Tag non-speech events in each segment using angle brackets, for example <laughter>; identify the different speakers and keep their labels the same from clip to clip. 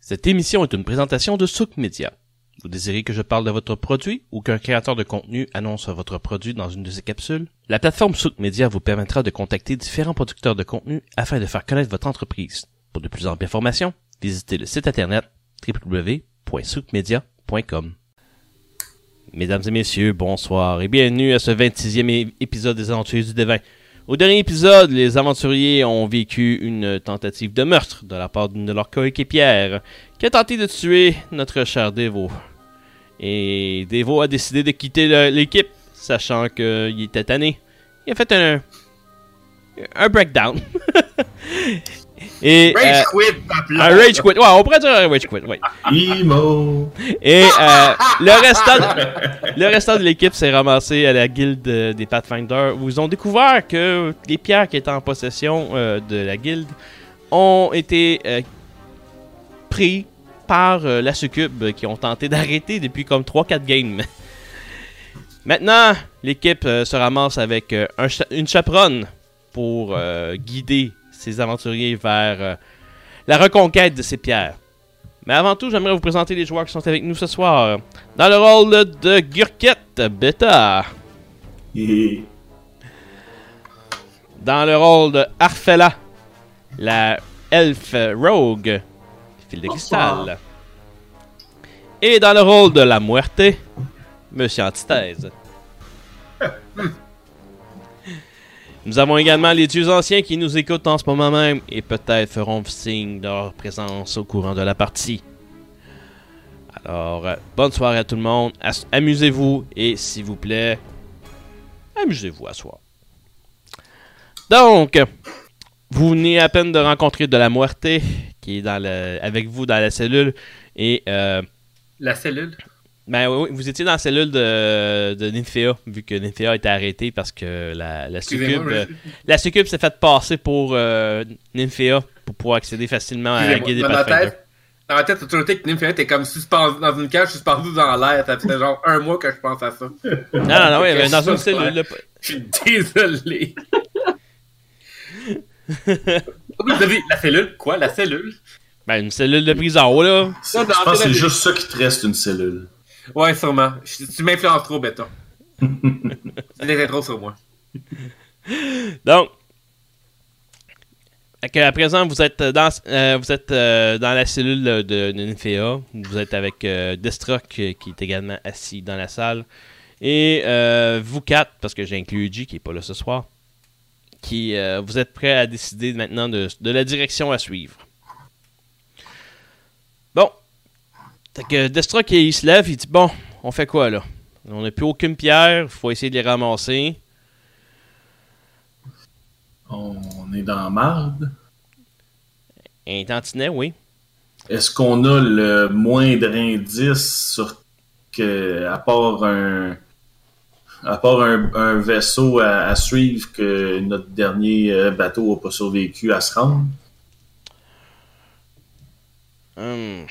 Speaker 1: Cette émission est une présentation de Souk Media. Vous désirez que je parle de votre produit ou qu'un créateur de contenu annonce votre produit dans une de ses capsules? La plateforme Souk Media vous permettra de contacter différents producteurs de contenu afin de faire connaître votre entreprise. Pour de plus amples informations, visitez le site internet www.soukmedia.com. Mesdames et messieurs, bonsoir et bienvenue à ce 26e é- épisode des Aventuriers du Devin. Au dernier épisode, les aventuriers ont vécu une tentative de meurtre de la part d'une de leurs coéquipières qui a tenté de tuer notre cher Devo. Et Devo a décidé de quitter le- l'équipe, sachant qu'il était tanné. Il a fait un, un breakdown. <laughs> Et, euh,
Speaker 2: Rage quit, papa.
Speaker 1: un rage quit. Ouais, on pourrait dire un rage quit, oui.
Speaker 3: Emo.
Speaker 1: Et euh, le, restant de, le restant de l'équipe s'est ramassé à la guilde euh, des Pathfinder où ils ont découvert que les pierres qui étaient en possession euh, de la guilde ont été euh, pris par euh, la succube qui ont tenté d'arrêter depuis comme 3-4 games. Maintenant, l'équipe euh, se ramasse avec euh, un cha- une chaperonne pour euh, guider ses aventuriers vers euh, la reconquête de ces pierres. Mais avant tout, j'aimerais vous présenter les joueurs qui sont avec nous ce soir. Dans le rôle de Gurkette Beta.
Speaker 3: Hihi.
Speaker 1: Dans le rôle de Arfella, la elfe rogue, fil de cristal. Et dans le rôle de la Muerte, Monsieur Antithèse. Nous avons également les dieux anciens qui nous écoutent en ce moment même et peut-être feront signe de leur présence au courant de la partie. Alors, euh, bonne soirée à tout le monde, As- amusez-vous et s'il vous plaît, amusez-vous à soir. Donc, vous venez à peine de rencontrer de la Muerte qui est dans le- avec vous dans la cellule et euh,
Speaker 2: La cellule.
Speaker 1: ben oui, oui, vous étiez dans la cellule de, de Ninfea, vu que Ninfea a été arrêtée parce que la, la succube,
Speaker 2: Excusez-moi.
Speaker 1: euh,
Speaker 2: Rage-
Speaker 1: la succube s'est faite passer pour euh, Ninfea pour pouvoir accéder facilement à la guide des
Speaker 2: Excusez-moi. Dans ma
Speaker 1: Pathfinder.
Speaker 2: tête, dans ma tête, t'as toujours été que Nymphéa, t'es comme suspendu dans une cage, suspendu dans l'air. Ça fait genre un mois que je pense à ça.
Speaker 1: Non, non, non, ouais,
Speaker 2: Qu'est-ce
Speaker 1: dans
Speaker 2: que
Speaker 1: une
Speaker 2: ça,
Speaker 1: cellule. là, pas-
Speaker 2: Je suis
Speaker 1: <laughs>
Speaker 2: désolé. Vous avez la cellule? Quoi? La cellule?
Speaker 1: ben, une cellule de prison, là.
Speaker 3: Je
Speaker 2: non,
Speaker 3: pense que
Speaker 2: c'est
Speaker 3: c'est
Speaker 2: la-
Speaker 3: juste ça qui te reste une cellule.
Speaker 2: Ouais, sûrement. Je- tu m'influences trop, Beta. tu n'étais trop sur moi.
Speaker 1: Donc, fait que à présent, vous êtes dans, euh, vous êtes, euh, dans la cellule de, de Ninfea. Vous êtes avec euh, Destrock, euh, qui est également assis dans la salle. Et euh, vous quatre, parce que j'ai inclus Uji, qui n'est pas là ce soir, qui euh, vous êtes prêts à décider maintenant de, de la direction à suivre. Bon. Fait que Destrock, il se lève, il dit Bon, on fait quoi là On n'a plus aucune pierre, faut essayer de les ramasser.
Speaker 3: On est dans la marde.
Speaker 1: Un tantinet, oui.
Speaker 3: Est-ce qu'on a le moindre indice sur que, à part un, à part un, un vaisseau à, à suivre que notre dernier euh, bateau n'a pas survécu à se rendre?
Speaker 1: Hum,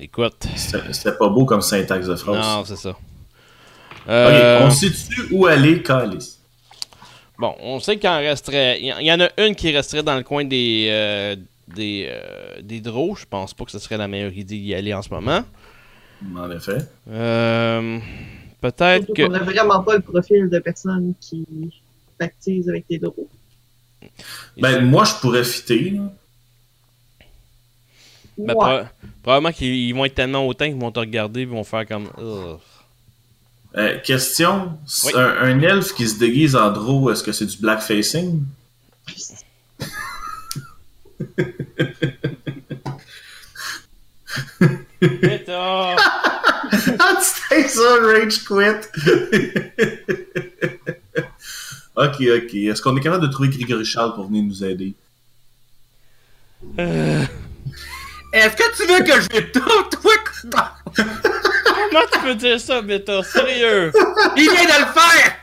Speaker 1: Écoute.
Speaker 3: C'était c'était pas beau comme syntaxe de phrase.
Speaker 1: Non, c'est ça.
Speaker 3: Oh. Ok,
Speaker 1: Euh,
Speaker 3: on situe où aller, Calis.
Speaker 1: Bon, on sait qu'il en resterait. Il y en- il y en a une qui resterait dans le coin des. euh, des. euh, des drôles. Je pense pas que ce serait la meilleure idée d'y aller en ce moment.
Speaker 3: En effet.
Speaker 1: Euh, Peut-être
Speaker 4: Surtout
Speaker 1: que.
Speaker 4: qu'on n'a vraiment pas le profil de personne qui pactise avec les drôles.
Speaker 3: Ben, moi, je pourrais fitter. là.
Speaker 1: Ben,
Speaker 4: Ouais.
Speaker 1: pro- probablement qu'ils ils vont être tellement hautains qu'ils vont te regarder et vont faire comme. Ugh.
Speaker 3: Euh, question,
Speaker 1: Oui.
Speaker 3: un, un elfe qui se déguise en drôle, est-ce que c'est du blackfacing?
Speaker 4: <laughs>
Speaker 1: Beta!
Speaker 3: Ah, tu t'es ça, rage quit! <laughs> ok, ok. Est-ce qu'on est capable de trouver Grégory Charles pour venir nous aider?
Speaker 1: Euh,
Speaker 2: Est-ce que tu veux que je tout, toi? quoi?
Speaker 1: Comment tu peux dire ça, Beta? Sérieux?
Speaker 2: Il vient de le faire!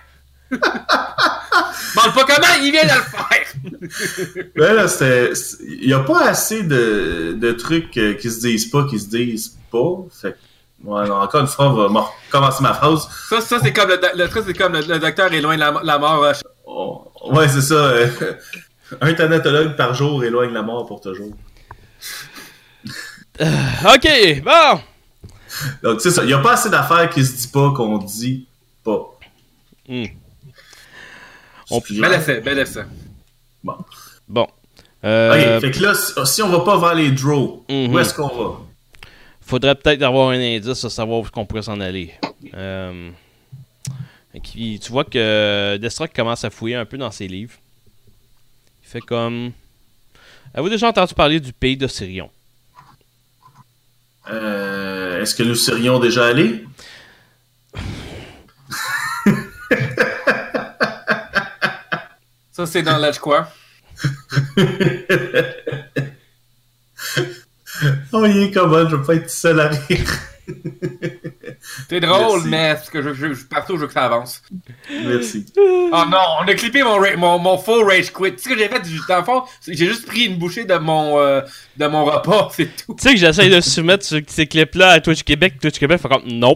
Speaker 2: Bon, pas comment, il vient de le faire!
Speaker 3: Ben là, c'était. Il n'y a pas assez de, de trucs euh, qui se disent pas, qui se disent pas. Fait que- Ouais, non, encore une fois, on va me recommencer ma phrase.
Speaker 2: Ça, ça c'est comme le, do- le truc, c'est comme le, le docteur est loin de la, la mort. euh,
Speaker 3: On- Ouais, c'est ça. euh, <laughs> Un thanatologue par jour éloigne la mort pour toujours.
Speaker 1: ok, bon.
Speaker 3: Donc, c'est ça. Il n'y a pas assez d'affaires qui se dit pas qu'on dit pas.
Speaker 1: Hmm.
Speaker 3: C'est
Speaker 1: On-
Speaker 3: plus
Speaker 2: Bel
Speaker 3: grave.
Speaker 2: essai, bel essai.
Speaker 3: Bon.
Speaker 1: Bon.
Speaker 3: Ok,
Speaker 1: Euh,
Speaker 3: fait que là, si, si on va pas vers les draws,
Speaker 1: Mhm.
Speaker 3: où est-ce qu'on va?
Speaker 1: Faudrait peut-être avoir un indice à savoir où qu'on pourrait s'en aller. Euh, qui- tu vois que Destruct commence à fouiller un peu dans ses livres. Il fait comme. Avez-vous déjà entendu parler du pays de Sirion
Speaker 3: Euh, est-ce que nous serions déjà allés? <laughs>
Speaker 2: Ça, c'est dans l'âge quoi?
Speaker 3: Oh, il est comment? Je vais pas être seul à rire. <laughs>
Speaker 2: C'est drôle,
Speaker 3: Merci.
Speaker 2: mais parce que je, je, je- partout, je veux que ça avance.
Speaker 3: Merci.
Speaker 2: Oh non, on a clippé mon, ra- mon, mon faux rage quit. Tu sais ce que j'ai fait du temps fort? J'ai juste pris une bouchée de mon, euh, de mon repas, <laughs> c'est tout.
Speaker 1: Tu sais que j'essaye de soumettre ce- ces clips-là à Twitch Québec. Twitch Québec fait comme non.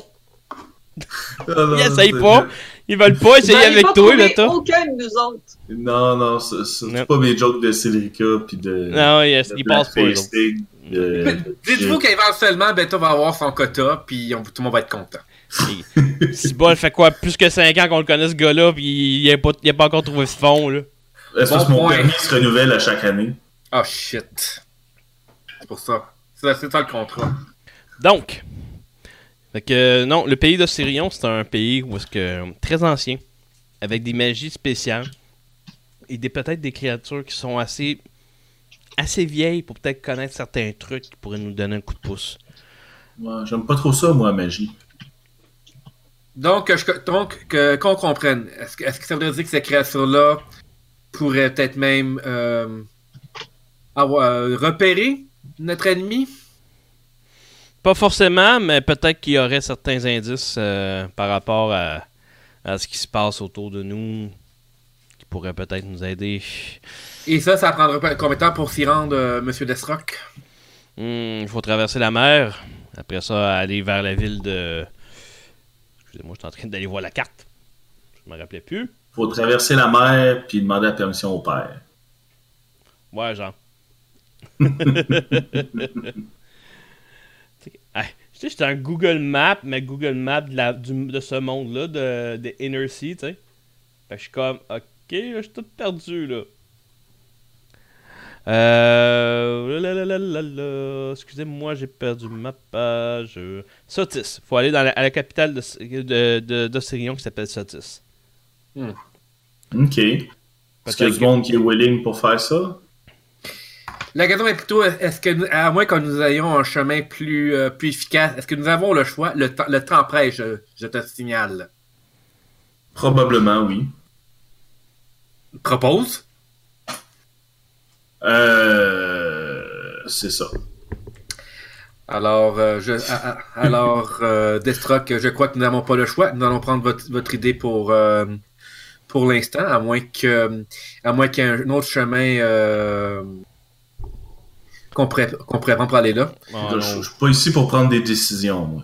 Speaker 1: Ils essayent pas. Ils veulent pas
Speaker 4: Vous
Speaker 1: essayer
Speaker 4: n'allez
Speaker 1: avec
Speaker 4: pas
Speaker 1: toi,
Speaker 4: Ben, trouver
Speaker 1: là, toi.
Speaker 4: Aucun de nous autres.
Speaker 3: Non, non, c'est- c'est
Speaker 1: Non.
Speaker 3: pas mes jokes de Cédrica puis de.
Speaker 1: Non, yes,
Speaker 3: de
Speaker 1: ils passent pas. eux autres.
Speaker 3: blackfacing, de-
Speaker 2: Dites-vous qu'éventuellement, Beto va avoir son quota, puis on- tout le monde va être content.
Speaker 1: Si bon, fait quoi Plus que 5 ans qu'on le connaît, ce gars-là, puis il a pas, il a pas encore trouvé ce fond, là.
Speaker 3: Est-ce que
Speaker 2: Bon
Speaker 3: mon
Speaker 2: point.
Speaker 3: permis se renouvelle à chaque année?
Speaker 2: Oh shit. C'est pour ça. C'est c'est ça le contrat.
Speaker 1: Donc, fait que, euh, non, le pays de Sirion, c'est un pays où est-ce que, très ancien, avec des magies spéciales et des peut-être des créatures qui sont assez, assez vieilles pour peut-être connaître certains trucs qui pourraient nous donner un coup de pouce.
Speaker 3: Ouais, J'aime pas trop ça, moi, magie.
Speaker 2: Donc, que je- donc que- qu'on comprenne, est-ce que, est-ce que ça voudrait dire que ces créatures-là pourraient peut-être même euh, avoir, euh, repérer notre ennemi?
Speaker 1: Pas forcément, mais peut-être qu'il y aurait certains indices euh, par rapport à, à ce qui se passe autour de nous qui pourraient peut-être nous aider.
Speaker 2: Et ça, ça prendra pas- combien de temps pour s'y rendre, euh, Monsieur Desrock?
Speaker 1: Hmm, Il faut traverser la mer. Après ça, aller vers la ville de. Excusez-moi, je suis en train d'aller voir la carte. Je me rappelais plus.
Speaker 3: Faut traverser la mer puis demander la permission au père.
Speaker 1: Ouais, genre. Tu sais, ah, tu sais, j'étais en Google Maps, mais Google Maps de, la- du- de ce monde-là, de, de Inner Sea, tu sais. Fait que je suis comme, ok, là, je suis tout perdu, là. Euh. la, la, la, la, la, Excusez-moi, j'ai perdu ma page. Sotis. Faut aller dans la, à la capitale de, de, de, d'Ossirion qui s'appelle Sotis.
Speaker 3: OK. Est-ce qu'il y a
Speaker 1: Peut-être
Speaker 3: du monde qui est willing pour faire ça?
Speaker 2: La question est plutôt, est-ce que, nous- à moins que nous ayons un chemin plus, euh, plus efficace, est-ce que nous avons le choix? Le, temps- le temps presse, je, je te signale.
Speaker 3: Probablement, oui.
Speaker 2: Propose?
Speaker 3: Euh, c'est ça.
Speaker 2: Alors, euh, je, a- a- alors euh, Destrock, je crois que nous n'avons pas le choix. Nous allons prendre votre, votre idée pour, euh, pour l'instant, à moins que, à moins qu'il y ait un autre chemin euh, qu'on pourrait, qu'on pourrait prendre pour aller là.
Speaker 1: Ah,
Speaker 3: Je-
Speaker 1: non.
Speaker 3: je, je suis pas ici pour prendre des décisions, moi.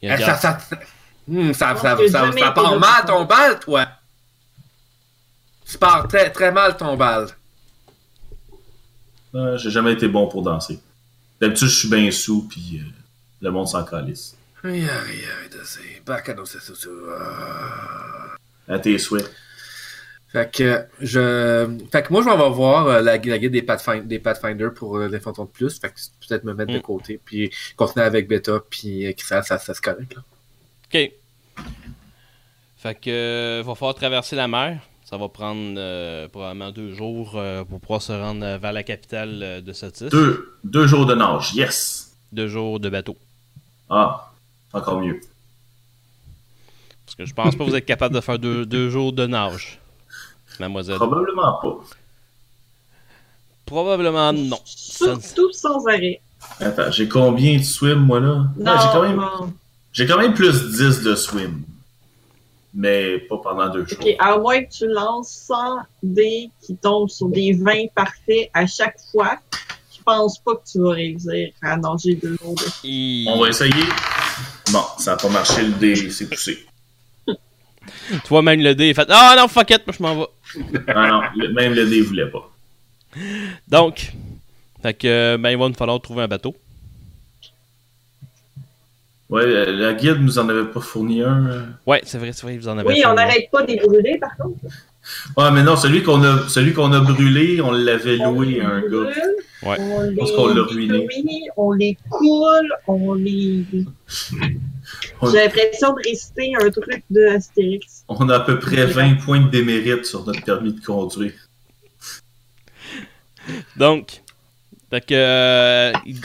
Speaker 1: Il y a
Speaker 2: Eh, ça, ça, ça- Hmm, ça-
Speaker 4: Je
Speaker 2: ça-
Speaker 4: pense que
Speaker 2: ça-
Speaker 4: jamais
Speaker 2: ça part
Speaker 4: été
Speaker 2: mal
Speaker 4: de-
Speaker 2: ton bal, toi. Tu pars très, très mal ton bal.
Speaker 3: Euh, J'ai jamais été bon pour danser. D'habitude, je suis bien sous, puis euh, le monde s'en calisse.
Speaker 2: Aïe, aïe, aïe, de ces bacanos, c'est ça, ça, ah.
Speaker 3: À tes souhaits.
Speaker 2: Fait que je. Fait que moi je vais aller voir euh, la, la guide des, Pathfind- des Pathfinder pour euh, l'infanton de plus. Fait que peut-être me mettre de
Speaker 1: Mm.
Speaker 2: côté puis continuer avec Beta puis euh, Chrysalis, ça, ça se connecte là.
Speaker 1: Ok. Fait que euh, va falloir traverser la mer. Ça va prendre euh, probablement deux jours euh, pour pouvoir se rendre euh, vers la capitale euh, de Sotis.
Speaker 3: Deux, deux jours de nage, yes!
Speaker 1: Deux jours de bateau.
Speaker 3: Ah, encore mieux.
Speaker 1: Parce que je pense pas que vous êtes capable de faire deux, deux jours de nage, mademoiselle.
Speaker 3: Probablement pas.
Speaker 1: Probablement Ah, non. Ça ne-
Speaker 4: Surtout sans arrêt.
Speaker 3: Attends, j'ai combien de swim, moi, là?
Speaker 4: Non,
Speaker 3: Ouais, Ben, j'ai quand même,
Speaker 4: non.
Speaker 3: j'ai quand même plus 10 de swim. Mais pas pendant deux jours.
Speaker 4: Ok, à moins que tu lances 100 dés qui tombent sur des 20 parfaits à chaque fois, je pense pas que tu vas réussir à nager deux jours de
Speaker 1: Il-
Speaker 3: On va essayer. Bon, ça n'a pas marché, le dé s'est poussé.
Speaker 1: Tu vois même le dé, il fait Ah non, fuck it, moi je m'en vais.
Speaker 3: Ah non, le- même le dé voulait pas.
Speaker 1: Donc, Fait que, ben, il va nous falloir trouver un bateau.
Speaker 3: Ouais, la- la guide nous en avait pas fourni un. euh.
Speaker 1: Ouais, c'est vrai, c'est vrai, vous en avez
Speaker 4: Oui, on
Speaker 1: parlé.
Speaker 4: n'arrête pas de les brûler, par contre.
Speaker 3: Ouais, Ah, mais non, celui qu'on a, celui qu'on a brûlé, on l'avait loué à un gars.
Speaker 1: Ouais.
Speaker 4: On les
Speaker 3: pense qu'on l'a ruiné.
Speaker 4: détruit, On les coule, on les.
Speaker 3: On-
Speaker 4: J'ai l'impression de réciter un truc de Astérix.
Speaker 3: On a à peu près 20 points de démérite sur notre permis de conduire.
Speaker 1: Donc, fait que, euh, il-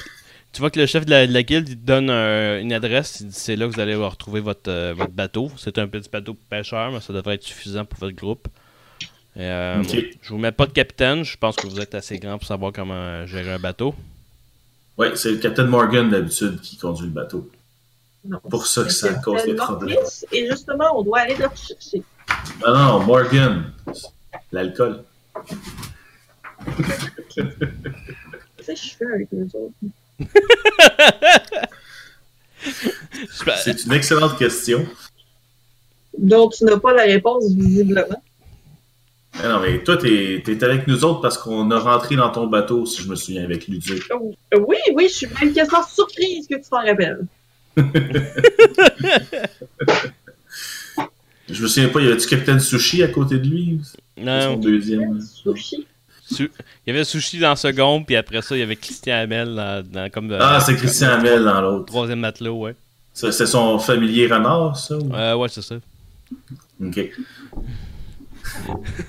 Speaker 1: tu vois que le chef de la, de la guilde il te donne un- une adresse. il dit, C'est là que vous allez retrouver votre, euh, votre bateau. C'est un petit bateau pêcheur, mais ça devrait être suffisant pour votre groupe. Et, euh,
Speaker 3: Ok.
Speaker 1: Je vous mets pas de capitaine. Je pense que vous êtes assez grand pour savoir comment euh, gérer un bateau.
Speaker 3: Ouais, c'est le Captain Morgan d'habitude qui conduit le bateau.
Speaker 4: Non.
Speaker 3: Pour ça que ça cause des
Speaker 4: C'est
Speaker 3: problèmes.
Speaker 4: Norris, Et justement, on doit aller le rechercher.
Speaker 3: Ah non, Morgan. L'alcool.
Speaker 4: Tu sais, je fais avec eux autres.
Speaker 1: Je pa-
Speaker 3: C'est une excellente question.
Speaker 4: Donc, tu n'as pas la réponse, visiblement.
Speaker 3: Ah non, mais toi, t'es t'es avec nous autres parce qu'on a rentré dans ton bateau, si je me souviens, avec Luduc.
Speaker 4: Oui, oui, je suis même quasiment surprise que tu t'en rappelles.
Speaker 3: Je me souviens pas, il y avait-tu Captain Sushi à côté de lui? C'est son
Speaker 1: Non,
Speaker 3: deuxième.
Speaker 1: Euh,
Speaker 4: Sushi.
Speaker 1: il y avait Sushi dans second, puis après ça, il y avait Christian Hamel dans, dans- comme euh,
Speaker 3: Ah, c'est Christian Hamel dans l'autre.
Speaker 1: troisième matelot, ouais.
Speaker 3: Ça, C'est son familier renard, ça? ou-
Speaker 1: Euh, ouais, c'est ça.
Speaker 3: Ok.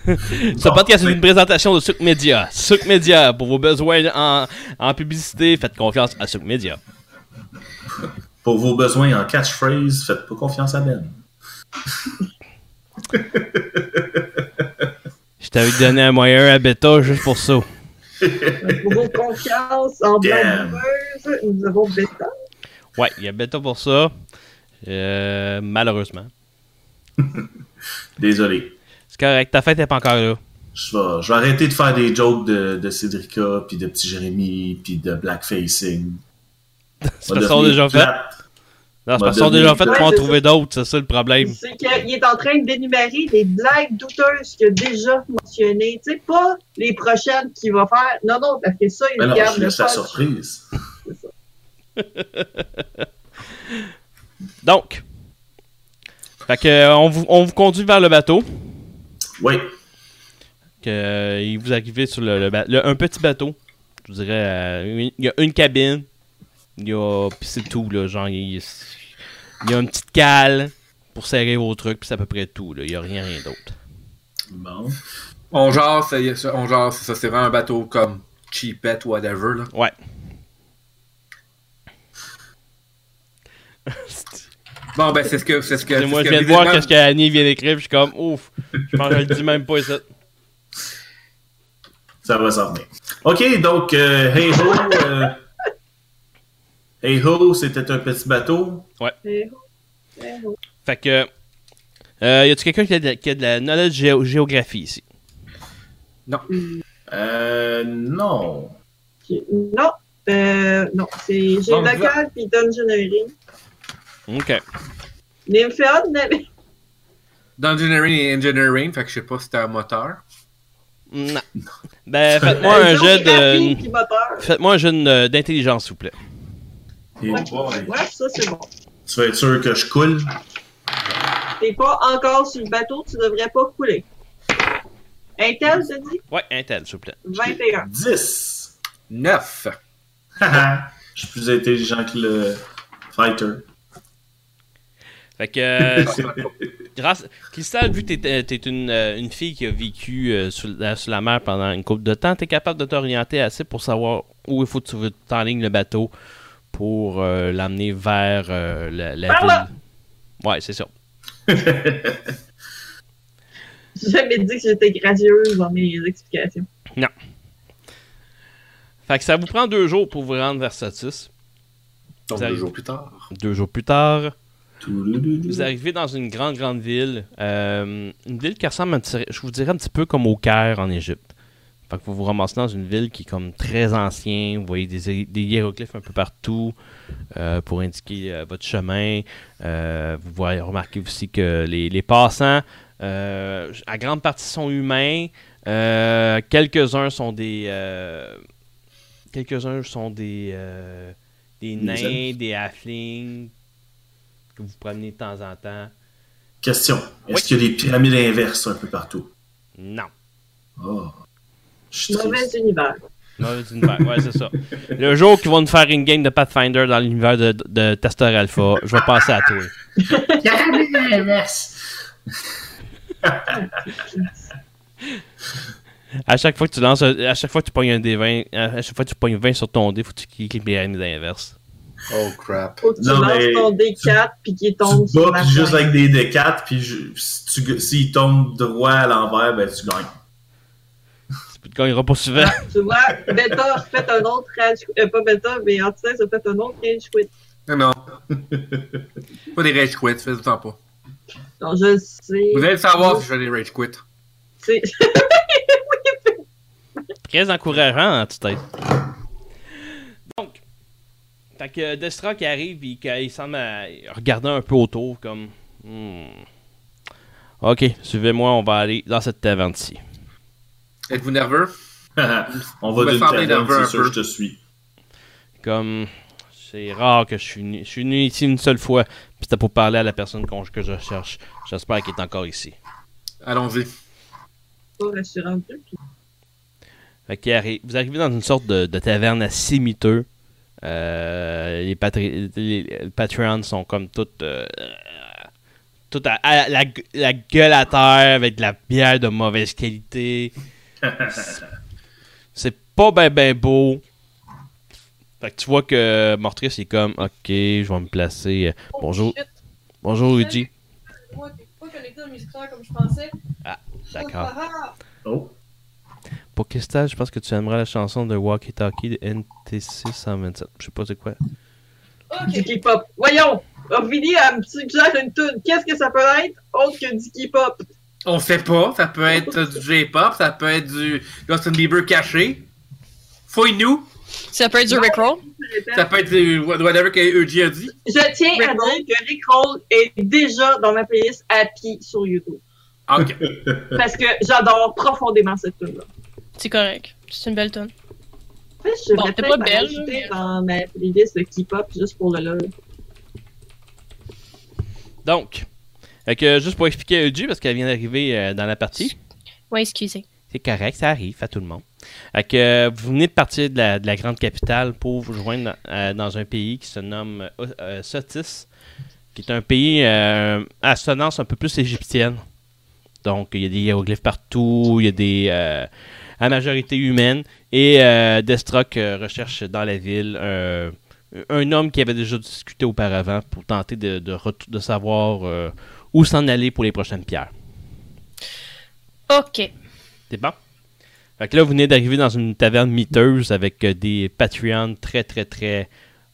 Speaker 1: Ce
Speaker 3: Bon,
Speaker 1: podcast est
Speaker 3: mais-
Speaker 1: une présentation de Suc Media. Suc Media, pour vos besoins en, en publicité, faites confiance à Suc Media.
Speaker 3: Pour vos besoins en catchphrase, faites pas confiance à Ben.
Speaker 1: Je t'avais donné un moyen à Beta juste pour ça.
Speaker 4: Pour vos confiances en
Speaker 3: Damn.
Speaker 4: blagueuse, nous avons bêta.
Speaker 1: Ouais, il y a Beta pour ça. Euh, malheureusement.
Speaker 3: Désolé.
Speaker 1: C'est correct, ta fête n'est pas encore là.
Speaker 3: Je vais, je vais arrêter de faire des jokes de, de Cédrica, puis de Petit Jérémy, puis de Blackfacing.
Speaker 1: C'est parce qu'on l'a déjà fait. Non, c'est parce qu'on l'a déjà fait,
Speaker 3: Ouais,
Speaker 1: qu'on va en
Speaker 4: c'est
Speaker 1: trouver d'autres, c'est ça le problème.
Speaker 4: C'est qu'il est en train d'énumérer des blagues douteuses qu'il a déjà mentionnées. Tu sais, pas les prochaines qu'il va faire. Non, non, parce que ça, il
Speaker 3: Mais Ben non,
Speaker 4: garde
Speaker 3: je
Speaker 4: le
Speaker 3: laisse la
Speaker 4: punch.
Speaker 3: surprise.
Speaker 1: Donc, fait que, euh, on, vous, on vous conduit vers le bateau.
Speaker 3: Oui,
Speaker 1: Que, euh, il vous arrivez sur le, le ba- le- un petit bateau. Je vous dirais, euh, une- il y a une cabine. Il y a. Puis c'est tout, là. Genre, il, il y a une petite cale pour serrer vos trucs, puis c'est à peu près tout, là. Il y a rien, rien d'autre.
Speaker 3: bon.
Speaker 2: On genre, c'est on genre, c'est ça, c'est vraiment un bateau comme cheapette, whatever, là.
Speaker 1: Ouais.
Speaker 2: Bon, ben, c'est ce que, c'est ce <laughs> que,
Speaker 1: Et
Speaker 2: c'est
Speaker 1: moi,
Speaker 2: ce
Speaker 1: je
Speaker 2: que
Speaker 1: viens de voir
Speaker 2: visiblement-
Speaker 1: qu'est-ce que Annie vient d'écrire, puis je suis comme, ouf, je pense que je le dis même pas ici.
Speaker 3: Ça va s'en venir. OK, donc, euh, Hey Ho. euh, <laughs> hey Ho, c'était un petit bateau.
Speaker 4: Eh oh, eh oh.
Speaker 1: Fait que. Euh, y a-tu quelqu'un qui, a de la- qui a de la knowledge géo- géographie ici?
Speaker 3: Euh, non.
Speaker 4: Ok. Non, euh, non, c'est j'ai
Speaker 1: ben,
Speaker 2: Donc,
Speaker 4: local puis Dungeoneering.
Speaker 1: Ok. <laughs>
Speaker 4: Nymphéon n'avait.
Speaker 2: Dungeoneering et Engineering, fait que je sais pas si c'était un moteur.
Speaker 1: Non. Ben, faites-moi un jet de.
Speaker 4: Puis moteur.
Speaker 1: Faites-moi un jet de- d'intelligence, s'il vous plaît.
Speaker 3: Et-
Speaker 4: Ouais, ouais, ça c'est bon.
Speaker 3: Tu vas être sûr que je coule?
Speaker 4: T'es pas encore sur le bateau, tu devrais pas couler. Intel, je dis
Speaker 1: Ouais, Intel, s'il vous plaît.
Speaker 4: 21.
Speaker 3: 10.
Speaker 2: 9.
Speaker 3: Haha. <laughs> je suis plus intelligent que le fighter.
Speaker 1: Fait <laughs> que. euh, grâce. Cristal, vu que t'es, t'es une, euh, une fille qui a vécu euh, sur, la, sur la mer pendant une couple de temps, t'es capable de t'orienter assez pour savoir où il faut que tu veux- t'enlignes le bateau pour euh, l'amener vers euh, la, la
Speaker 4: Par là!
Speaker 1: ville. Ouais, c'est ça.
Speaker 4: <laughs> J'ai jamais dit que j'étais gracieuse dans mes explications.
Speaker 1: Fait que ça vous prend deux jours pour vous rendre vers Satis.
Speaker 2: Donc,
Speaker 1: Ça
Speaker 2: deux
Speaker 1: arrive.
Speaker 2: jours plus tard.
Speaker 1: Deux jours plus tard,
Speaker 3: Toulouloulou.
Speaker 1: Vous arrivez dans une grande, grande ville. euh, une ville qui ressemble, un petit- je vous dirais, un petit peu comme au Caire en Égypte. Fait que vous vous ramassez dans une ville qui est comme très ancienne. Vous voyez des, des hiéroglyphes un peu partout euh, pour indiquer euh, votre chemin. Euh, vous voyez, remarquez aussi que les, les passants, euh, à grande partie, sont humains. Euh, Quelques-uns sont des... euh, Quelques-uns sont des, euh, des nains,
Speaker 3: elfes.
Speaker 1: des halflings que vous promenez de temps en temps.
Speaker 3: Question. Est-ce qu'il y a des pyramides inverses un peu partout?
Speaker 1: Non.
Speaker 3: Oh. Je suis
Speaker 4: Mauvais
Speaker 3: triste.
Speaker 4: univers.
Speaker 1: Mauvais univers. Ouais, c'est ça. Le jour qu'ils vont nous faire une game de Pathfinder dans l'univers de, de Tester Alpha, je vais passer à toi.
Speaker 3: Pyramide inverse!
Speaker 1: À chaque fois que tu lances, un- à chaque fois que tu pognes un des 20, à chaque fois que tu pognes 20 sur ton dé, faut que tu cliques les pyramides inverse.
Speaker 2: Oh crap.
Speaker 4: Faut que tu
Speaker 3: Non, mais-
Speaker 4: lances ton D4 puis qu'il
Speaker 3: Tu
Speaker 4: tombe
Speaker 3: te
Speaker 4: sur
Speaker 3: bats
Speaker 4: la
Speaker 3: puis juste
Speaker 4: fin.
Speaker 3: avec des D4, puis je- si tu- s'il tombe droit à l'envers, ben tu gagnes. <laughs>
Speaker 1: Tu te gagneras pas souvent.
Speaker 4: Tu vois, Beta a fait un autre rage... euh, pas Beta, mais Antilles a fait un autre rage quit.
Speaker 2: Non, <laughs> non. pas des rage quits, fais le temps pas.
Speaker 4: Donc, je le sais.
Speaker 2: Vous allez le savoir si je fais des rage quits.
Speaker 4: C'est-
Speaker 1: Très encourageant, en tête. Donc, fait que euh, Destra qui arrive et qu'il semble à- regarder un peu autour, comme. Hmm. Ok, suivez-moi, on va aller dans cette taverne-ci.
Speaker 2: Êtes-vous nerveux?
Speaker 3: On
Speaker 2: Vous
Speaker 3: va d'une
Speaker 2: me fermez
Speaker 3: taverne,
Speaker 2: nerveux
Speaker 3: c'est
Speaker 2: un
Speaker 3: sûr,
Speaker 2: peu.
Speaker 3: je te suis.
Speaker 1: Comme. C'est rare que je suis venu, je suis venu ici une seule fois, puis c'était pour parler à la personne qu'on- que je cherche. J'espère qu'elle est encore ici.
Speaker 2: Allons-y.
Speaker 4: <laughs> pas rassurant du tout.
Speaker 1: Fait qu'il arri- vous arrivez dans une sorte de, de taverne à six miteux. Euh, les, patri- les Patreons sont comme toutes. euh, euh, toutes à, à- la, la gueule à terre avec de la bière de mauvaise qualité. C'est- C'est pas ben ben beau. Fait que tu vois que Mortrice est comme Ok, je vais me placer. Bonjour.
Speaker 5: Oh, shit.
Speaker 1: Bonjour Luigi.
Speaker 5: Moi, t'es pas connecté au musical comme je pensais.
Speaker 1: D'accord.
Speaker 5: Ah, ah,
Speaker 3: Oh.
Speaker 1: Pour Christelle, je pense que tu aimeras la chanson de Walkie Talkie de NTC 127. Je sais pas c'est quoi.
Speaker 5: ah.
Speaker 4: Du
Speaker 5: Ok.
Speaker 4: K-pop. Voyons! Ophélie, elle me suggère une tune. Qu'est-ce que ça peut être autre que du K-pop?
Speaker 2: On sait pas, ça peut être du J-pop, ça peut être du Justin Bieber caché. Fouille-nous,
Speaker 5: Ça peut être du Rickroll.
Speaker 2: ça peut être du whatever qu'Eugene a dit.
Speaker 4: Je tiens à dire que Rick Roll est déjà dans ma playlist Happy sur YouTube.
Speaker 5: <laughs>
Speaker 2: Ok.
Speaker 4: Parce que j'adore profondément cette tune-là.
Speaker 5: C'est correct. C'est une belle tonne.
Speaker 4: En fait, je
Speaker 5: Bon,
Speaker 4: devrais
Speaker 5: t'es
Speaker 4: peut-être
Speaker 5: pas belle,
Speaker 4: m'ajouter
Speaker 5: mais-
Speaker 4: dans ma playlist de K-pop juste pour le lol.
Speaker 1: Donc, fait que, juste pour expliquer à Eugene, parce qu'elle vient d'arriver euh, dans la partie,
Speaker 5: Ouais, excusez.
Speaker 1: c'est correct, ça arrive à tout le monde. Fait que, euh, vous venez de partir de la, de la grande capitale pour vous joindre dans, euh, dans un pays qui se nomme euh, euh, Sotis, qui est un pays euh, à sonance un peu plus égyptienne. Donc, il y a des hiéroglyphes partout, il y a des. euh, à majorité humaine. Et euh, Destrock euh, recherche dans la ville euh, un homme qui avait déjà discuté auparavant pour tenter de, de, ret- de savoir euh, où s'en aller pour les prochaines pierres.
Speaker 5: Ok.
Speaker 1: C'est bon? Fait que là, vous venez d'arriver dans une taverne miteuse avec euh, des Patreons très, très, très.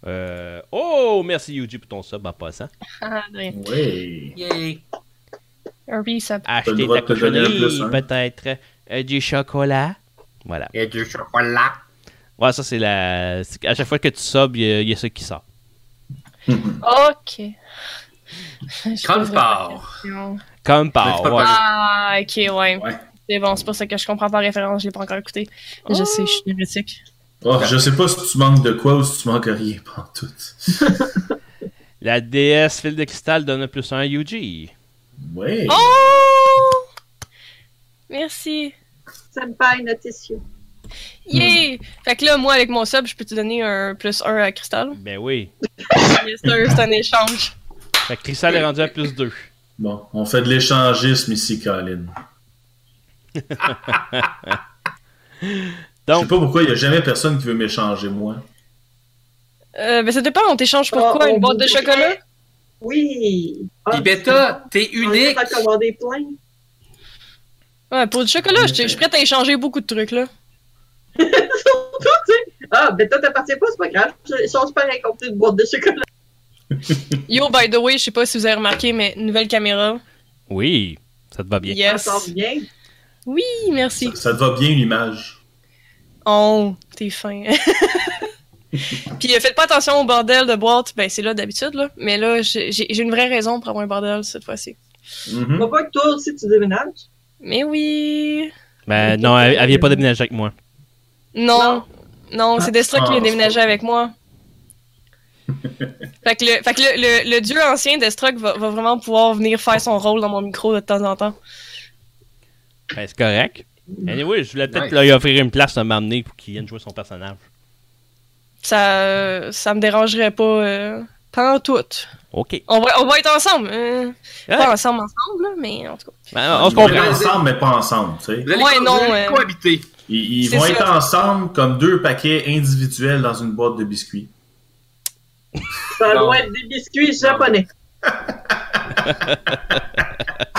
Speaker 1: euh, Oh, merci Yuji pour ton sub en passant.
Speaker 5: Ah, de rien.
Speaker 3: Ouais.
Speaker 2: Yay.
Speaker 5: Un resub.
Speaker 3: T'as le
Speaker 1: Acheter
Speaker 3: droit
Speaker 1: ta
Speaker 3: de te donner un
Speaker 1: cochonnerie,
Speaker 3: plus, hein.
Speaker 1: peut-être. euh, du chocolat. Voilà.
Speaker 2: Et du chocolat.
Speaker 1: Ouais, ça, c'est la. c'est- À chaque fois que tu subs, il y, a- il y a ça qui sort.
Speaker 5: Ok. Je
Speaker 2: Comme
Speaker 5: poserai
Speaker 2: par.
Speaker 5: pas de questions.
Speaker 1: Comme par.
Speaker 2: Mais c'est pas
Speaker 1: ouais.
Speaker 5: Ah, ok, ouais.
Speaker 3: Ouais.
Speaker 5: C'est bon, c'est pour ça que je comprends pas la référence, je l'ai pas encore écouté. Je sais, je suis hérétique.
Speaker 3: Oh, je sais pas si tu manques de quoi ou si tu manques rien, pas
Speaker 1: <laughs>
Speaker 3: tout.
Speaker 1: La déesse fil de cristal donne un plus 1 à Yuji.
Speaker 3: Ouais.
Speaker 5: Oh! Merci.
Speaker 4: Ça me paille notre issue.
Speaker 5: Yay! Fait que là, moi, avec mon sub, je peux te donner un plus 1 à Crystal.
Speaker 1: Ben oui.
Speaker 5: Bien sûr, c'est un échange.
Speaker 1: Fait que cristal est rendu à plus 2.
Speaker 3: Bon, on fait de l'échangisme ici, Colin. Je sais
Speaker 1: Donc,
Speaker 3: pas pourquoi il y a jamais personne qui veut m'échanger, moi.
Speaker 5: Euh, ben ça dépend, on t'échange pour
Speaker 4: Oh,
Speaker 5: quoi?
Speaker 4: on
Speaker 5: Une boîte de
Speaker 4: voudrait-
Speaker 5: chocolat?
Speaker 4: Oui! Ah,
Speaker 2: Pis Beta, t'es
Speaker 4: on est
Speaker 2: unique.
Speaker 4: à commander plein. <laughs>
Speaker 5: Ouais, pour du chocolat, je te- je suis prête à échanger beaucoup de trucs, là.
Speaker 4: Surtout, tu sais. Ah, Beta, t'appartiens pas, c'est pas grave. Je change pas à compter une boîte de chocolat.
Speaker 5: Yo, by the way, je sais pas si vous avez remarqué, mais nouvelle caméra.
Speaker 1: oui, ça te va bien.
Speaker 5: Yes.
Speaker 4: Ça sort bien.
Speaker 5: Oui, merci.
Speaker 3: Ça, ça te va bien, l'image.
Speaker 5: Oh, t'es fin. <laughs> Puis euh, faites pas attention au bordel de boîte, ben c'est là d'habitude, là. Mais là, j'ai j'ai- j'ai une vraie raison pour avoir un bordel cette fois-ci.
Speaker 3: Mhm.
Speaker 4: Faut pas que toi aussi tu déménages.
Speaker 5: Mais oui!
Speaker 1: Ben non, elle, elle vient pas déménager avec moi.
Speaker 5: Non. Non, c'est Destra qui
Speaker 3: Ah,
Speaker 5: vient déménager avec moi. fait que, le, fait que le, le- le dieu ancien Destrock va, va vraiment pouvoir venir faire son rôle dans mon micro de temps en temps.
Speaker 1: Ben, c'est correct. Anyway, je voulais peut-être
Speaker 2: Nice.
Speaker 1: lui offrir une place à m'amener pour qu'il vienne jouer son personnage.
Speaker 5: Ça, euh, ça me dérangerait pas. Euh, pas en tout.
Speaker 1: Ok.
Speaker 5: On va, on va être ensemble. euh,
Speaker 1: Ouais.
Speaker 5: Pas ensemble, ensemble, là, mais en tout cas.
Speaker 1: Ben, on se
Speaker 3: Ils vont
Speaker 1: comprend.
Speaker 3: être ensemble, mais pas ensemble. tu sais.
Speaker 2: Vous allez,
Speaker 5: Ouais,
Speaker 2: co-
Speaker 5: non,
Speaker 2: vous allez
Speaker 5: euh,
Speaker 2: cohabiter.
Speaker 3: Ils, ils
Speaker 5: C'est
Speaker 3: vont
Speaker 5: ça.
Speaker 3: être ensemble comme deux paquets individuels dans une boîte de biscuits.
Speaker 4: Ça
Speaker 2: Non.
Speaker 4: doit être des biscuits japonais.
Speaker 5: C'est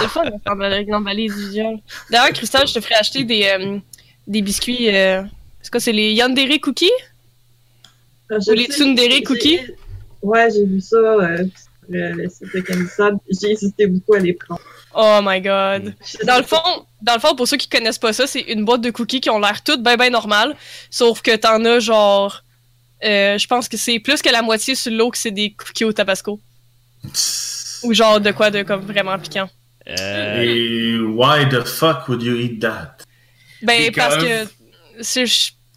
Speaker 5: le fun d'ensemble avec une valise du viol. D'ailleurs, Christelle, je te ferai acheter des, euh, des biscuits. euh, c'est quoi, c'est les Yandere Cookies?
Speaker 4: Je
Speaker 5: Ou les
Speaker 4: sais-
Speaker 5: tsundere
Speaker 4: j'ai-
Speaker 5: cookies?
Speaker 4: Ouais, j'ai vu ça euh, sur euh, le site de Camisade. J'ai hésité beaucoup à les prendre.
Speaker 5: Oh my god. Dans le fond, dans le fond, pour ceux qui connaissent pas ça, c'est une boîte de cookies qui ont l'air toutes ben ben normales, sauf que t'en as genre, euh, je pense que c'est plus que la moitié sur l'eau que c'est des cookies au Tabasco ou genre de quoi de comme vraiment piquant.
Speaker 1: Euh,
Speaker 3: Et why the fuck would you eat that?
Speaker 5: Ben
Speaker 2: Des
Speaker 5: parce que
Speaker 2: caves.
Speaker 5: c'est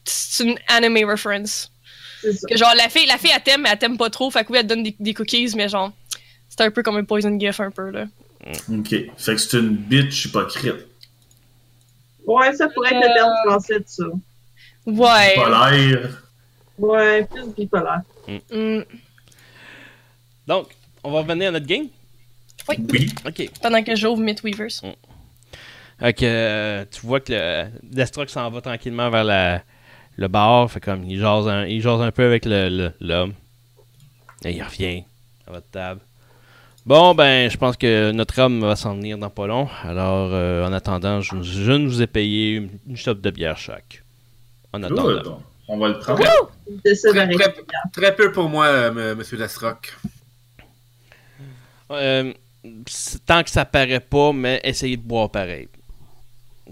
Speaker 5: c'est une anime reference.
Speaker 4: C'est ça.
Speaker 5: Que genre la fille, la fille elle t'aime, mais elle t'aime pas trop, fait que oui elle te donne des, des cookies, mais genre c'est un peu comme un poison gift un peu là.
Speaker 3: Ok, fait que c'est une bitch hypocrite.
Speaker 4: Ouais, ça pourrait être le terme français de ça.
Speaker 5: Ouais.
Speaker 3: Polaire.
Speaker 4: Ouais, plus bipolaire.
Speaker 5: Mm.
Speaker 1: donc, on va revenir à notre game.
Speaker 3: Oui.
Speaker 1: Ok.
Speaker 5: pendant que j'ouvre Midweavers.
Speaker 1: Fait que euh, tu vois que le Destruct s'en va tranquillement vers la, le bar. Fait comme il jase un, il jase un peu avec le- le- l'homme. Et il revient à votre table. Bon, ben, je pense que notre homme va s'en venir dans pas long. Alors, euh, en attendant, je, je ne vous ai payé une, une chope de bière chaque. En attendant.
Speaker 3: Good. On va le prendre.
Speaker 4: De se
Speaker 2: Très,
Speaker 4: varier.
Speaker 2: très- très peu pour moi, euh, m- monsieur Dastrock.
Speaker 1: Euh, c'est- tant que ça paraît pas, mais essayez de boire pareil.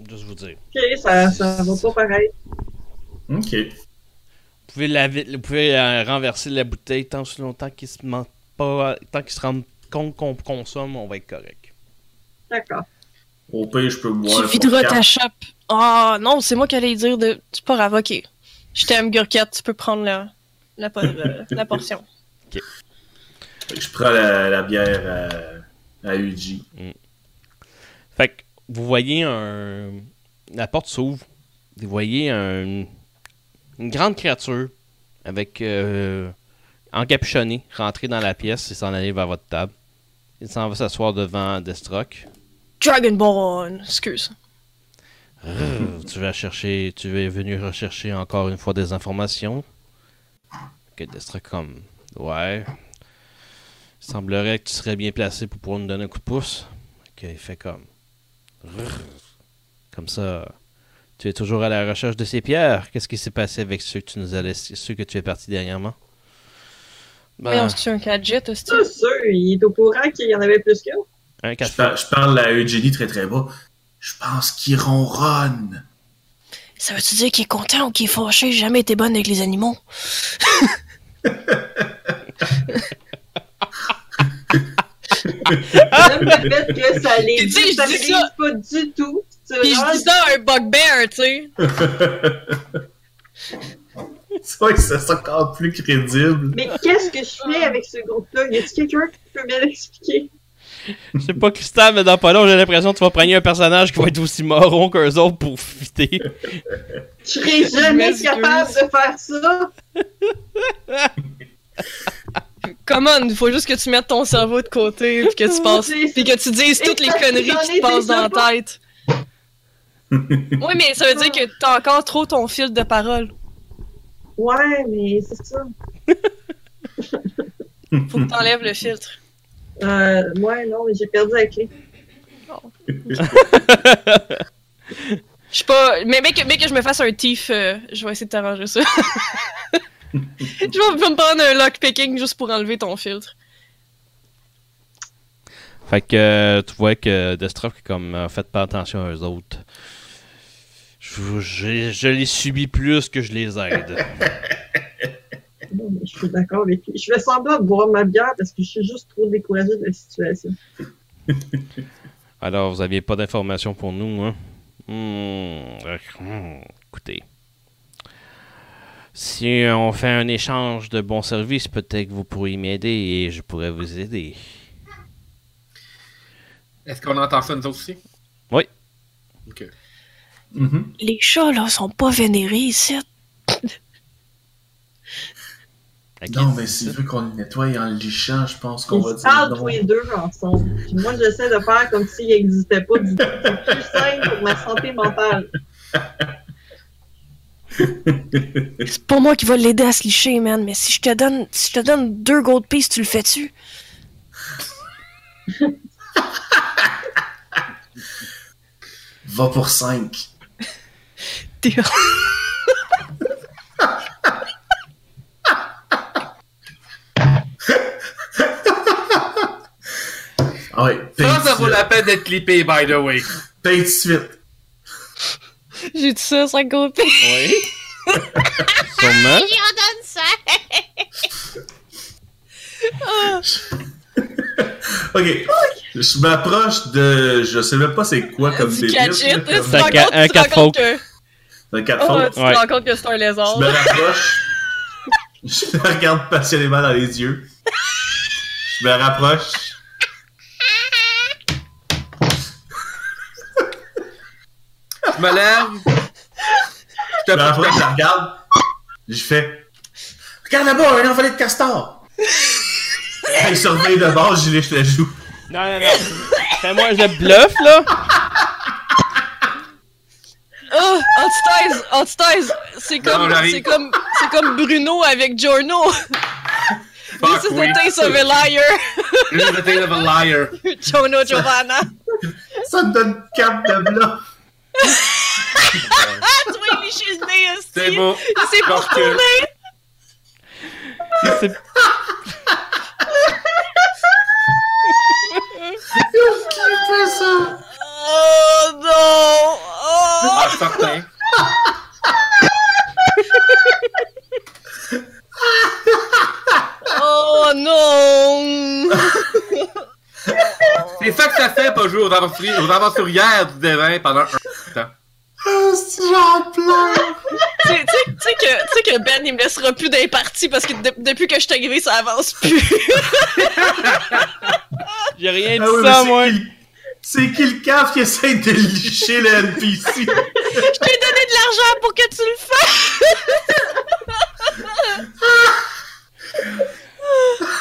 Speaker 1: Juste vous dire.
Speaker 4: Ok, ça, Euh, ça va pas pareil.
Speaker 3: Ok.
Speaker 1: Vous pouvez, laver- vous pouvez euh, renverser la bouteille tant si longtemps qu'ils se mentent pas, tant qu'ils se rendent compte qu'on consomme, on va être correct.
Speaker 4: D'accord.
Speaker 3: Au pire, je peux boire.
Speaker 5: Tu
Speaker 3: pour
Speaker 5: videras
Speaker 3: quatre.
Speaker 5: ta chope. Ah non, c'est moi qui allais dire de. C'est pas grave, ok. Je t'aime, Gurkat, tu peux prendre la, la, por- euh, la <laughs> portion.
Speaker 3: Fait que Je prends la, la bière euh, à, à Uji.
Speaker 1: Fait que vous voyez un. La porte s'ouvre. Vous voyez un- une grande créature avec euh, encapuchonné rentrer dans la pièce et s'en aller vers votre table. Il s'en va s'asseoir devant Destrock.
Speaker 5: Dragonborn, excuse.
Speaker 1: Euh, tu vas chercher, tu es venu rechercher encore une fois des informations. Que Destra comme, ouais. Il semblerait que tu serais bien placé pour pouvoir nous donner un coup de pouce. Ok, il fait comme, Rrr. comme ça. Tu es toujours à la recherche de ces pierres. Qu'est-ce qui s'est passé avec ceux que tu nous as laissés, ceux que tu es parti dernièrement
Speaker 5: Mais on
Speaker 1: Ben,
Speaker 5: se tue un gadget, hostie.
Speaker 4: C'est sûr, il est au courant qu'il y en avait plus qu'un.
Speaker 1: un <laughs> quatre
Speaker 3: Je, par- je parle à Eugénie très très bas. Je pense qu'il
Speaker 1: <laughs>
Speaker 3: ronronne.
Speaker 5: Ça veut-tu dire qu'il est content ou qu'il est fâché? J'ai jamais été bonne avec les animaux.
Speaker 4: J'aime le fait que ça les
Speaker 5: Ah! Tu sais,
Speaker 4: dit,
Speaker 5: je
Speaker 4: ça
Speaker 5: dis
Speaker 4: les
Speaker 5: ça.
Speaker 4: pas du tout. C'est
Speaker 5: Puis je dis ça à un bugbear, tu sais.
Speaker 3: C'est vrai que c'est encore plus crédible.
Speaker 4: Mais qu'est-ce que je fais avec ce groupe-là? Y a-t-il quelqu'un qui peut bien l'expliquer?
Speaker 1: Je sais pas, Christophe, mais dans pas long, j'ai l'impression que tu vas prendre un personnage qui va être aussi marron qu'eux autres pour fitter.
Speaker 4: Je serais jamais
Speaker 5: m'excuse.
Speaker 4: capable de faire ça.
Speaker 5: Come on, il faut juste que tu mettes ton cerveau de côté, puis que tu passes.
Speaker 4: C'est ça.
Speaker 5: Puis que tu dises toutes les
Speaker 4: Et parce que
Speaker 5: conneries
Speaker 4: j'en
Speaker 5: qui
Speaker 4: ai
Speaker 5: te passent
Speaker 4: déjà
Speaker 5: dans la tête. oui, mais ça veut dire que t'as encore trop ton fil de parole.
Speaker 4: Ouais, mais c'est ça.
Speaker 5: Faut que t'enlèves le filtre.
Speaker 4: Euh, ouais, non, mais j'ai perdu la clé.
Speaker 5: Je suis pas. Mais, mais, que, mais que je me fasse un thief, euh, je vais essayer de t'arranger ça. je, vais, je vais me prendre un lockpicking juste pour enlever ton filtre.
Speaker 1: Fait que euh, tu vois que Destruct, comme euh, faites pas attention à eux autres. Je, vous- j'ai- je les subis plus que je les aide. <laughs>
Speaker 4: Non, mais je suis d'accord avec lui. Je fais semblant de boire ma bière parce que je suis juste trop découragée de la situation.
Speaker 1: Alors, vous aviez pas d'informations pour nous, hein? Hmm, euh, hmm, écoutez. Si on fait un échange de bons services, peut-être que vous pourriez m'aider et je pourrais vous aider.
Speaker 2: Est-ce qu'on entend ça nous autres aussi?
Speaker 1: Oui.
Speaker 2: Ok.
Speaker 3: <laughs> Mhm.
Speaker 5: Les chats, là, sont pas vénérés ici.
Speaker 1: À qui
Speaker 3: Non,
Speaker 1: tu
Speaker 3: mais
Speaker 1: dis
Speaker 3: s'il
Speaker 1: ça?
Speaker 3: veut qu'on le nettoie en le lichant, je pense qu'on
Speaker 4: Ils
Speaker 3: va
Speaker 4: se
Speaker 3: dire
Speaker 4: parlent tous
Speaker 3: non.
Speaker 4: les deux ensemble. Puis moi, j'essaie de faire comme s'il n'existait pas. du tout. C'est plus simple pour ma santé mentale.
Speaker 5: C'est pas moi qui va l'aider à se licher, man, mais si je te donne, si je te donne deux gold pieces, tu le fais-tu?
Speaker 3: Va pour 5. Ah ouais, paye
Speaker 2: Ça, ça
Speaker 3: tout
Speaker 2: vaut
Speaker 3: de
Speaker 2: la peine d'être clippé, by the way.
Speaker 3: suite. Paye tout de suite.
Speaker 5: J'ai dit ça, 5 gold pieces.
Speaker 1: <laughs> Oui.
Speaker 3: <laughs>
Speaker 1: Sûrement.
Speaker 3: Ok. Je m'approche de. Je sais même pas c'est quoi comme
Speaker 5: Du
Speaker 3: débit,
Speaker 5: gadget,
Speaker 3: là,
Speaker 5: tu
Speaker 3: comme-
Speaker 5: te rends
Speaker 1: Un ca-
Speaker 5: compte-
Speaker 1: un
Speaker 5: tu te rends
Speaker 1: quatre
Speaker 5: compte que...
Speaker 3: de quatre
Speaker 5: Oh,
Speaker 3: fautes.
Speaker 5: tu te
Speaker 1: Ouais.
Speaker 5: rends compte que c'est un lézard.
Speaker 3: Je me rapproche. <laughs> je me regarde passionnément dans les yeux. Je me rapproche.
Speaker 2: Je me lève. Je
Speaker 3: Je
Speaker 2: te
Speaker 3: me
Speaker 2: parle.
Speaker 3: rapproche, je la regarde. Je fais. Regarde là-bas, un envolé de <laughs> castor! Il surveille de bord, je lèche la joue.
Speaker 1: Non, non, non. Fais-moi un jet de bluff, là.
Speaker 5: Ah, antithèse, antithèse. C'est
Speaker 2: Non,
Speaker 5: comme,
Speaker 2: j'arrive.
Speaker 5: c'est comme, c'est comme Bruno avec Giorno. <laughs> This
Speaker 2: Fuck,
Speaker 5: is
Speaker 2: Ben oui.
Speaker 5: the taste of a liar.
Speaker 2: This is the taste of a liar.
Speaker 5: Giorno Giovanna.
Speaker 3: Ça me donne 4 de blanc.
Speaker 5: Ah, tu vois, il est chez le nez aussi.
Speaker 2: C'est bon.
Speaker 5: Il s'est pas
Speaker 2: Parce que-
Speaker 5: retourné.
Speaker 1: C'est-
Speaker 3: Qui fait ça?
Speaker 5: Oh non! Oh!
Speaker 2: Ah, certain.
Speaker 5: Oh non!
Speaker 2: C'est ça que ça fait pas jouer aux aventuriers- aux aventurières du devin pendant un temps.
Speaker 3: Ah, c'est genre plein!
Speaker 5: tu sais tu sais- tu sais que, tu sais que Ben, il me laissera plus d'un parti parce que de- depuis que je suis arrivé, ça avance plus. <laughs>
Speaker 1: J'ai rien dit
Speaker 3: Ah oui, mais
Speaker 1: ça,
Speaker 3: c'est
Speaker 1: moi.
Speaker 3: qui le- C'est qui le cave qui essaie de licher le <laughs> NPC?
Speaker 5: Je t'ai donné de l'argent pour que tu le fasses!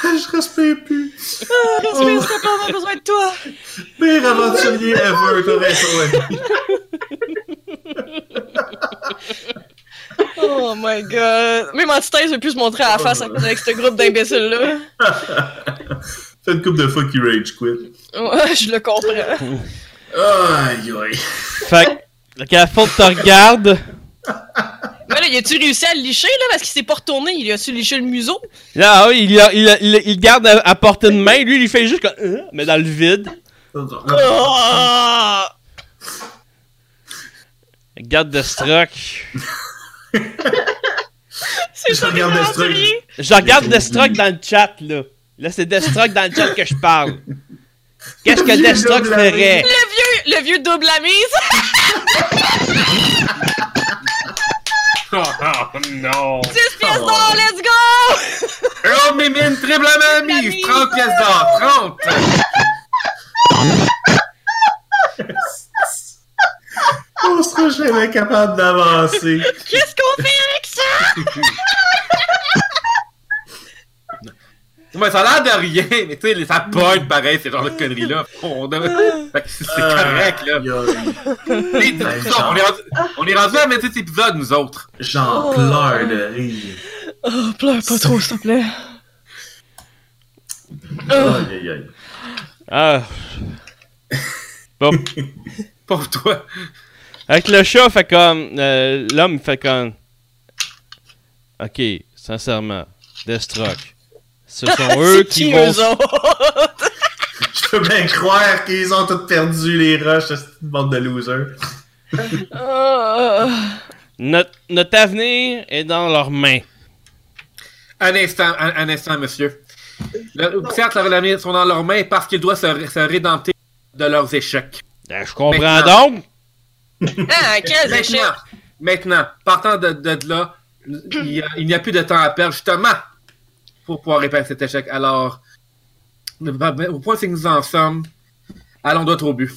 Speaker 3: Ah, je respire plus.
Speaker 2: Oh.
Speaker 5: Jasmine, c'est pas avoir besoin de toi!
Speaker 3: Pire aventurier ever, t'aurais raison.
Speaker 5: Oh my god! Même Antithèse veut plus se montrer à la face
Speaker 2: Oh.
Speaker 5: avec ce groupe d'imbéciles-là.
Speaker 3: Fait une couple de fois qu'il rage quit.
Speaker 5: Ouais, je le
Speaker 2: <laughs>
Speaker 5: comprends.
Speaker 3: Aïe aïe.
Speaker 1: Fait que le cafon te regarde.
Speaker 5: Mais là, il a-tu réussi à le licher, là? Parce qu'il s'est pas retourné. Il a-tu liché le museau?
Speaker 1: Là, ah oui, il, a- il, a- il, il garde à, à portée de main. Lui, il fait juste comme. euh, Mais dans le vide.
Speaker 5: Oh!
Speaker 1: Il Garde de Strock.
Speaker 5: C'est
Speaker 3: Je
Speaker 5: ça,
Speaker 3: regarde
Speaker 5: les
Speaker 3: le truc.
Speaker 5: aventuriers.
Speaker 1: Je regarde Destruck dans le chat, là. Là, c'est Destruck dans le chat que je parle. Qu'est-ce que Destruck ferait?
Speaker 5: Le vieux, le vieux double la mise!
Speaker 2: Oh, oh, non!
Speaker 5: 10 pièces
Speaker 3: Oh.
Speaker 5: d'or, let's go!
Speaker 2: Oh, Mimine, triple la
Speaker 5: La
Speaker 2: mamie!
Speaker 5: mise.
Speaker 2: 30 pièces d'or! 30!
Speaker 3: On sera jamais capable d'avancer.
Speaker 5: Qu'est-ce qu'on fait avec ça?
Speaker 2: Ouais, ça a l'air de rien, mais tu sais, les- ça pogne pareil, ces genres de conneries-là. On devrait- Fait que C'est c'est
Speaker 3: Euh,
Speaker 2: correct, là.
Speaker 3: Ah, Aïe, aïe.
Speaker 2: Les- nous autres, on, est rendu, on est rendu à mettre cet épisode, nous autres.
Speaker 3: J'en
Speaker 5: Oh.
Speaker 3: pleure de rire.
Speaker 5: Oh, pleure pas trop, s'il te plaît. Oh.
Speaker 3: Aïe aïe aïe.
Speaker 1: Ah.
Speaker 2: Pour toi.
Speaker 1: Avec le chat, fait comme. euh, L'homme fait comme. Ok, sincèrement, Destruck. Ce <laughs> sont eux qui vont.
Speaker 5: autres?
Speaker 3: Je peux bien croire qu'ils ont tous perdu les rushs, cette bande de losers.
Speaker 5: Ah,
Speaker 1: Notre, notre avenir est dans leurs mains.
Speaker 2: Un instant, un, un instant, monsieur. Le, certes, leurs avenir sont dans leurs mains parce qu'ils doivent se, ré- se rédempter de leurs échecs.
Speaker 1: Ben, je comprends
Speaker 2: Maintenant.
Speaker 1: donc.
Speaker 5: Ah, quel
Speaker 3: Ben,
Speaker 2: Maintenant,
Speaker 5: échec!
Speaker 2: maintenant, partant de, de- de là, Il y a- il n'y a, plus de temps à perdre, justement, pour pouvoir réparer cet échec. Alors, au point que nous en sommes, allons d'autres au but.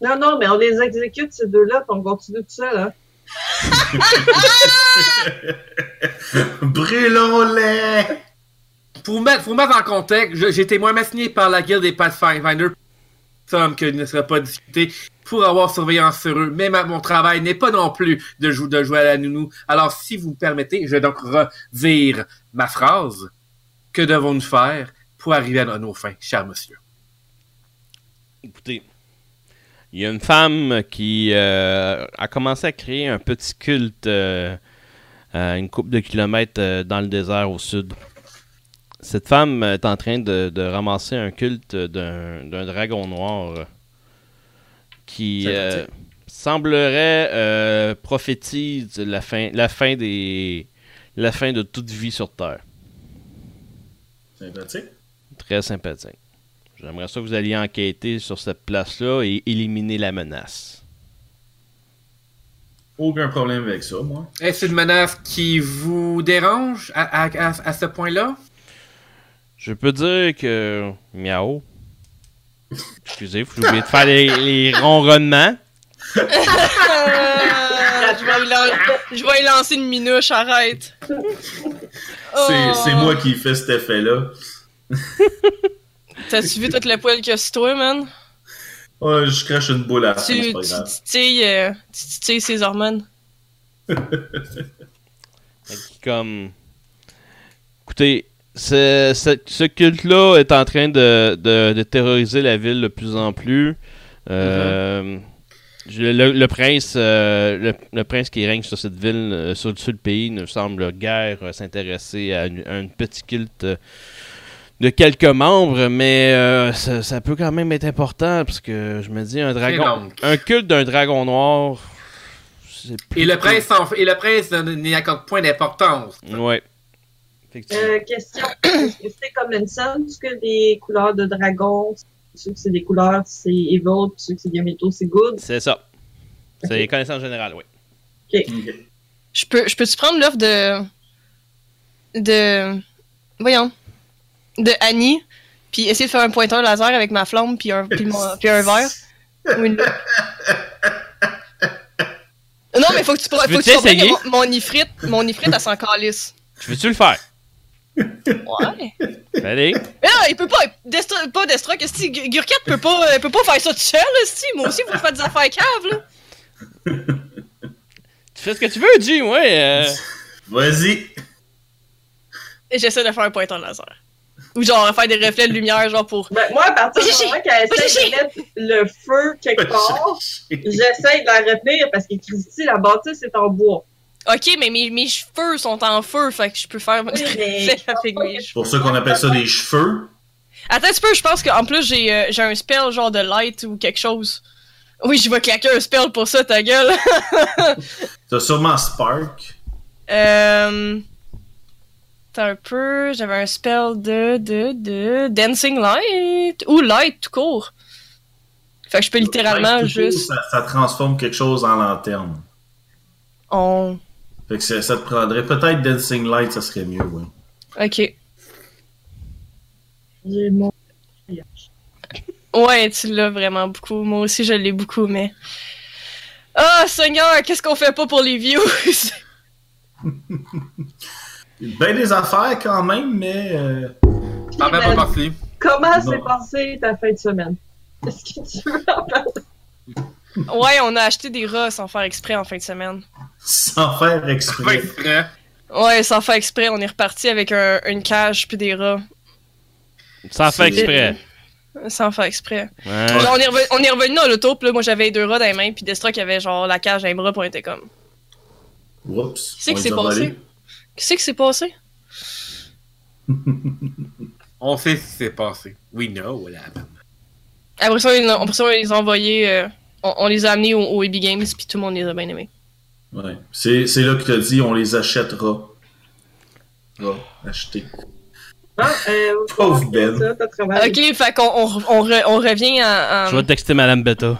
Speaker 4: Non, non, mais on les exécute, ces deux-là, puis on continue tout seul. Hein.
Speaker 3: Brûlons-les!
Speaker 2: Pour vous mettre, pour vous mettre en contexte, je- j'ai été moi-même signé par la guilde des Pathfinders, somme que ne sera pas discutée, pour avoir surveillance sur eux. Mais ma- mon travail n'est pas non plus de, jou- de jouer à la nounou. Alors, si vous me permettez, je vais donc redire ma phrase. Que devons-nous faire pour arriver à nos- nos fins, cher monsieur?
Speaker 1: Écoutez, il y a une femme qui euh, a commencé à créer un petit culte euh, à une couple de kilomètres euh, dans le désert au sud. Cette femme est en train de, de ramasser un culte d'un d'un dragon noir euh, qui euh, semblerait euh, prophétise la fin, la fin des la fin de toute vie sur Terre.
Speaker 3: Sympathique.
Speaker 1: Très sympathique. J'aimerais ça que vous alliez enquêter sur cette place-là et éliminer la menace.
Speaker 3: Aucun problème avec ça, moi.
Speaker 2: Est-ce une menace qui vous dérange à, à- à- à ce point-là?
Speaker 1: Je peux dire que. Miao. Excusez, j'ai oublié de faire les, les ronronnements.
Speaker 5: Ah, je, vais lui lan- je vais lui lancer une minouche, arrête.
Speaker 3: C'est
Speaker 5: Oh.
Speaker 3: c'est moi qui fais cet effet-là.
Speaker 5: T'as-tu vu toute la poêle qu'il y a sur toi, man?
Speaker 3: Ouais, je crache une boule à la fin,
Speaker 5: Tu
Speaker 3: Ah, c'est
Speaker 5: tu
Speaker 3: pas grave.
Speaker 5: titilles euh, tu titilles ses hormones.
Speaker 1: Fait que, Comme. Écoutez, ce, ce- ce culte-là est en train de, de- de terroriser la ville de plus en plus. Euh, je- le, le prince, euh, le, le prince qui règne sur cette ville, euh, sur, sur le pays, ne semble guère euh, s'intéresser à une, à une petite culte euh, de quelques membres, mais euh, ça, ça peut quand même être important parce que je me dis un dragon,
Speaker 2: donc.
Speaker 1: un culte d'un dragon noir. c'est
Speaker 2: Et le
Speaker 1: plutôt-
Speaker 2: prince, s'en- et le prince n'y accorde point d'importance.
Speaker 1: Ouais. Effectivement.
Speaker 4: Euh, question. Est-ce que c'est comme Manson? Est-ce que les couleurs de dragon, ceux que c'est des couleurs, c'est evil, puis ceux que c'est des métaux, c'est good?
Speaker 1: C'est ça. C'est
Speaker 4: Ok.
Speaker 1: les connaissances générales, oui.
Speaker 3: Ok.
Speaker 5: Je peux, je peux-tu prendre l'offre de. de. voyons. de Annie, puis essayer de faire un pointeur laser avec ma flamme, puis un, puis mon- puis un verre. Ou une loupe. Non, mais faut que tu, pro- faut
Speaker 1: Veux-tu
Speaker 5: que tu comprennes
Speaker 1: essayer?
Speaker 5: que mon, mon ifrit, mon ifrit, elle s'en calisse.
Speaker 1: Tu veux-tu le
Speaker 5: <laughs>
Speaker 1: faire? Ben,
Speaker 5: Ouais.
Speaker 1: Allez.
Speaker 5: Mais non, il peut pas. Destro, pas Destro, qu'est-ce que Gu- Gurkette peut pas, elle peut pas faire ça tout seul, esti. Moi aussi, vous faites des affaires caves, là.
Speaker 1: Tu fais ce que tu veux, Jim, ouais. euh,
Speaker 3: Vas-y!
Speaker 5: Et j'essaie de faire un pointeur laser. Ou genre, faire des reflets de lumière, genre pour.
Speaker 4: Ben, moi, à partir du
Speaker 5: Chichi!
Speaker 4: moment qu'elle essaie de mettre le feu
Speaker 3: <laughs>
Speaker 4: quelque part, j'essaie de la retenir parce que Christy, la bâtisse est en bois.
Speaker 5: Ok, mais mes, mes cheveux sont en feu, fait que je peux <laughs> faire des
Speaker 4: mais-
Speaker 5: reflets avec mes
Speaker 3: C'est
Speaker 5: cheveux.
Speaker 3: pour ça qu'on appelle ça des cheveux.
Speaker 5: Attends un petit peu, je pense qu'en plus j'ai euh, j'ai un spell genre de light ou quelque chose. Oui, je vais claquer un spell pour ça, ta gueule. <laughs>
Speaker 3: T'as sûrement Spark.
Speaker 5: euh... Attends un peu, j'avais un spell de, de, de... Dancing Light ou Light tout court. Fait que je peux littéralement
Speaker 3: Ouais,
Speaker 5: juste...
Speaker 3: Ça, ça transforme quelque chose en lanterne.
Speaker 5: On...
Speaker 3: Fait que ça, ça te prendrait peut-être Dancing Light, ça serait mieux, oui.
Speaker 5: Ok.
Speaker 4: J'ai mon-
Speaker 3: Ah,
Speaker 5: Ouais, tu l'as vraiment beaucoup. Moi aussi, je l'ai beaucoup, mais... Ah, Seigneur, qu'est-ce qu'on fait pas pour les views? <laughs>
Speaker 3: Ben des affaires quand même, mais euh, <laughs>
Speaker 2: Par même
Speaker 4: Ben,
Speaker 2: pas parti.
Speaker 4: Comment
Speaker 3: Non.
Speaker 4: s'est passée ta fin de semaine? <laughs> Est-ce que tu veux en parler?
Speaker 5: ouais, on a acheté des rats sans faire exprès en fin de semaine.
Speaker 3: sans faire
Speaker 2: Pas
Speaker 3: exprès.
Speaker 2: exprès.
Speaker 5: Ouais, sans faire exprès, on est reparti avec un- une cage puis des rats.
Speaker 1: Sans faire exprès.
Speaker 5: Sans faire exprès.
Speaker 1: Ouais.
Speaker 5: Genre, on est, revenu, on est revenu dans l'auto, puis là, moi, j'avais les deux rats dans les mains, puis Destra qui avait, genre, la cage dans les bras, puis on était comme...
Speaker 3: Oups.
Speaker 5: C'est
Speaker 3: on
Speaker 5: que
Speaker 3: les
Speaker 5: c'est
Speaker 3: a
Speaker 5: passé.
Speaker 3: volés.
Speaker 5: Qu'est-ce qui s'est passé?
Speaker 2: On sait ce qui s'est passé. We know what happened.
Speaker 5: Après ça, on, les a- après ça, on les a envoyés... euh, on, on les a amenés au, au EB Games, puis tout le monde les a bien aimés.
Speaker 3: Ouais. C'est c'est là que t'as dit on les achètera. Va acheter.
Speaker 4: Ah, euh,
Speaker 3: Pauvre Ben.
Speaker 4: ça, t'as travaillé.
Speaker 5: OK, fait qu'on on, re- on re- on revient à... à-
Speaker 1: Je vais texter Madame
Speaker 5: <laughs>
Speaker 1: Beta.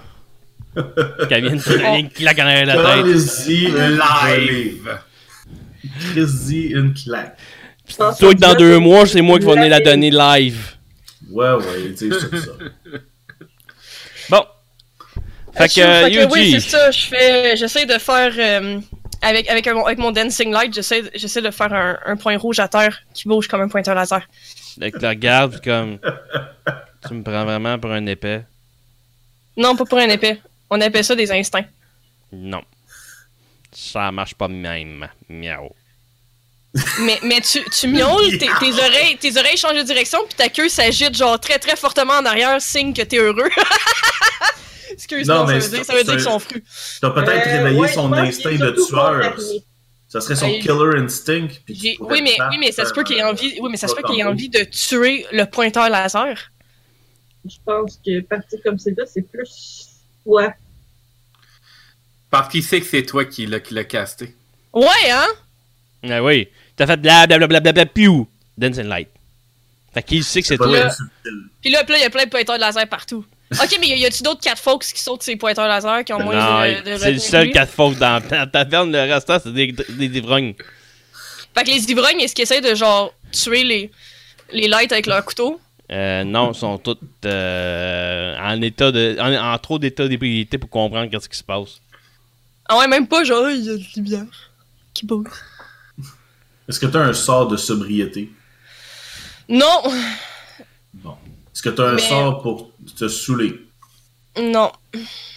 Speaker 1: Qu'elle vienne se donner une claque en arrière de la tête.
Speaker 3: Allez-y, live!
Speaker 2: Live.
Speaker 3: Chris dit une claque.
Speaker 1: Puis Toi que dans deux mois, c'est moi qui vais venir la donner live.
Speaker 3: Ouais, ouais, dis ça. ça.
Speaker 1: Bon. Fait que, euh,
Speaker 5: Ah, que oui, c'est
Speaker 1: Yuji,
Speaker 5: ça. Je fais, j'essaie de faire euh, avec avec, un- avec mon dancing light, j'essaie, j'essaie de faire un, un point rouge à terre qui bouge comme un pointeur laser.
Speaker 1: avec la garde, puis
Speaker 5: <laughs>
Speaker 1: comme. Tu me prends vraiment pour un épais?
Speaker 5: Non, pas pour un épée. On appelle ça des instincts.
Speaker 1: Non. Ça marche pas même. Miaou.
Speaker 5: Mais, mais tu,
Speaker 3: <laughs>
Speaker 5: tu miaules, tes, tes oreilles, tes oreilles changent de direction, puis ta queue s'agite genre très très fortement en arrière, signe que t'es heureux. <laughs>
Speaker 3: Non,
Speaker 5: Excuse-moi, ça
Speaker 3: mais
Speaker 5: veut
Speaker 3: c'est-
Speaker 5: dire, ça veut dire
Speaker 3: c'est-
Speaker 5: qu'ils sont fruits.
Speaker 3: T'as peut-être
Speaker 4: Euh,
Speaker 3: réveillé
Speaker 4: ouais,
Speaker 3: son
Speaker 4: je pense
Speaker 3: instinct
Speaker 4: qu'il est
Speaker 3: de
Speaker 4: surtout
Speaker 3: tueur.
Speaker 4: contaminé.
Speaker 3: Ça serait son
Speaker 5: Ouais.
Speaker 3: killer instinct. puis tu
Speaker 5: J'ai-
Speaker 3: pourrais
Speaker 5: Oui, mais,
Speaker 3: faire-
Speaker 5: oui, mais ça se peut qu'il
Speaker 3: euh,
Speaker 5: ait envie, oui, mais ça se peut qu'il ait
Speaker 3: Tantôt.
Speaker 5: envie de tuer le pointeur laser.
Speaker 4: Je pense que partir comme c'est là, c'est plus toi.
Speaker 2: Parce qu'il sait que c'est toi qui l'as qui l'as casté.
Speaker 5: Ouais, hein?
Speaker 1: Ah oui. T'as fait blablabla, piou. Dancing Light. Fait qu'il sait que c'est
Speaker 3: Pas
Speaker 1: toi.
Speaker 3: bien
Speaker 5: là.
Speaker 3: subtil.
Speaker 5: Puis là, puis là, il y a plein de pointeurs laser partout. Ok, mais y a- y a-tu d'autres 4 folks qui sautent ces pointeurs laser qui ont moins
Speaker 1: Non,
Speaker 5: de, de
Speaker 1: c'est le
Speaker 5: retenue
Speaker 1: seul
Speaker 5: que lui?
Speaker 1: quatre fautes dans la taverne. Le restant, c'est des, des, des ivrognes.
Speaker 5: Fait que les ivrognes, est-ce qu'ils essaient de genre tuer les, les lights avec leur couteau?
Speaker 1: Euh, non, sont toutes euh, en état de, en, en trop d'état d'ébriété pour comprendre qu'est-ce qui se passe.
Speaker 5: Ah ouais, même pas genre, il y a de la lumière qui bouge.
Speaker 3: Est-ce que t'as un sort de sobriété?
Speaker 5: Non,
Speaker 3: Bon. Est-ce que t'as un
Speaker 5: Mais-
Speaker 3: sort pour te saouler?
Speaker 5: non.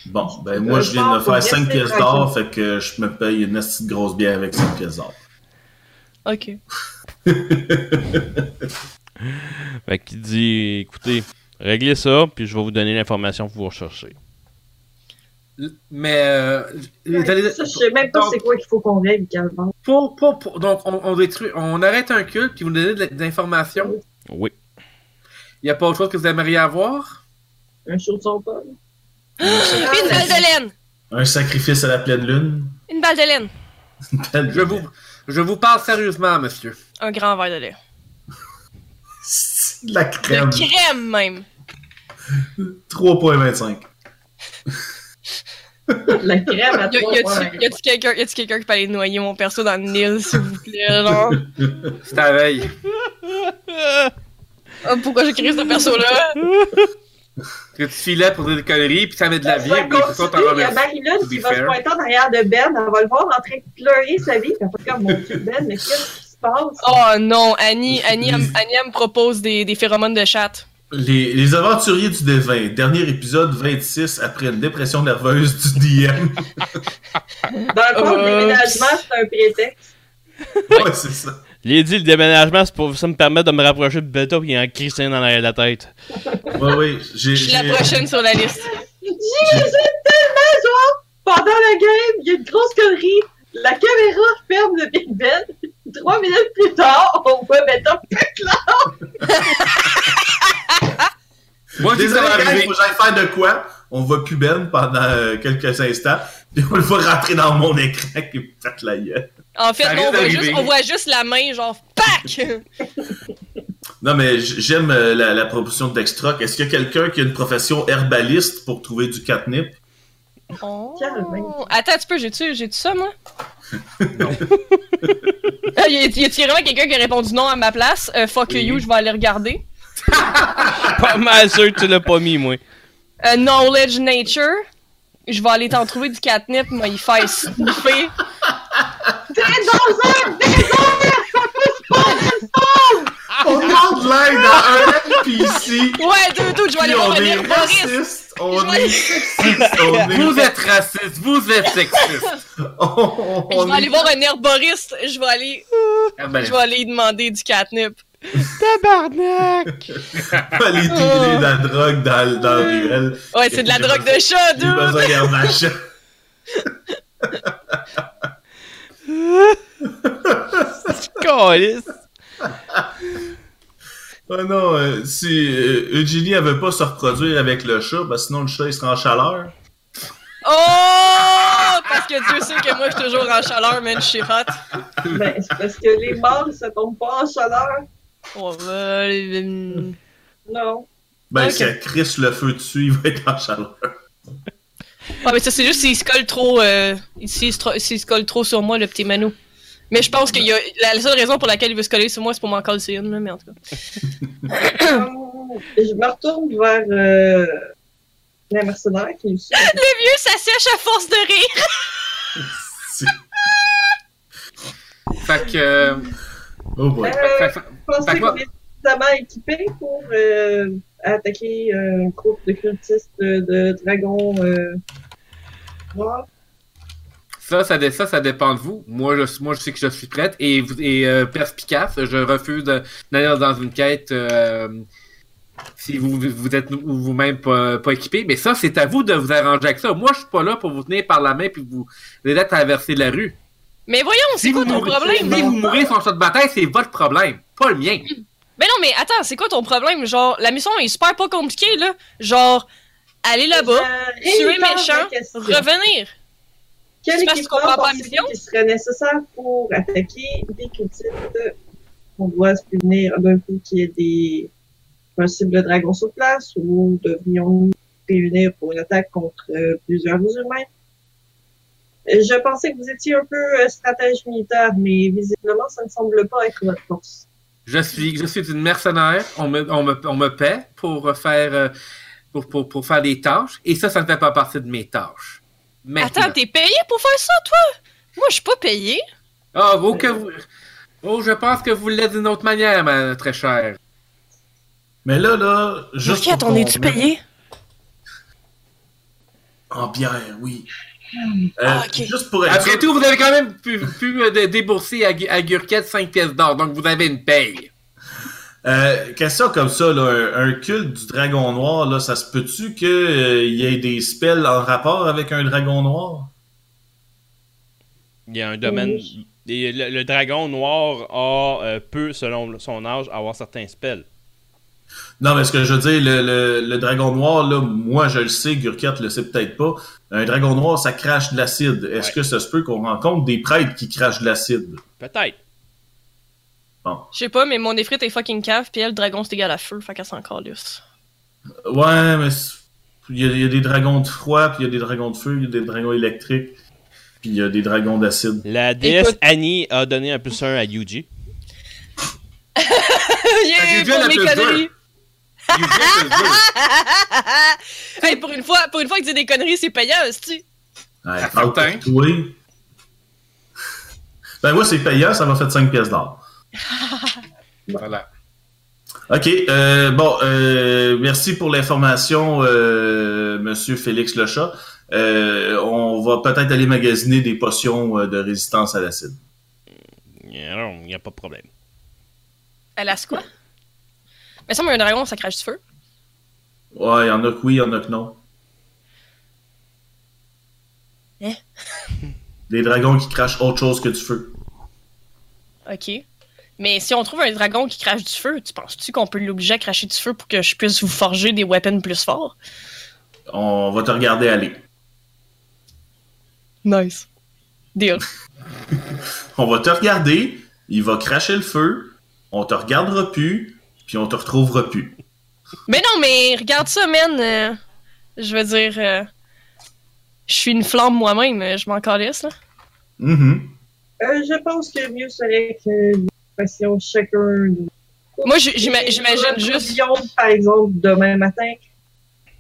Speaker 3: Bon, ben
Speaker 4: Un
Speaker 3: moi, je viens de me
Speaker 4: sort pour
Speaker 3: faire 5
Speaker 4: rester
Speaker 3: pièces d'or, fait que je me paye une petite grosse bière avec 5 pièces d'or.
Speaker 5: Ok.
Speaker 1: Fait qu'il dit, écoutez, réglez ça, puis je vais vous donner l'information que vous recherchez.
Speaker 2: Mais euh,
Speaker 4: Ça, je sais même pas
Speaker 2: Donc,
Speaker 4: c'est quoi qu'il faut qu'on règle, Calvin.
Speaker 2: pour, pour, pour- donc on, on détruit, on arrête un culte puis vous donnez de l'information.
Speaker 1: Oui.
Speaker 2: Il n'y a pas autre chose que vous aimeriez avoir?
Speaker 4: Un chausson pas.
Speaker 5: Une balle de laine!
Speaker 3: Un sacrifice à la pleine lune?
Speaker 5: Une balle de laine!
Speaker 3: Une pleine
Speaker 2: Je vous, je vous parle sérieusement, monsieur.
Speaker 5: Un grand verre de lait.
Speaker 3: C'est de La
Speaker 5: De
Speaker 3: crème.
Speaker 5: crème, même!
Speaker 3: 3.25.
Speaker 4: La crème à
Speaker 5: <laughs> Y a-
Speaker 4: trois
Speaker 5: y
Speaker 4: points.
Speaker 5: a-tu- y a-tu quelqu'un y a-tu quelqu'un qui peut aller noyer mon perso dans le Nil, s'il vous plaît, genre?
Speaker 2: C'est à la veille.
Speaker 5: Ah, Pourquoi j'ai créé ce perso-là?
Speaker 2: Que tu filais pour dire des conneries puis ça met de la vie.
Speaker 4: Ça
Speaker 2: puis ils sont en
Speaker 4: continue, Il y a
Speaker 2: remercie.
Speaker 4: Marilyn
Speaker 2: to
Speaker 4: qui
Speaker 2: be
Speaker 4: va se
Speaker 2: fair.
Speaker 4: pointer en arrière de Ben. Elle va le voir en train de pleurer sa vie. Elle va faire comme, mon Dieu, Ben, mais qu'est-ce qui se passe?
Speaker 5: Oh non, Annie, Annie, elle me- Annie, elle me propose des, des phéromones de chatte.
Speaker 3: Les, les aventuriers du dévin. Dernier épisode 26 après une dépression nerveuse du DM.
Speaker 4: Dans le fond, le
Speaker 5: Oups.
Speaker 4: déménagement, c'est un prétexte.
Speaker 3: ouais, c'est ça.
Speaker 1: Les dit, le déménagement, c'est pour ça me permet de me rapprocher de Beta puis il en crie dans l'arrière de la tête.
Speaker 3: Ouais, ouais. J'ai,
Speaker 5: Je suis la
Speaker 3: j'ai-
Speaker 5: prochaine sur la liste.
Speaker 4: J'ai j'ai tellement genre, pendant la game, il y a une grosse connerie. La caméra ferme le Big Ben. Trois minutes plus tard, on voit maintenant
Speaker 2: Moi, je dis ça
Speaker 3: Désolé,
Speaker 2: va
Speaker 3: guys,
Speaker 2: arriver.
Speaker 3: faut que j'aille faire de quoi? On va pubelle pendant euh, quelques instants, puis on le va rentrer dans mon écran qui me pète la gueule.
Speaker 5: En fait,
Speaker 2: Ça
Speaker 5: non, on,
Speaker 2: risque
Speaker 5: voit
Speaker 2: d'arriver.
Speaker 5: juste, on voit juste la main, genre, PAC!
Speaker 3: Non, mais j- j'aime euh, la, la proposition de Dextroc. Est-ce qu'il y a quelqu'un qui a une profession herbaliste pour trouver du catnip?
Speaker 5: Oh.
Speaker 4: Calvin.
Speaker 5: Attends, tu peux, j'ai-tu j'ai-tu ça, moi? <laughs> Non. y a- y a-t-il vraiment quelqu'un qui a répondu non à ma place? Euh, fuck
Speaker 3: Oui.
Speaker 5: you, je vais aller regarder.
Speaker 1: Pas mal sûr que tu l'as pas mis, moi.
Speaker 5: Euh, knowledge Nature. Je vais aller t'en trouver du catnip, moi, il fait sniffer.
Speaker 4: T'es dans un Ben.
Speaker 3: On demande l'aide à un NPC,
Speaker 5: Ouais, deux, deux, <laughs> je vais aller
Speaker 3: puis on est
Speaker 5: revenir Boris!
Speaker 3: raciste, on
Speaker 5: Je vais-
Speaker 3: est sexiste, on
Speaker 2: Vous
Speaker 3: est...
Speaker 2: êtes raciste, vous êtes
Speaker 5: <laughs>
Speaker 2: sexiste.
Speaker 3: <laughs> on-
Speaker 5: Je
Speaker 3: on
Speaker 5: vais aller
Speaker 3: est-
Speaker 5: voir un herboriste, je vais aller,
Speaker 2: Ah ben,
Speaker 5: je vais aller demander du catnip.
Speaker 1: Tabarnak!
Speaker 3: on va aller dealer de la drogue dans, dans le ruelle.
Speaker 5: Ouais, c'est de la
Speaker 3: J'ai
Speaker 5: drogue
Speaker 3: besoin-
Speaker 5: de chat,
Speaker 3: J'ai
Speaker 5: dude!
Speaker 3: besoin d'un machin. <laughs>
Speaker 1: Calice!
Speaker 3: Oh non, euh, si euh, Eugénie elle veut pas se reproduire avec le chat, ben sinon le chat il sera en chaleur.
Speaker 5: Oh! Parce que Dieu sait que moi, je suis toujours en chaleur, man, je suis hot.
Speaker 4: Ben, c'est parce que les morts, ça tombe pas en chaleur.
Speaker 5: On va aller- hum.
Speaker 2: <coughs>
Speaker 4: Non.
Speaker 3: Ben
Speaker 5: Ok.
Speaker 3: si elle crisse le feu dessus, il va être en chaleur.
Speaker 5: Ouais, mais ça, c'est juste s'il se colle trop. Euh, s'il se, tro- s'il se colle trop sur moi, le petit Manu. Mais je pense que y a... la seule raison pour laquelle il veut se coller sur moi, c'est pour m'en coller sur une, là, mais en tout cas.
Speaker 4: Je me retourne vers euh, la mercenaire qui me suit.
Speaker 5: Le vieux s'assèche à force de rire.
Speaker 2: Fait que. euh,
Speaker 3: Oh boy.
Speaker 2: fait-
Speaker 4: Euh,
Speaker 2: fait- fait- Fait
Speaker 4: pensez
Speaker 2: que moi-
Speaker 4: qu'on est suffisamment équipé pour euh, attaquer euh, un groupe de cultistes euh, de dragons euh, noirs?
Speaker 2: ça, ça, dé- ça, ça dépend de vous. Moi, je, moi, je sais que je suis prête et, vous- et euh, perspicace. Je refuse de- d'aller dans une quête euh, si vous, vous êtes ou vous-même pas, pas équipé. Mais ça, c'est à vous de vous arranger avec ça. Moi, je suis pas là pour vous tenir par la main puis vous aider à traverser la rue.
Speaker 5: Mais voyons, c'est quoi ton
Speaker 2: mourrez-
Speaker 5: problème?
Speaker 2: Si vous mourrez sur le champ de bataille, c'est votre problème, pas le mien.
Speaker 5: Mais non, mais attends, c'est quoi ton problème? Genre, la mission est super pas compliquée, là. Genre, aller là-bas,
Speaker 4: Je
Speaker 5: tu es
Speaker 4: réitère ma
Speaker 5: méchant,
Speaker 4: question.
Speaker 5: revenir.
Speaker 4: Quel
Speaker 5: C'est parce qu'on comprend
Speaker 4: équipement
Speaker 5: pas la
Speaker 4: pensez-vous
Speaker 5: mission?
Speaker 4: qui serait nécessaire pour attaquer des cultistes? On doit se prévenir d'un coup qu'il y ait des possibles dragons sur place ou devrions-nous réunir pour une attaque contre euh, plusieurs humains? Euh, Je pensais que vous étiez un peu euh, stratège militaire, mais visiblement, ça ne semble pas être votre force.
Speaker 2: Je suis, je suis une mercenaire. On me, on me, on me paie pour faire, euh, pour, pour, pour faire des tâches. Et ça, ça ne fait pas partie de mes tâches. Maintenant.
Speaker 5: Attends, t'es payé pour faire ça, toi? Moi, je suis pas payé.
Speaker 2: Ah, oh, que vous. Oh, je pense que vous l'êtes d'une autre manière, ma très chère.
Speaker 3: Mais là, là, juste. pour qu'on mette- En bière, Ah, oui. Euh,
Speaker 5: Ah, ok.
Speaker 3: Juste pour être
Speaker 2: Après
Speaker 3: sûr-
Speaker 2: tout, vous avez quand même pu, pu, euh, dé- débourser à, Gu- à Gurkette 5 pièces d'or, donc vous avez une paye.
Speaker 3: Euh, question comme ça, là, un, un culte du dragon noir, là, ça se peut-tu qu'il y ait des spells en rapport avec un dragon noir?
Speaker 1: Il y a un domaine. et le, le dragon noir a, euh, peut, selon son âge, avoir certains spells.
Speaker 3: Non, mais ce que je veux dire, le, le- le dragon noir, là, moi je le sais, Gurkett le sait peut-être pas. Un dragon noir, ça crache de l'acide. Est-ce
Speaker 1: Ouais.
Speaker 3: que ça se peut qu'on rencontre des prêtres qui crachent de l'acide?
Speaker 1: Peut-être.
Speaker 5: Je sais pas, mais mon effrite est fucking cave, puis elle, le dragon, c'est égal à feu, fait qu'elle s'en <laughs> calisse.
Speaker 3: Ouais, mais c'est- il y, a- il y a des dragons de froid, puis il y a des dragons de feu, il y a des dragons électriques, puis il y a des dragons d'acide.
Speaker 1: La déesse
Speaker 5: Écoute-
Speaker 1: Annie a donné un plus 1 à Yuji.
Speaker 5: yeah,
Speaker 2: Fait que j'ai
Speaker 5: pour
Speaker 2: déjà
Speaker 5: mes
Speaker 2: la plus
Speaker 5: conneries!
Speaker 2: You get the word.
Speaker 5: <laughs> hey, pour une fois, pour une fois que tu dis des conneries, c'est payant, tu
Speaker 3: Ouais,
Speaker 2: Ah,
Speaker 3: parle
Speaker 2: certain.
Speaker 3: pour toi. <laughs> Ben moi, c'est payant, ça m'a fait 5 pièces d'or.
Speaker 2: voilà.
Speaker 3: OK. euh, bon, euh, merci pour l'information, euh, Monsieur Félix Lechat. Euh, on va peut-être aller magasiner des potions euh, de résistance à l'acide.
Speaker 1: Non, il n'y a pas de problème.
Speaker 5: Elle a ce quoi? Mais ça, mais un dragon, ça crache du feu.
Speaker 3: Ouais, il y en a que oui, il y en a que non.
Speaker 5: Hein?
Speaker 3: <laughs> Des dragons qui crachent autre chose que du feu.
Speaker 5: Ok. Mais si on trouve un dragon qui crache du feu, tu penses-tu qu'on peut l'obliger à cracher du feu pour que je puisse vous forger des weapons plus forts?
Speaker 3: On va te regarder aller.
Speaker 5: Nice. Deal.
Speaker 3: On va te regarder, il va cracher le feu, on te regardera plus, puis on te retrouvera plus.
Speaker 5: mais non, mais regarde ça, man. euh, je veux dire, euh, je suis une flamme moi-même, euh, je m'en calisse, là.
Speaker 3: Mhm.
Speaker 4: Euh, je pense que mieux serait que nous fassions chacun nos
Speaker 5: Moi, j- j'ima- j'imagine juste.
Speaker 4: Lyon, par exemple, demain matin,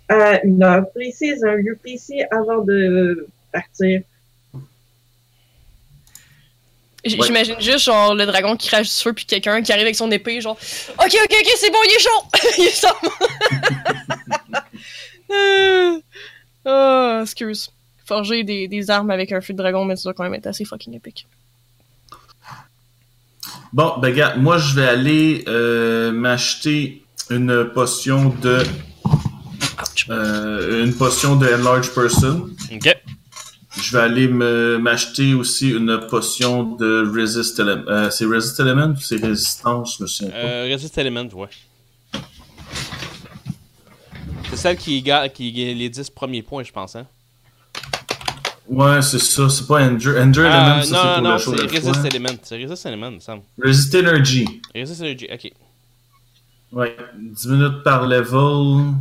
Speaker 4: à une heure précise, un lieu précis avant de partir.
Speaker 5: J-
Speaker 3: Ouais.
Speaker 5: J'imagine juste genre le dragon qui crache du feu puis quelqu'un qui arrive avec son épée genre OK OK OK c'est bon il est chaud <laughs> il est sombre. <laughs> Ah, excuse. Forger des, des armes avec un feu de dragon mais ça doit quand même être assez fucking épique.
Speaker 3: Bon, ben gars, moi je vais aller euh, m'acheter une potion de
Speaker 5: Ouch.
Speaker 3: euh, une potion de enlarge person.
Speaker 1: Ok.
Speaker 3: Je vais aller me m'acheter aussi une potion de resist element. Euh, c'est resist element ou c'est résistance, je me souviens pas.
Speaker 1: Euh, Resist Element, ouais. C'est celle qui gagne qui gagne les 10 premiers points, je pense. Hein?
Speaker 3: Ouais, c'est ça, c'est pas endure. Endure
Speaker 1: Ah,
Speaker 3: element, ça
Speaker 1: non, non, non,
Speaker 3: c'est pour
Speaker 1: c'est
Speaker 3: le chaud de
Speaker 1: Resist
Speaker 3: froid.
Speaker 1: Element. C'est Resist Element, il me semble.
Speaker 3: Resist energy.
Speaker 1: Resist Energy, ok.
Speaker 3: Ouais, 10 minutes par level.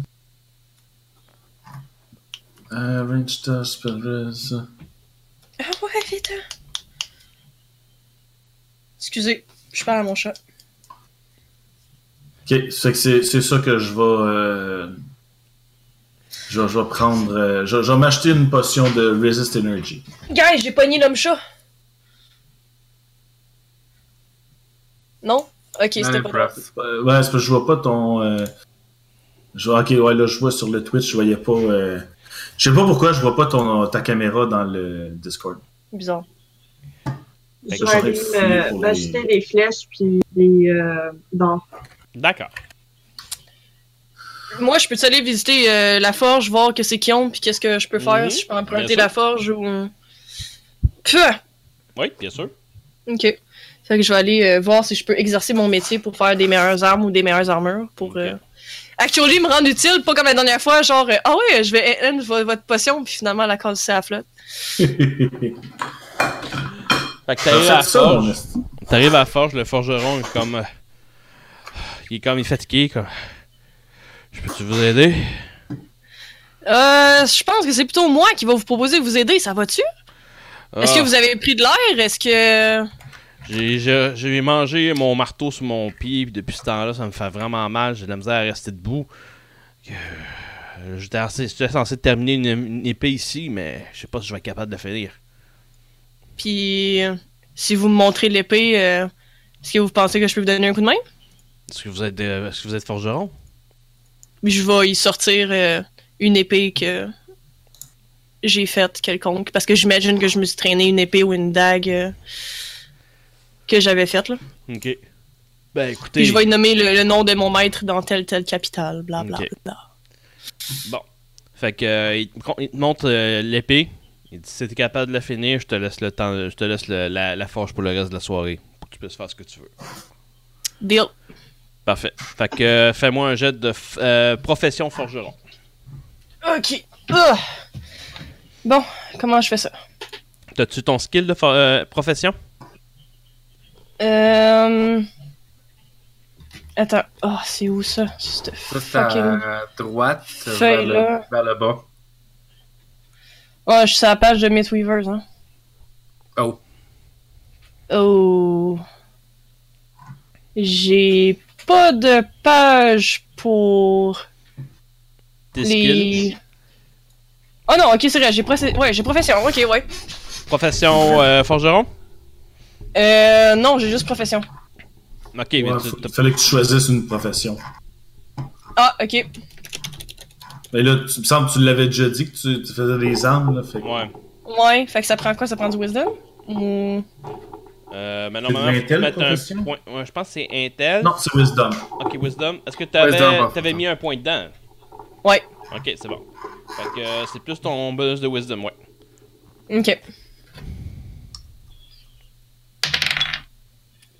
Speaker 3: Euh, range test, spell res-
Speaker 5: Ah ouais vite. Excusez, je parle à mon chat.
Speaker 3: Ok, c'est que c'est c'est ça que je vais. euh, je, vais- je vais prendre. euh, je, je vais m'acheter une potion de Resist Energy.
Speaker 5: Guys, j'ai pogné l'homme chat. Non? Ok,
Speaker 2: Non,
Speaker 5: c'était
Speaker 2: le
Speaker 5: pas.
Speaker 2: craft.
Speaker 3: Euh, ouais, c'est parce que je vois pas ton. euh, je vois, ok, ouais, là, je vois sur le Twitch, je voyais pas. euh, je sais pas pourquoi je vois pas ton, ta caméra dans le Discord. <laughs>
Speaker 5: Bizarre.
Speaker 1: Fait que
Speaker 4: Je
Speaker 1: ça
Speaker 4: vais
Speaker 3: serait
Speaker 4: aller
Speaker 3: fou
Speaker 4: me-
Speaker 3: pour les-
Speaker 4: m'acheter euh, des flèches puis des euh, dards.
Speaker 1: D'accord.
Speaker 5: Moi, je peux-tu aller visiter euh, la forge, voir que c'est qui on, puis qu'est-ce que je peux faire,
Speaker 1: Mhm,
Speaker 5: si je peux emprunter
Speaker 1: sûr.
Speaker 5: la forge ou. euh. Puh!
Speaker 1: Oui, bien sûr.
Speaker 5: Ok. Fait que je vais aller euh, voir si je peux exercer mon métier pour faire des meilleures armes ou des meilleures armures. Pour,
Speaker 1: Ok.
Speaker 5: euh, Actually, me rendre utile, pas comme la dernière fois, genre, euh, ah ouais, je vais NN vo- votre potion, puis finalement, la cause, c'est à la flotte.
Speaker 1: Fait que
Speaker 3: Alors,
Speaker 1: t'arrives à la
Speaker 3: c'est ça, mon
Speaker 1: forge.
Speaker 3: esti.
Speaker 1: T'arrives à la forge, le forgeron est comme. euh, il est comme il est fatigué, comme. Je peux-tu vous aider?
Speaker 5: Euh, je pense que c'est plutôt moi qui va vous proposer de vous aider, ça va-tu? Est-ce que vous avez pris de l'air? Est-ce que.
Speaker 1: Ah, J'ai- J'ai j'ai mangé mon marteau sur mon pied, puis depuis ce temps-là, ça me fait vraiment mal. J'ai de la misère à rester debout. Euh, J'étais assez- j'étais censé terminer une, une épée ici, mais je sais pas si je vais être capable de la finir.
Speaker 5: Puis. euh, Si vous me montrez l'épée, euh, est-ce que vous pensez que je peux vous donner un coup de main?
Speaker 1: Est-ce que vous êtes, euh, est-ce que vous êtes forgeron?
Speaker 5: Puis je vais y sortir euh, une épée que j'ai faite quelconque. Parce que j'imagine que je me suis traîné une épée ou une dague euh, que j'avais faite. Là.
Speaker 1: Ok. Ben écoutez,
Speaker 5: Puis je vais y nommer le, le nom de mon maître dans telle telle capitale. Bla bla
Speaker 1: Ok.
Speaker 5: bla.
Speaker 1: fait que euh, il, te con- il te montre euh, l'épée. Il dit si t'es capable de la finir, je te laisse le temps, je te laisse le- la, la forge pour le reste de la soirée, pour que tu puisses faire ce que tu veux.
Speaker 5: Deal.
Speaker 1: Parfait. Fait que euh, fais-moi un jet de f- euh, profession forgeron.
Speaker 5: Ok. Ah. Bon, comment je fais ça?
Speaker 1: T'as-tu ton skill de for- euh, profession?
Speaker 5: Euh... Attends. Oh, c'est où ça? C'est cette
Speaker 2: Ça, c'est à droite, vers
Speaker 5: Feuille, là.
Speaker 2: le, vers le bas.
Speaker 5: Ouais, je suis sur la page de Midweavers, hein.
Speaker 2: Oh.
Speaker 5: Oh. J'ai pas de page pour
Speaker 1: Tes skills?
Speaker 5: les. Oh non, ok, c'est vrai, j'ai procé- ouais, j'ai profession, ok, ouais.
Speaker 1: Profession euh, forgeron?
Speaker 5: Euh, non, j'ai juste profession.
Speaker 1: Ok, mais
Speaker 3: Ouais,
Speaker 1: tu-
Speaker 3: faut-
Speaker 1: t'as-
Speaker 3: fallait que tu choisisses une profession.
Speaker 5: Ah, ok.
Speaker 3: Mais là, tu me semble que tu l'avais déjà dit que tu, tu faisais des armes. Là, fait que-
Speaker 1: Ouais.
Speaker 5: Ouais, fait que ça prend quoi Ça prend du wisdom Hmm, Ou.
Speaker 1: Euh, mais
Speaker 3: de
Speaker 1: normalement, faut
Speaker 3: l'intel,
Speaker 1: mettre un
Speaker 3: profession?
Speaker 1: point. ouais, je pense que c'est Intel.
Speaker 3: Non, c'est Wisdom.
Speaker 1: Ok, Wisdom. Est-ce que
Speaker 2: Wisdom,
Speaker 1: t'avais
Speaker 2: bah,
Speaker 1: avais mis un point dedans?
Speaker 5: Ouais.
Speaker 1: Ok, c'est bon. Fait que euh, c'est plus ton bonus de Wisdom, ouais.
Speaker 5: Ok.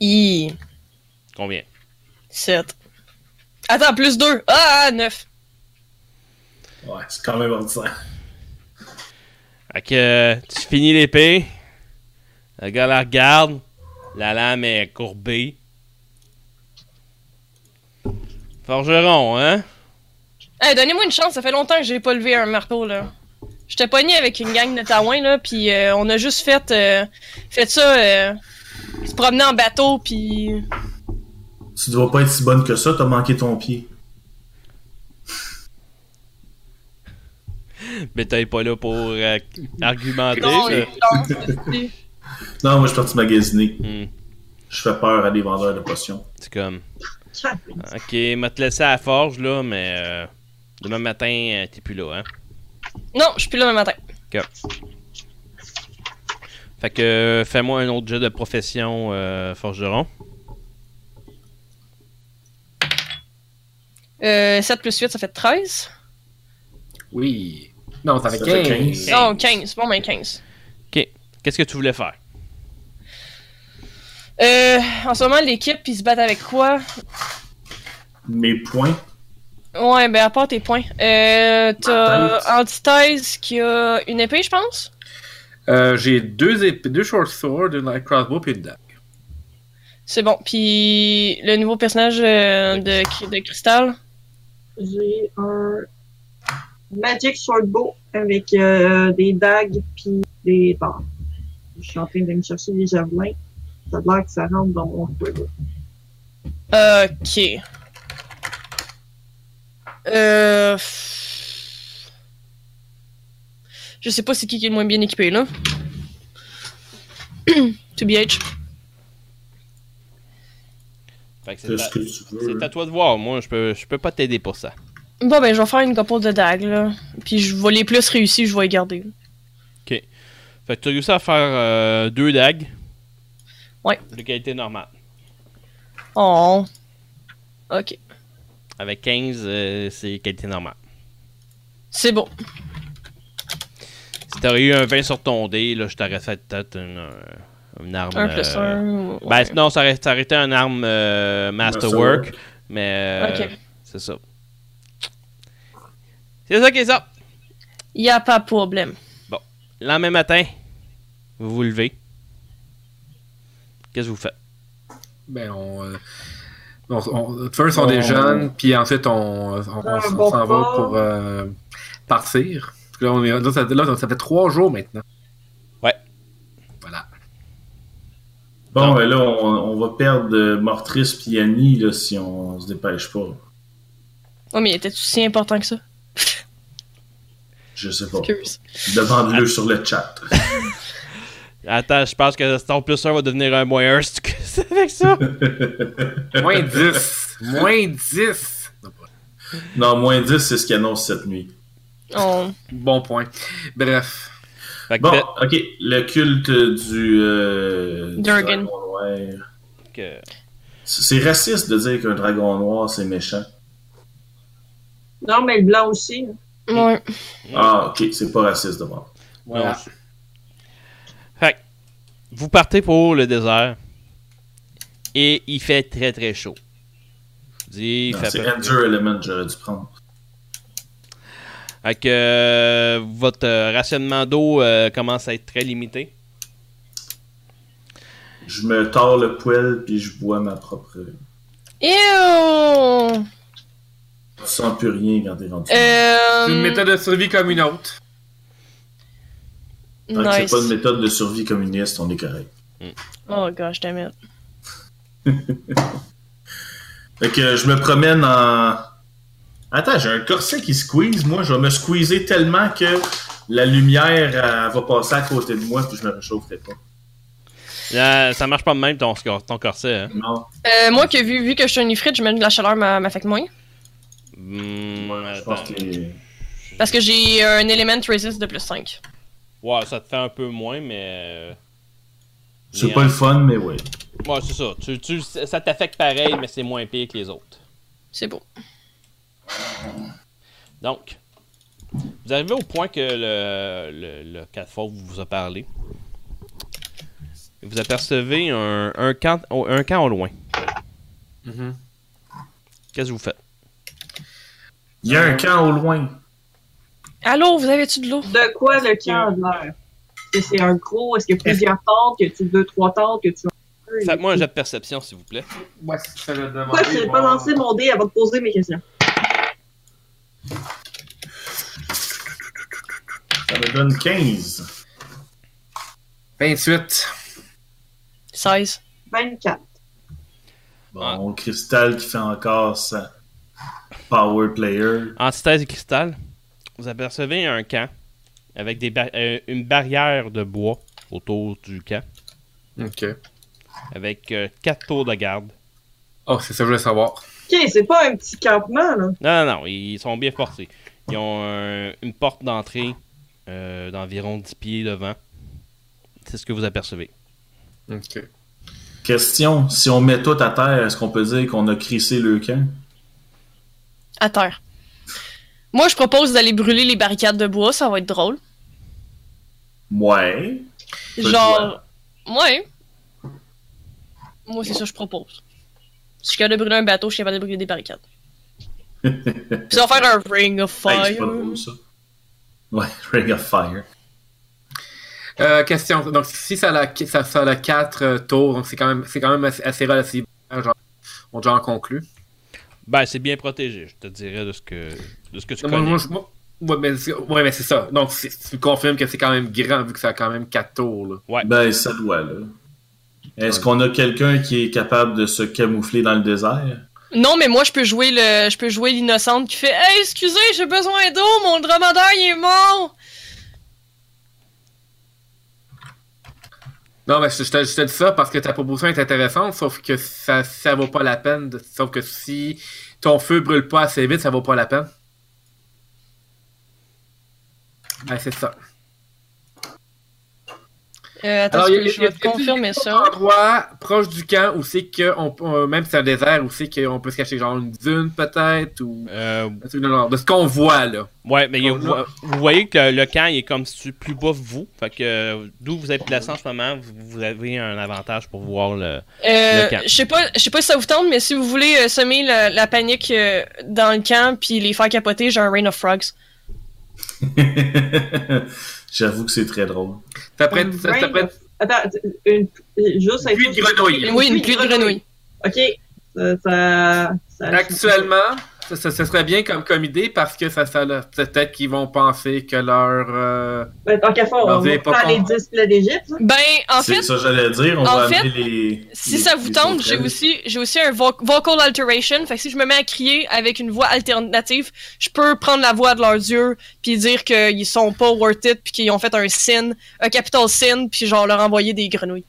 Speaker 5: I.
Speaker 1: Combien?
Speaker 5: 7. Attends, plus 2. Ah, 9.
Speaker 3: Ouais, c'est quand même ordinaire.
Speaker 1: Fait que euh, tu finis l'épée. Le gars la regarde. La lame est courbée. Forgeron, hein?
Speaker 5: Hey, donnez-moi une chance, ça fait longtemps que j'ai pas levé un marteau, là. J'étais pogné avec une gang de taouins, là, puis euh, on a juste fait, euh, fait ça, euh, se promener en bateau, puis...
Speaker 3: Tu dois pas être si bonne que ça, t'as manqué ton pied.
Speaker 1: Mais t'es pas là pour euh, argumenter.
Speaker 5: Non,
Speaker 1: ça.
Speaker 5: non, c'est-
Speaker 3: Non, moi, je suis parti magasiner.
Speaker 1: Hmm,
Speaker 3: Je fais peur à des vendeurs de potions.
Speaker 1: c'est comme. Ok, m'a te laissé à la forge, là, mais euh, demain matin, euh, t'es plus là, hein?
Speaker 5: non, je suis plus là le matin.
Speaker 1: Fait que euh, fais-moi un autre jeu de profession euh, forgeron.
Speaker 5: Euh, 7 plus 8, ça fait 13?
Speaker 2: Oui. Non, ça fait
Speaker 3: Ça fait
Speaker 2: 15.
Speaker 3: 15.
Speaker 5: Non, 15, Ah, bon, ben, mais 15.
Speaker 1: Qu'est-ce que tu voulais faire?
Speaker 5: Euh, en ce moment, l'équipe, ils se battent avec quoi?
Speaker 3: Mes points,
Speaker 5: Ouais, ben, à part tes points. Euh,
Speaker 3: Antithèse.
Speaker 5: t'as Antithèse qui a une épée, je pense?
Speaker 2: Euh, J'ai deux, ép- deux short swords, une light crossbow puis une dague.
Speaker 5: C'est bon, puis le nouveau personnage euh, de, de Cristal?
Speaker 4: J'ai un Magic Swordbow avec euh, des dagues puis des dards. Je suis en train de me chercher des javelins. Ça a l'air que ça rentre dans mon feu. là.
Speaker 5: Ok. Euh... pff. Je sais pas c'est qui qui est le moins bien équipé là. <clears throat> to BH.
Speaker 1: Fait que c'est
Speaker 3: Fais ce
Speaker 1: à-
Speaker 3: que tu veux.
Speaker 1: c'est à toi de voir. Moi, je peux, je peux pas t'aider pour ça.
Speaker 5: Bon ben je vais faire une couple de dagues là. Puis je vais les plus réussis, je vais les garder. là.
Speaker 1: Fait que tu as réussi à faire euh, deux dagues.
Speaker 5: Ouais.
Speaker 1: De qualité normale.
Speaker 5: Oh. Ok.
Speaker 1: Avec 15, euh, c'est qualité normale.
Speaker 5: C'est bon.
Speaker 1: Si t'aurais eu un 20 sur ton dé, là, je t'aurais fait peut-être une, euh, une arme.
Speaker 5: Un plus
Speaker 1: euh, Ben
Speaker 5: un. ouais.
Speaker 1: non, ça aurait, ça aurait été une arme euh, Masterwork,
Speaker 3: Masterwork.
Speaker 1: mais euh,
Speaker 5: Ok.
Speaker 1: c'est ça. C'est ça qui est ça.
Speaker 5: Y a pas de problème.
Speaker 1: Le lendemain matin, vous vous levez. Qu'est-ce que vous faites?
Speaker 2: Ben, on. euh, on, on- first, on
Speaker 3: On-
Speaker 2: déjeune, puis ensuite, on, on, on
Speaker 4: Un
Speaker 2: s'en
Speaker 4: bon
Speaker 2: s'en va
Speaker 4: repas.
Speaker 2: pour euh, partir. Parce que là, on est, là, ça, là, ça fait trois jours maintenant.
Speaker 1: Ouais.
Speaker 2: Voilà.
Speaker 3: Bon, ben là, on, on va perdre euh, Mortrice puis Annie là, si on se dépêche pas.
Speaker 5: Oh mais était-tu si important que ça?
Speaker 3: Je sais pas.
Speaker 5: Excuse.
Speaker 3: Demande-le sur le chat.
Speaker 1: Attends, je pense que ton plus 1 va devenir un moins 1 si tu <laughs> casses avec ça.
Speaker 3: <laughs>
Speaker 2: Moins 10. Moins 10. Non, pas-
Speaker 3: non, moins 10, c'est ce qu'il annonce cette nuit.
Speaker 5: Oh.
Speaker 2: Bon point. Bref.
Speaker 1: Fait que
Speaker 3: Bon,
Speaker 1: peut-être
Speaker 3: ok, le culte du. euh, du
Speaker 5: Durgan.
Speaker 3: dragon noir.
Speaker 1: que-
Speaker 3: C'est c'est raciste de dire qu'un dragon noir, c'est méchant.
Speaker 4: Non, mais le blanc aussi. hein.
Speaker 5: Ouais.
Speaker 3: Ah, ok, c'est pas raciste de voir.
Speaker 2: Voilà.
Speaker 1: Non, c'est- Fait que vous partez pour le désert et il fait très très chaud. Je vous dis, il
Speaker 3: Non,
Speaker 1: fait à
Speaker 3: C'est
Speaker 1: peu près-
Speaker 3: Ender Element, j'aurais dû prendre.
Speaker 1: Fait que euh, votre euh, rationnement d'eau euh, commence à être très limité.
Speaker 3: Je me tords le poêle puis je bois ma propre.
Speaker 5: Ew!
Speaker 3: Tu sens plus rien quand t'es rendu.
Speaker 5: Euh...
Speaker 2: C'est une méthode de survie comme une autre.
Speaker 3: Tant que
Speaker 5: Euh, Nice.
Speaker 3: Ah, c'est pas une méthode de survie communiste, on est correct.
Speaker 5: Oh gosh, damn it.
Speaker 3: Fait que euh, je me promène en. Attends, j'ai un corset qui squeeze, moi. Je vais me squeezer tellement que la lumière elle va passer à côté de moi puis je me réchaufferai pas.
Speaker 1: Là, ça marche pas de même ton, scor- ton corset. hein.
Speaker 3: Non.
Speaker 5: Euh, moi, que vu, vu que je suis une ifrit, je mets de la chaleur m'a- m'affecte moins.
Speaker 1: Hmm,
Speaker 3: je pense
Speaker 1: attends.
Speaker 3: que. les-
Speaker 5: Parce que j'ai un element resist de plus 5.
Speaker 1: Ouais, ça te fait un peu moins, mais. euh,
Speaker 3: C'est
Speaker 1: mais,
Speaker 3: pas
Speaker 1: euh,
Speaker 3: le fun, mais ouais.
Speaker 1: Ouais, c'est ça. Tu, tu- ça t'affecte pareil, mais c'est moins pire que les autres.
Speaker 5: C'est beau.
Speaker 1: Donc, vous arrivez au point que le, le, le catfalque vous a parlé. Vous apercevez un, un, camp, au- un camp au loin. Qu'est-ce que vous faites?
Speaker 3: Il y a un camp au loin.
Speaker 5: Allô, vous avez-tu de l'eau?
Speaker 4: De quoi le camp a l'air? Est-ce que c'est un gros? Est-ce qu'il y a plusieurs tentes? Y a-tu deux, trois tentes? Y a-tu un.
Speaker 1: Faites-moi un jet de perception, s'il vous plaît.
Speaker 2: Ouais, si ça le demande.
Speaker 4: Pourquoi je n'ai pas lancé mon dé avant de poser mes questions?
Speaker 3: Ça me donne 15.
Speaker 2: 28.
Speaker 5: 16.
Speaker 4: 24.
Speaker 1: Ah.
Speaker 3: Bon, mon cristal qui fait encore sa power player.
Speaker 1: Antithèse et cristal, vous apercevez un camp avec des bar- euh, une barrière de bois autour du camp,
Speaker 2: Ok.
Speaker 1: avec euh, quatre tours de garde.
Speaker 2: Oh, c'est ça que je voulais savoir.
Speaker 4: Ok, c'est pas un petit campement, là.
Speaker 1: Non, non, non, ils sont bien forcés. Ils ont un- une porte d'entrée euh, d'environ 10 pieds devant. C'est ce que vous apercevez.
Speaker 2: Ok.
Speaker 3: Question, si on met tout à terre, est-ce qu'on peut dire qu'on a crissé le camp?
Speaker 5: À terre. Moi, je propose d'aller brûler les barricades de bois, ça va être drôle.
Speaker 3: Ouais. Ça, je
Speaker 5: Genre. Ouais. Moi, c'est ça que je propose. Si je suis capable de brûler un bateau, je suis capable de brûler
Speaker 3: <laughs>
Speaker 5: des barricades. Puis ça va faire un ring of
Speaker 3: Hey,
Speaker 5: fire.
Speaker 3: c'est pas drôle, ça. Ouais, <laughs> Ring of Fire.
Speaker 2: Euh, question. Donc, si ça a, la- ça, ça a la 4 tours, donc c'est quand même, c'est quand même assez, assez relativement. Genre, on déjà en conclut.
Speaker 1: Ben, c'est bien protégé, je te dirais de ce que, de ce que tu
Speaker 2: Moi,
Speaker 1: connais.
Speaker 2: moi, je- moi- ouais, mais, c'est- ouais, mais c'est ça. Donc, c'est- tu confirmes que c'est quand même grand vu que ça a quand même 4 tours. Là.
Speaker 1: Ouais.
Speaker 3: Ben, ça doit, là. Est-ce qu'on a quelqu'un qui est capable de se camoufler dans le désert? <laughs>
Speaker 5: Non, mais moi, je peux jouer le, je peux jouer l'innocente qui fait Hey, excusez, j'ai besoin d'eau, mon dromadaire il est mort!
Speaker 2: Non, mais je, je te, je te dis ça parce que ta proposition est intéressante, sauf que ça, ça vaut pas la peine. de- sauf que si ton feu brûle pas assez vite, ça vaut pas la peine. Ben, c'est ça.
Speaker 5: Euh, attends,
Speaker 2: Alors, il y a-
Speaker 5: je
Speaker 2: il y a-
Speaker 5: vais te confirmer ça.
Speaker 2: Un endroit proche du camp où c'est que, on, on- même si c'est un désert, où c'est qu'on peut se cacher, genre une dune peut-être, ou
Speaker 1: Euh,
Speaker 2: un truc de genre, de ce qu'on voit là.
Speaker 1: ouais, mais il y a-
Speaker 2: On
Speaker 1: vous,
Speaker 2: a-
Speaker 1: vous voyez que le, le camp il est comme si plus bas que vous. Fait que euh, d'où vous êtes placé en ce moment, vous, vous avez un avantage pour voir le.
Speaker 5: Euh,
Speaker 1: Le camp.
Speaker 5: je sais pas, je sais pas si ça vous tente, mais si vous voulez euh, semer la, la panique euh, dans le camp puis les faire capoter, j'ai un Rain of Frogs.
Speaker 3: J'avoue que c'est très drôle.
Speaker 2: Ça pourrait être-
Speaker 4: Une
Speaker 2: ça- ça
Speaker 4: graine
Speaker 2: pourrait être
Speaker 4: de- Attends, une... juste...
Speaker 2: une pluie de grenouilles.
Speaker 5: Oui, une pluie de grenouilles.
Speaker 4: OK. Ça... ça, ça
Speaker 2: Actuellement, ce ça, ça serait bien comme, comme idée parce que ça, ça leur- peut-être qu'ils vont penser que leur. euh,
Speaker 4: Ben, tant qu'à faire,
Speaker 2: Ben,
Speaker 4: on
Speaker 2: vous
Speaker 4: va
Speaker 2: avez pas
Speaker 4: faire les
Speaker 2: peur.
Speaker 4: 10 plats d'Égypte. hein. là.
Speaker 5: Ben, en
Speaker 3: c'est
Speaker 5: fait,
Speaker 3: ça que j'allais dire. On
Speaker 5: en
Speaker 3: va
Speaker 5: fait,
Speaker 3: amener les. les-
Speaker 5: si ça vous
Speaker 3: les
Speaker 5: tente, j'ai
Speaker 3: sauterelles.
Speaker 5: aussi, j'ai aussi un vo- vocal alteration. Fait que si je me mets à crier avec une voix alternative, je peux prendre la voix de leurs yeux puis dire qu'ils sont pas worth it puis qu'ils ont fait un sin, un capital sin puis genre leur envoyer des grenouilles.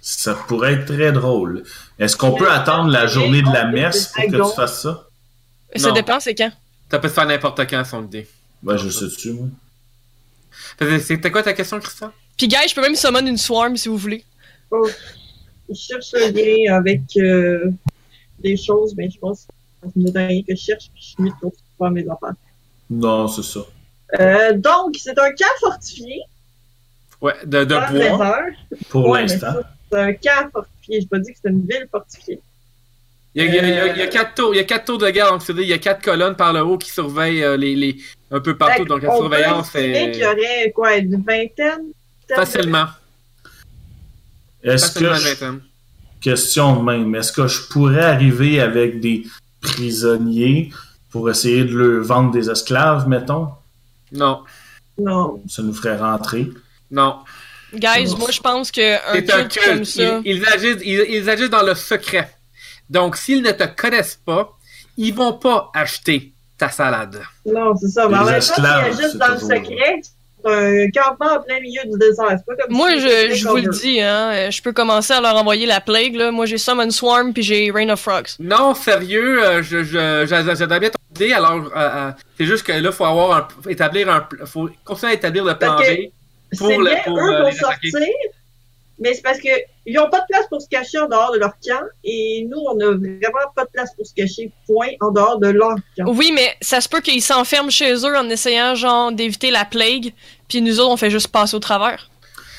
Speaker 3: Ça pourrait être très drôle. Est-ce qu'on peut attendre la journée de la messe pour que tu fasses ça?
Speaker 5: Ça
Speaker 2: Non.
Speaker 5: dépend, c'est quand.
Speaker 2: ça peut se faire n'importe quand, son idée.
Speaker 3: Ben, je sais dessus, moi.
Speaker 2: Faisais- C'était quoi ta question, Christian?
Speaker 5: Puis gars, je peux même summon une swarm si vous voulez.
Speaker 4: Je cherche un lien avec euh, des choses, mais je pense que c'est le dernier que je cherche, puis je suis mieux de continuer à faire mes enfants.
Speaker 3: Non, c'est ça.
Speaker 4: Euh, donc, c'est un camp fortifié.
Speaker 2: Ouais, de, de
Speaker 4: dans le
Speaker 2: bois.
Speaker 4: désert.
Speaker 3: Pour
Speaker 4: Ouais, mais
Speaker 3: l'instant.
Speaker 4: ça, C'est un camp fortifié. Je pas dit que c'est une ville fortifiée.
Speaker 2: Il y, a, il y a- il y a-
Speaker 4: Euh.
Speaker 2: il y a quatre tours, il y a quatre tours de garde, donc c'est-à-dire il y a quatre colonnes par le haut qui surveillent euh, les, les, un peu partout,
Speaker 4: Fait
Speaker 2: donc la
Speaker 4: qu'on
Speaker 2: surveillance
Speaker 4: Ben, peut estimer
Speaker 2: est
Speaker 4: qu'il y aurait quoi, une vingtaine? vingtaine
Speaker 2: facilement.
Speaker 3: Est-ce
Speaker 2: Facilement
Speaker 3: que.
Speaker 2: une
Speaker 3: je-
Speaker 2: vingtaine.
Speaker 3: Question de même. Est-ce que je pourrais arriver avec des prisonniers pour essayer de leur vendre des esclaves, mettons?
Speaker 2: Non,
Speaker 4: de- Non.
Speaker 3: Ça nous ferait rentrer.
Speaker 2: non.
Speaker 5: Guys,
Speaker 3: Bon.
Speaker 5: moi je pense que un
Speaker 2: C'est un
Speaker 5: culte comme
Speaker 2: culte.
Speaker 5: ça.
Speaker 2: Ils, ils agissent, ils, ils agissent dans le secret. Donc s'ils ne te connaissent pas, ils vont pas acheter ta salade.
Speaker 4: Non, c'est ça. Mais
Speaker 3: Les
Speaker 4: en même temps, il y a
Speaker 3: esclaves,
Speaker 4: juste
Speaker 3: c'est
Speaker 4: dans le
Speaker 3: toujours-
Speaker 4: secret. C'est un campement en plein milieu du désert. C'est pas comme
Speaker 5: Moi,
Speaker 4: si
Speaker 5: je, je vous le dis, hein, euh, je peux commencer à leur envoyer la plague. Là. Moi, j'ai Summon Swarm puis j'ai Rain of Frogs.
Speaker 2: Non, sérieux, euh, je, je, je- j'adore bien ton idée, alors euh, euh, c'est juste que là, faut avoir un, établir un, pl- faut continuer à établir le plan
Speaker 4: Parce que-
Speaker 2: B. pour
Speaker 4: C'est
Speaker 2: le-
Speaker 4: bien,
Speaker 2: pour,
Speaker 4: eux
Speaker 2: euh,
Speaker 4: vont
Speaker 2: les attaquer.
Speaker 4: sortir, mais c'est parce que ils n'ont pas de place pour se cacher en dehors de leur camp, et nous, on n'a vraiment pas de place pour se cacher, point, en dehors de leur camp.
Speaker 5: Oui, mais ça se peut qu'ils s'enferment chez eux en essayant genre d'éviter la plague, puis nous autres, on fait juste passer au travers.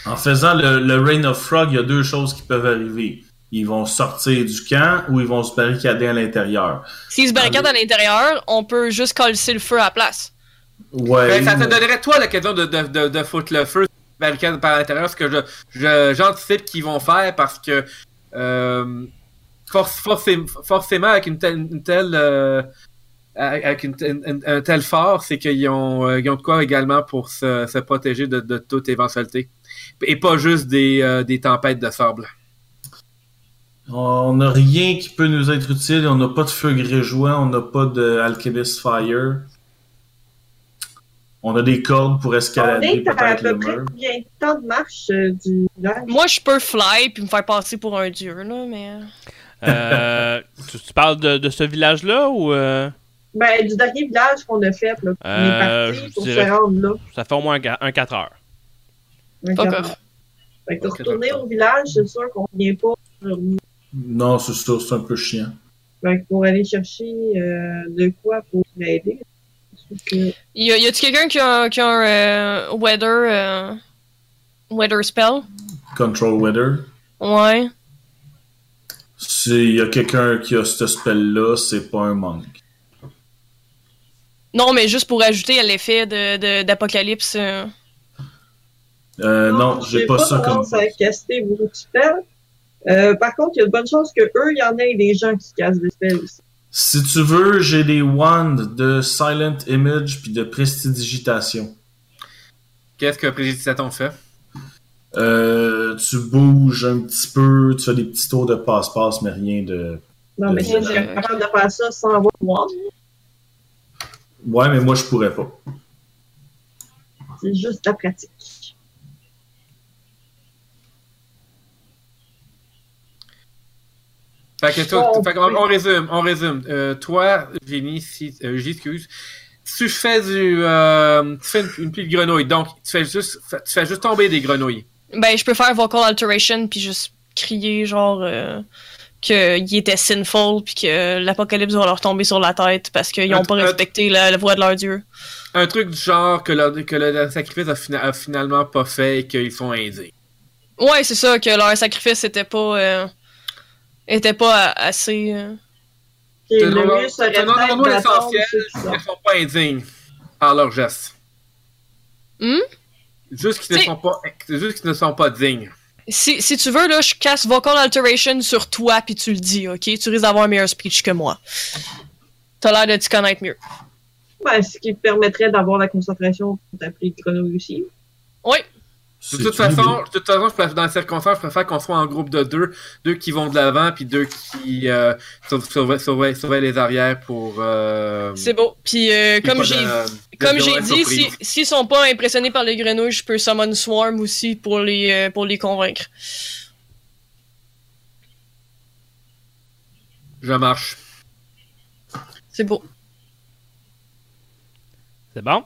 Speaker 3: En faisant le, le Rain of Frog, il y a deux choses qui peuvent arriver. Ils vont sortir du camp ou ils vont se barricader à l'intérieur.
Speaker 5: S'ils se barricadent à l'intérieur, on peut juste coller le feu à la place.
Speaker 3: Ouais.
Speaker 2: Ben, ça te donnerait toi l'occasion de, de, de, de foutre le feu sur la barricade par l'intérieur, ce que je- je- j'anticipe qu'ils vont faire parce que euh, forc- forcé- forcément avec une telle, une telle euh, avec une, telle- une- un tel fort, c'est qu'ils ont, euh, ils ont de quoi également pour se, se protéger de, de toute éventualité. Et pas juste des, euh, des tempêtes de sable.
Speaker 3: On n'a rien qui peut nous être utile. On n'a pas de feu grégeois, on n'a pas de Alchemist Fire. On a des cordes pour
Speaker 4: On
Speaker 3: escalader
Speaker 4: est à, à
Speaker 3: peut-être le
Speaker 4: peu près
Speaker 3: mur.
Speaker 4: combien de temps de marche euh, du village?
Speaker 5: Moi, je peux fly puis me faire passer pour un dieu, là, mais...
Speaker 1: <laughs> Euh, tu, tu parles de, de ce village-là ou euh,
Speaker 4: Ben, du dernier village qu'on a fait, là, on est
Speaker 1: Euh,
Speaker 4: parti
Speaker 1: je
Speaker 4: pour
Speaker 1: dirais-
Speaker 4: se rendre là.
Speaker 1: ça fait au moins un, qua- un 4 heures?
Speaker 5: Fuck
Speaker 4: D'accord.
Speaker 5: off.
Speaker 4: Fait que de
Speaker 2: Ok,
Speaker 4: retourner
Speaker 2: d'accord.
Speaker 4: au village, c'est sûr qu'on vient pas euh,
Speaker 3: Non, c'est sûr, c'est un peu chiant.
Speaker 4: fait que pour aller chercher euh, de quoi pour l'aider. Sauf
Speaker 3: Euh,
Speaker 4: que-
Speaker 5: Y a- y a-tu quelqu'un qui a, qui a un euh, weather... euh, weather spell?
Speaker 3: Control Weather.
Speaker 5: Ouais.
Speaker 3: S'il y a quelqu'un qui a ce spell-là, c'est pas un monk.
Speaker 5: Non, mais juste pour ajouter à l'effet de- de- d'Apocalypse... euh,
Speaker 3: Euh, non, j'ai pas, ça comme
Speaker 4: tendance à caster beaucoup de spells. Euh, par contre, il y a de bonnes chances que eux, il y en ait des gens qui cassent des spells aussi.
Speaker 3: Si tu veux, j'ai des wands de Silent Image puis de Prestidigitation.
Speaker 2: Qu'est-ce que Prédictaton fait?
Speaker 3: Euh, tu bouges un petit peu, tu fais des petits tours de passe-passe, mais rien de.
Speaker 4: Non, mais ça,
Speaker 5: Ok.
Speaker 4: j'ai peur de faire ça sans avoir moi.
Speaker 3: Ouais, mais moi je pourrais pas.
Speaker 4: C'est juste la pratique.
Speaker 2: Fait que toi-
Speaker 4: Oh,
Speaker 2: fait qu'on-
Speaker 4: oui.
Speaker 2: on, résume, on résume. Euh, toi, Vinny, si, euh, j'excuse, tu fais du, euh, tu fais une, une pile de grenouilles, donc tu fais juste, fa- tu fais juste tomber des grenouilles.
Speaker 5: Ben, je peux faire vocal alteration puis juste crier genre euh, qu'il était sinful puis que l'apocalypse va leur tomber sur la tête parce qu'ils
Speaker 2: Un
Speaker 5: n'ont
Speaker 2: tr-
Speaker 5: pas
Speaker 2: un-
Speaker 5: respecté la, la voix de leur dieu.
Speaker 2: Un truc du genre que le, que le sacrifice a, fina- a finalement pas fait et qu'ils sont aisés.
Speaker 5: Ouais, c'est ça, que leur sacrifice était pas euh, était pas a- assez. euh.
Speaker 4: Ok, le
Speaker 2: Tenons-
Speaker 4: mieux serait
Speaker 2: tenons-
Speaker 4: peut-être
Speaker 2: tenons
Speaker 4: d'attendre
Speaker 2: l'essentiel.
Speaker 4: ceux qui sont.
Speaker 2: Ils sont pas indignes par leur geste.
Speaker 5: Hmm?
Speaker 2: Juste qu'ils ne
Speaker 5: Si.
Speaker 2: sont pas, juste qu'ils ne sont pas dignes.
Speaker 5: Si, si tu veux, là, je casse vocal alteration sur toi puis tu le dis, ok? Tu risques d'avoir un meilleur speech que moi. T'as l'air de t'y connaître mieux.
Speaker 4: Ben, ce qui permettrait d'avoir la concentration pour t'appeler grenouille aussi.
Speaker 2: De toute façon, de toute façon, je préfère- dans les circonstances, je préfère qu'on soit en groupe de deux, deux qui vont de l'avant puis deux qui euh, sur- surveillent surveillent- surveillent les arrières pour. euh,
Speaker 5: C'est beau. Puis euh,
Speaker 2: pour
Speaker 5: comme
Speaker 2: pas de-
Speaker 5: j'ai
Speaker 2: de-
Speaker 5: Comme
Speaker 2: de-
Speaker 5: j'ai
Speaker 2: de-
Speaker 5: dit, si-
Speaker 2: surprise.
Speaker 5: s'ils sont pas impressionnés par les grenouilles, je peux summon Swarm aussi pour les, euh, pour les convaincre.
Speaker 2: je marche.
Speaker 5: C'est beau.
Speaker 1: C'est bon?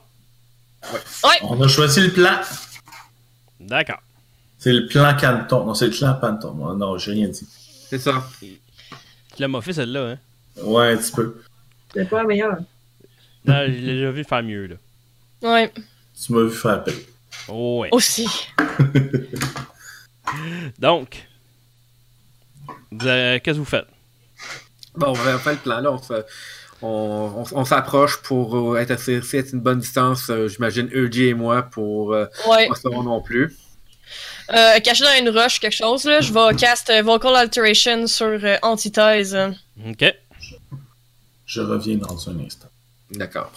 Speaker 3: On a choisi le plan.
Speaker 1: D'accord.
Speaker 3: C'est le plan Canton. Non, c'est le plan Panton. Non, Non, j'ai rien dit.
Speaker 2: C'est ça.
Speaker 1: Tu l'as moffé celle-là, hein?
Speaker 3: Ouais, un petit peu.
Speaker 4: C'est pas la meilleure.
Speaker 1: Non, je l'ai déjà vu faire mieux, là.
Speaker 5: Ouais,
Speaker 3: Tu m'as vu faire appel.
Speaker 1: Oh, ouais.
Speaker 5: aussi.
Speaker 1: Donc, vous, euh, qu'est-ce que vous faites?
Speaker 2: Bon, on va faire le plan là. On se- On, on- on s'approche pour euh, être assez, assez être une bonne distance, euh, j'imagine Eugene et moi, pour euh,
Speaker 5: Ouais.
Speaker 2: pas se voir non plus.
Speaker 5: Euh, caché dans une roche, quelque chose, là, je vais cast euh, Vocal Alteration sur euh, Antithèse.
Speaker 1: Ok.
Speaker 3: Je reviens dans un instant.
Speaker 2: D'accord.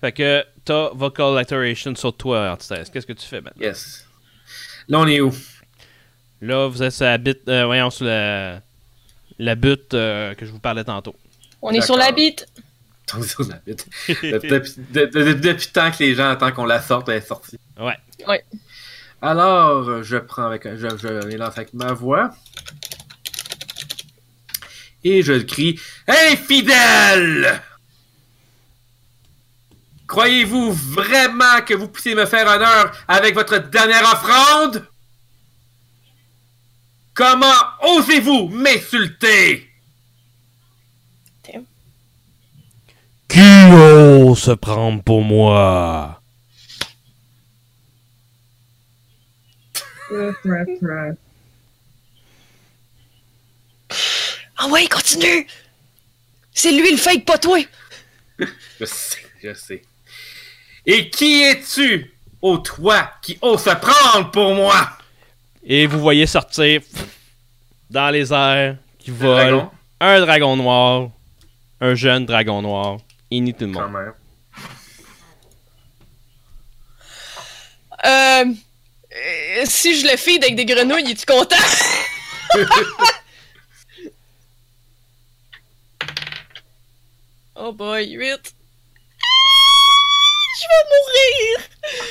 Speaker 1: Fait que t'as vocal alteration sur toi, Antithèse. Qu'est-ce que tu fais Ben? maintenant?
Speaker 2: Yes. Là, on est où?
Speaker 1: Là, vous êtes sur la bite, euh, voyons, sur la, la butte euh, que je vous parlais tantôt.
Speaker 5: On est sur
Speaker 2: D'accord.
Speaker 5: la bite.
Speaker 2: Tombé sur la bite.
Speaker 1: Ben,
Speaker 2: <laughs> Depuis, de- de- de- depuis tant que les gens attendent qu'on la sorte, elle est sortie.
Speaker 1: Ouais.
Speaker 5: Ouais.
Speaker 2: Alors, euh, je prends avec, je, je les lance avec ma voix. Et je crie Infidèle! Croyez-vous vraiment que vous puissiez me faire honneur avec votre dernière offrande? Comment osez-vous m'insulter?
Speaker 1: Qui ose se prendre pour moi?
Speaker 4: Euh, prrr, prrr.
Speaker 5: Ah ouais, continue! C'est lui le fake, pas toi!
Speaker 2: Je sais, je sais. Et qui es-tu, ô toi, qui ose se prendre pour moi?
Speaker 1: Et vous voyez sortir pff, dans les airs qui vole
Speaker 2: Dragon,
Speaker 1: un dragon noir, un jeune dragon noir. Il nie tout le
Speaker 2: quand
Speaker 1: monde.
Speaker 2: même.
Speaker 5: Euh, euh, si je le feed avec des grenouilles, es-tu content? <laughs> oh boy, 8.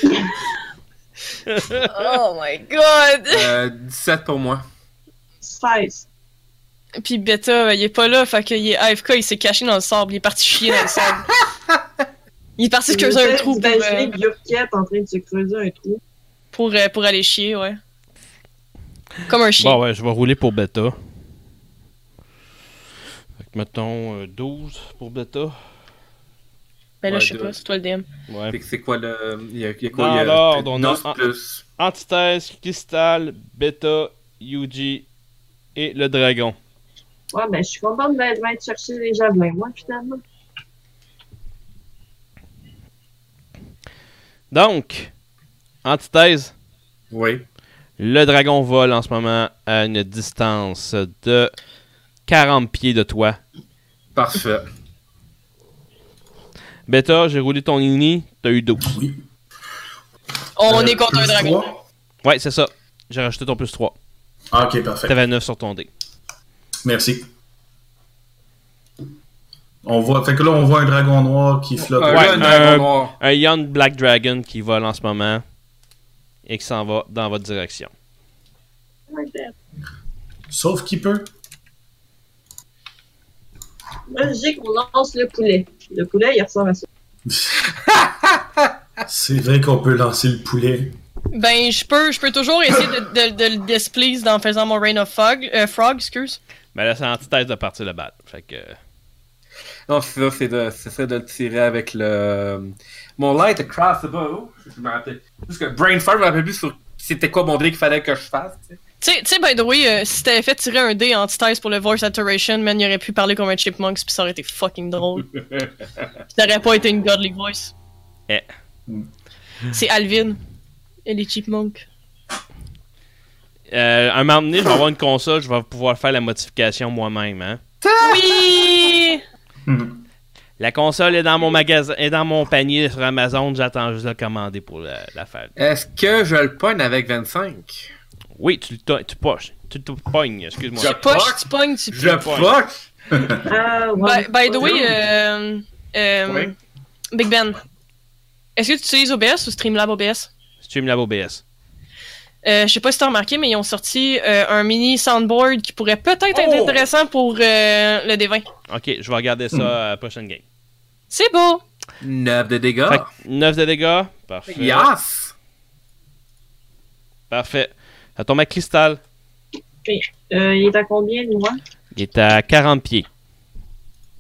Speaker 5: Je vais mourir! oh my god!
Speaker 2: Euh, 17 pour moi.
Speaker 4: 16.
Speaker 5: Puis Beta, ben, il est pas là, fait qu'il est AFK, il s'est caché dans le sable, il est parti chier dans le sable. Il est parti creuser un
Speaker 4: J'essaie
Speaker 5: trou pour,
Speaker 4: d'imaginer
Speaker 5: euh,
Speaker 4: Burkett en train de se creuser un trou.
Speaker 5: pour, euh, pour aller chier, ouais. Comme un chien.
Speaker 1: Bon, ouais, je vais rouler pour bêta. Fait que mettons euh, 12 pour bêta.
Speaker 5: ben là,
Speaker 2: ouais,
Speaker 5: je sais
Speaker 2: de-
Speaker 5: pas, c'est toi le DM.
Speaker 1: Ouais.
Speaker 2: C'est- C'est quoi le. Il y a, il y a quoi
Speaker 1: Dans
Speaker 2: il y a
Speaker 1: l'ordre, on a
Speaker 2: 12
Speaker 1: un-
Speaker 2: plus.
Speaker 1: Antithèse, Cristal, Beta, Yuji et le dragon.
Speaker 4: Ouais, ben, je suis contente d'être d'être chercher les javelins, moi, finalement.
Speaker 1: Donc, Antithèse,
Speaker 2: Oui.
Speaker 1: le dragon vole en ce moment à une distance de 40 pieds de toi.
Speaker 2: Parfait.
Speaker 1: Beta, j'ai roulé ton uni, t'as eu 12.
Speaker 3: Oui.
Speaker 5: On
Speaker 3: Euh,
Speaker 5: est contre
Speaker 3: plus
Speaker 5: un
Speaker 2: Euh,
Speaker 5: dragon.
Speaker 3: trois.
Speaker 1: Ouais, c'est ça. J'ai rajouté ton plus 3.
Speaker 3: Ah, ok, parfait.
Speaker 1: T'avais 9 sur ton dé.
Speaker 3: Merci. On voit, fait que là, on voit un dragon noir qui flotte.
Speaker 2: Ah,
Speaker 1: <laughs>
Speaker 2: là,
Speaker 1: Ouais,
Speaker 2: un
Speaker 1: euh,
Speaker 2: dragon noir.
Speaker 1: Un Young Black Dragon qui vole en ce moment et qui s'en va dans votre direction.
Speaker 3: Sauf qu'il peut. <laughs>
Speaker 4: Moi, je dis qu'on lance le poulet. Le poulet, il ressemble à ça.
Speaker 3: C'est vrai qu'on peut lancer le poulet.
Speaker 5: Ben, je peux, je peux toujours essayer de, de- de le displease en faisant mon Rain of Fog, euh, Frog, excuse.
Speaker 1: Mais là, c'est l'antithèse de partir le battre. Fait que.
Speaker 2: Non, c'est ça, c'est de, ce serait de le tirer avec le. Mon light across the bow. Je me rappelle. Juste que Brain Fire, je me rappelle plus sur c'était quoi mon dé qu'il fallait que je fasse. tu sais.
Speaker 5: Tu sais- tu sais, by the way, euh, si t'avais fait tirer un dé antithèse pour le Voice Alteration, man, il aurait pu parler comme un chipmunk, pis ça aurait été fucking
Speaker 2: <laughs>
Speaker 5: drôle. ça aurait pas été une godly voice. Mm.
Speaker 1: Eh.
Speaker 5: C'est Alvin. Et les chipmunks.
Speaker 1: Euh, un moment donné, je vais avoir une console, je vais pouvoir faire la modification moi-même. Hein?
Speaker 5: Oui!
Speaker 1: Hmm. La console est dans mon magasin, est dans mon panier sur Amazon. J'attends juste de le commander pour la, la faire.
Speaker 2: Est-ce que je le pogne avec 25
Speaker 1: Oui, tu le to- tu poches, tu le pognes, excuse-moi.
Speaker 2: Je
Speaker 5: Tu poches, tu pognes, tu
Speaker 2: Je
Speaker 1: pogne.
Speaker 2: fuck
Speaker 4: Ah,
Speaker 5: By,
Speaker 4: ouais.
Speaker 5: by the way, euh, euh,
Speaker 2: Oui.
Speaker 5: Big Ben, est-ce que tu utilises OBS ou Streamlab OBS?
Speaker 1: Streamlab OBS.
Speaker 5: Euh, je sais pas si t'as remarqué, mais ils ont sorti euh, un mini soundboard qui pourrait peut-être être
Speaker 2: Oh!
Speaker 5: intéressant pour euh, le D20.
Speaker 1: Ok, je vais regarder ça à la prochaine game.
Speaker 5: C'est beau!
Speaker 2: 9 de dégâts.
Speaker 1: Fait que 9 de dégâts. Parfait.
Speaker 2: Yes
Speaker 1: Parfait. Ça tombe à cristal.
Speaker 4: Euh, il est à combien, moi?
Speaker 1: Il est à 40 pieds.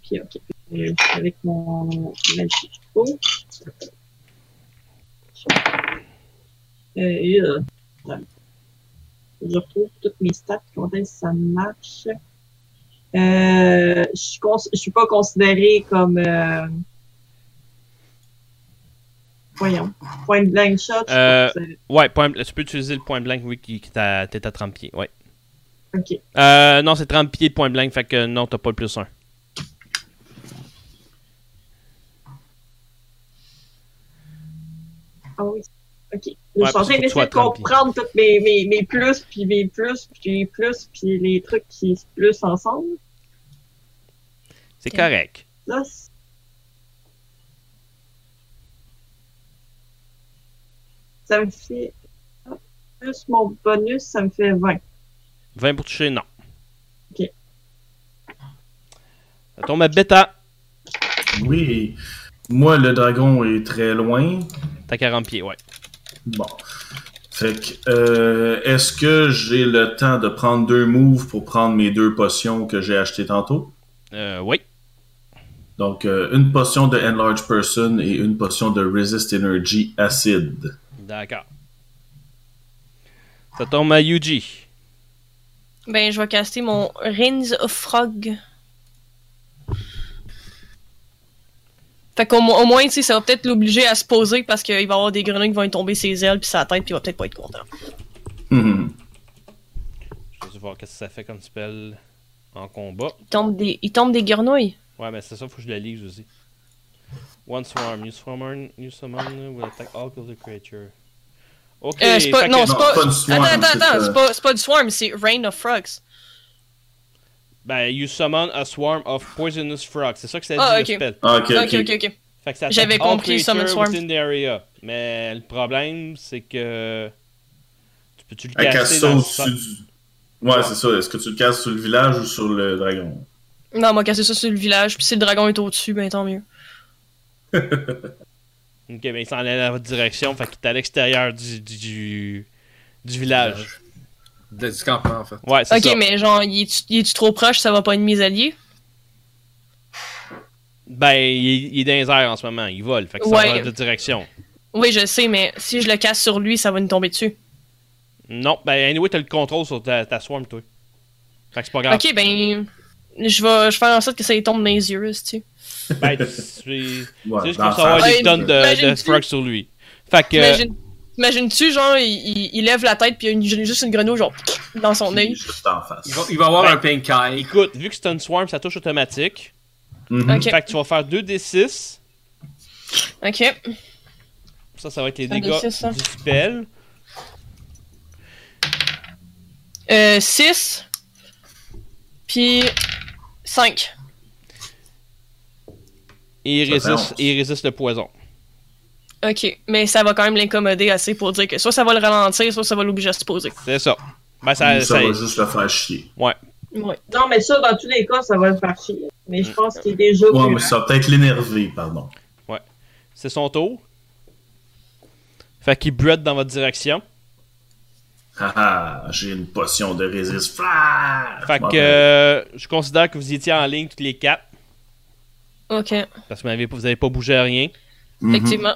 Speaker 4: Puis, ok. Euh, Avec mon magic bow. Euh, et, euh, voilà. je retrouve toutes mes stats. Quand est-ce que ça marche? Euh, je suis cons- je suis pas considérée comme. euh, Voyons. Point de blank shot. je suis
Speaker 1: Euh,
Speaker 4: pas considérée-
Speaker 1: Ouais, point- tu peux utiliser le point blanc, oui, qui, qui t'a- t'es à 30 pieds. Ouais.
Speaker 4: Ok.
Speaker 1: Euh, non, c'est 30 pieds de point blanc, fait que non, t'as pas le plus 1.
Speaker 4: Ah oui. Ok.
Speaker 1: Ouais,
Speaker 4: Je suis en
Speaker 1: parce que faut que
Speaker 4: train d'essayer de
Speaker 1: tu sois attrapé.
Speaker 4: comprendre toutes mes, mes, mes plus, puis mes plus, puis les plus, puis les trucs qui se plus ensemble.
Speaker 1: C'est
Speaker 5: Ok.
Speaker 1: correct.
Speaker 4: Là, c'est- ça me fait. Plus mon bonus, ça me fait 20.
Speaker 1: 20 pour toucher, non.
Speaker 4: Ok.
Speaker 1: Ça tombe à bêta.
Speaker 3: Oui. Moi, le dragon est très loin.
Speaker 1: T'as 40 pieds, ouais.
Speaker 3: Bon. Fait que, euh, est-ce que j'ai le temps de prendre deux moves pour prendre mes deux potions que j'ai achetées tantôt?
Speaker 1: Euh, oui.
Speaker 3: Donc, euh, une potion de Enlarge Person et une potion de Resist Energy Acid. <laughs>
Speaker 1: D'accord. Ça tombe à Yuji.
Speaker 5: Ben, je vais caster mon Rings of Frog. Fait qu'au mo- au moins, tu sais, ça va peut-être l'obliger à se poser parce qu'il va y avoir des grenouilles qui vont lui tomber ses ailes puis sa tête puis il va peut-être pas être content.
Speaker 3: Hum,
Speaker 1: Je vais juste voir qu'est-ce que ça fait comme spell en combat.
Speaker 5: Il tombe des, il tombe des grenouilles.
Speaker 1: Ouais, mais c'est ça, faut que je la lise aussi. One swarm, you swarm, you summon will attack all of the creature. Ok,
Speaker 5: Euh, c'est pas,
Speaker 1: fait
Speaker 5: non,
Speaker 1: que-
Speaker 5: c'est pas,
Speaker 3: Non, c'est pas du swarm,
Speaker 5: attends, attends,
Speaker 3: c'est,
Speaker 5: attends,
Speaker 3: euh,
Speaker 5: c'est pas, c'est pas du swarm, c'est Rain of Frogs.
Speaker 1: ben, you summon a swarm of poisonous frogs. C'est ça que ça dit
Speaker 5: Ah,
Speaker 1: le
Speaker 5: ok.
Speaker 1: spell.
Speaker 3: Ah, ok,
Speaker 5: Ok,
Speaker 3: ok.
Speaker 5: ok, ok.
Speaker 1: Fait que ça attaque
Speaker 5: J'avais
Speaker 1: all
Speaker 5: compris, summon
Speaker 1: creature
Speaker 5: swarm.
Speaker 1: within the area. Mais le problème, c'est que. Tu peux-tu le
Speaker 3: Elle casse
Speaker 1: caster
Speaker 3: ça
Speaker 1: dans le
Speaker 3: au-dessus
Speaker 1: sol?
Speaker 3: du... Ouais, c'est ça. Est-ce que tu le casses sur le village ou sur le dragon?
Speaker 5: Non, on m'a cassé ça sur le village, puis si le dragon est au-dessus, ben tant mieux.
Speaker 1: Ok, ben il s'en allait dans votre direction, fait qu'il est à l'extérieur du, du, du, du village.
Speaker 2: De- Du campement, en fait.
Speaker 1: Ouais, c'est
Speaker 5: Ok,
Speaker 1: ça.
Speaker 5: mais genre, il est-tu il est-tu trop proche, ça va pas être mis allié?
Speaker 1: Ben, il, est- il est dans les airs en ce moment, il vole, fait qu'il s'en
Speaker 5: Ouais.
Speaker 1: va dans votre direction.
Speaker 5: Oui, je sais, mais si je le casse sur lui, ça va nous tomber dessus.
Speaker 1: Non, ben anyway, t'as le contrôle sur ta, ta swarm, toi. Fait que c'est pas grave.
Speaker 5: Ok, ben. Je vais, je vais faire en sorte que ça lui tombe dans les yeux, tu sais.
Speaker 1: Ben, tu- c'est
Speaker 3: Ouais,
Speaker 1: c'est juste
Speaker 3: dans
Speaker 1: pour savoir
Speaker 3: la face.
Speaker 5: Ouais,
Speaker 1: des tonnes de, de
Speaker 5: imagine-tu.
Speaker 1: frogs sur lui. Fait que,
Speaker 5: T'imagines- T'imagines-tu, genre, il, il- il lève la tête, puis il y a une- juste une grenouille, genre, dans son œil.
Speaker 3: Juste en face.
Speaker 2: Il va, il va avoir
Speaker 1: Ben-
Speaker 2: un pink eye.
Speaker 1: écoute, vu que c'est un swarm, ça touche automatique.
Speaker 3: Mhm.
Speaker 5: Ok,
Speaker 1: Mm. Fait que tu vas faire 2d6.
Speaker 5: ok.
Speaker 1: Ça, ça va être les
Speaker 5: Un
Speaker 1: dégâts
Speaker 5: D6, ça.
Speaker 1: du spell.
Speaker 5: Euh, 6. Puis 5.
Speaker 1: Et il
Speaker 3: Ça fait
Speaker 1: résiste,
Speaker 3: onze.
Speaker 1: il résiste le poison.
Speaker 5: Ok, mais ça va quand même l'incommoder assez pour dire que soit ça va le ralentir, soit ça va l'obliger à se poser.
Speaker 1: C'est ça. Ben,
Speaker 3: Ça,
Speaker 1: ça, ça-
Speaker 3: va juste le faire chier.
Speaker 5: Ouais.
Speaker 4: Non, mais ça, dans tous les cas, ça va le faire chier. Mais
Speaker 1: Mm.
Speaker 4: je pense qu'il est déjà.
Speaker 3: Ouais,
Speaker 4: plus
Speaker 3: mais ça va peut-être l'énerver, pardon. <laughs>
Speaker 1: c'est son tour. Fait qu'il bruite dans votre direction.
Speaker 3: Haha, Ah, j'ai une potion de résiste. Ah!
Speaker 1: Fait
Speaker 3: Bon,
Speaker 1: que euh, je considère que vous étiez en ligne toutes les quatre.
Speaker 5: Ok,
Speaker 1: Parce que vous n'avez vous avez pas bougé à rien.
Speaker 3: mhm.
Speaker 5: effectivement.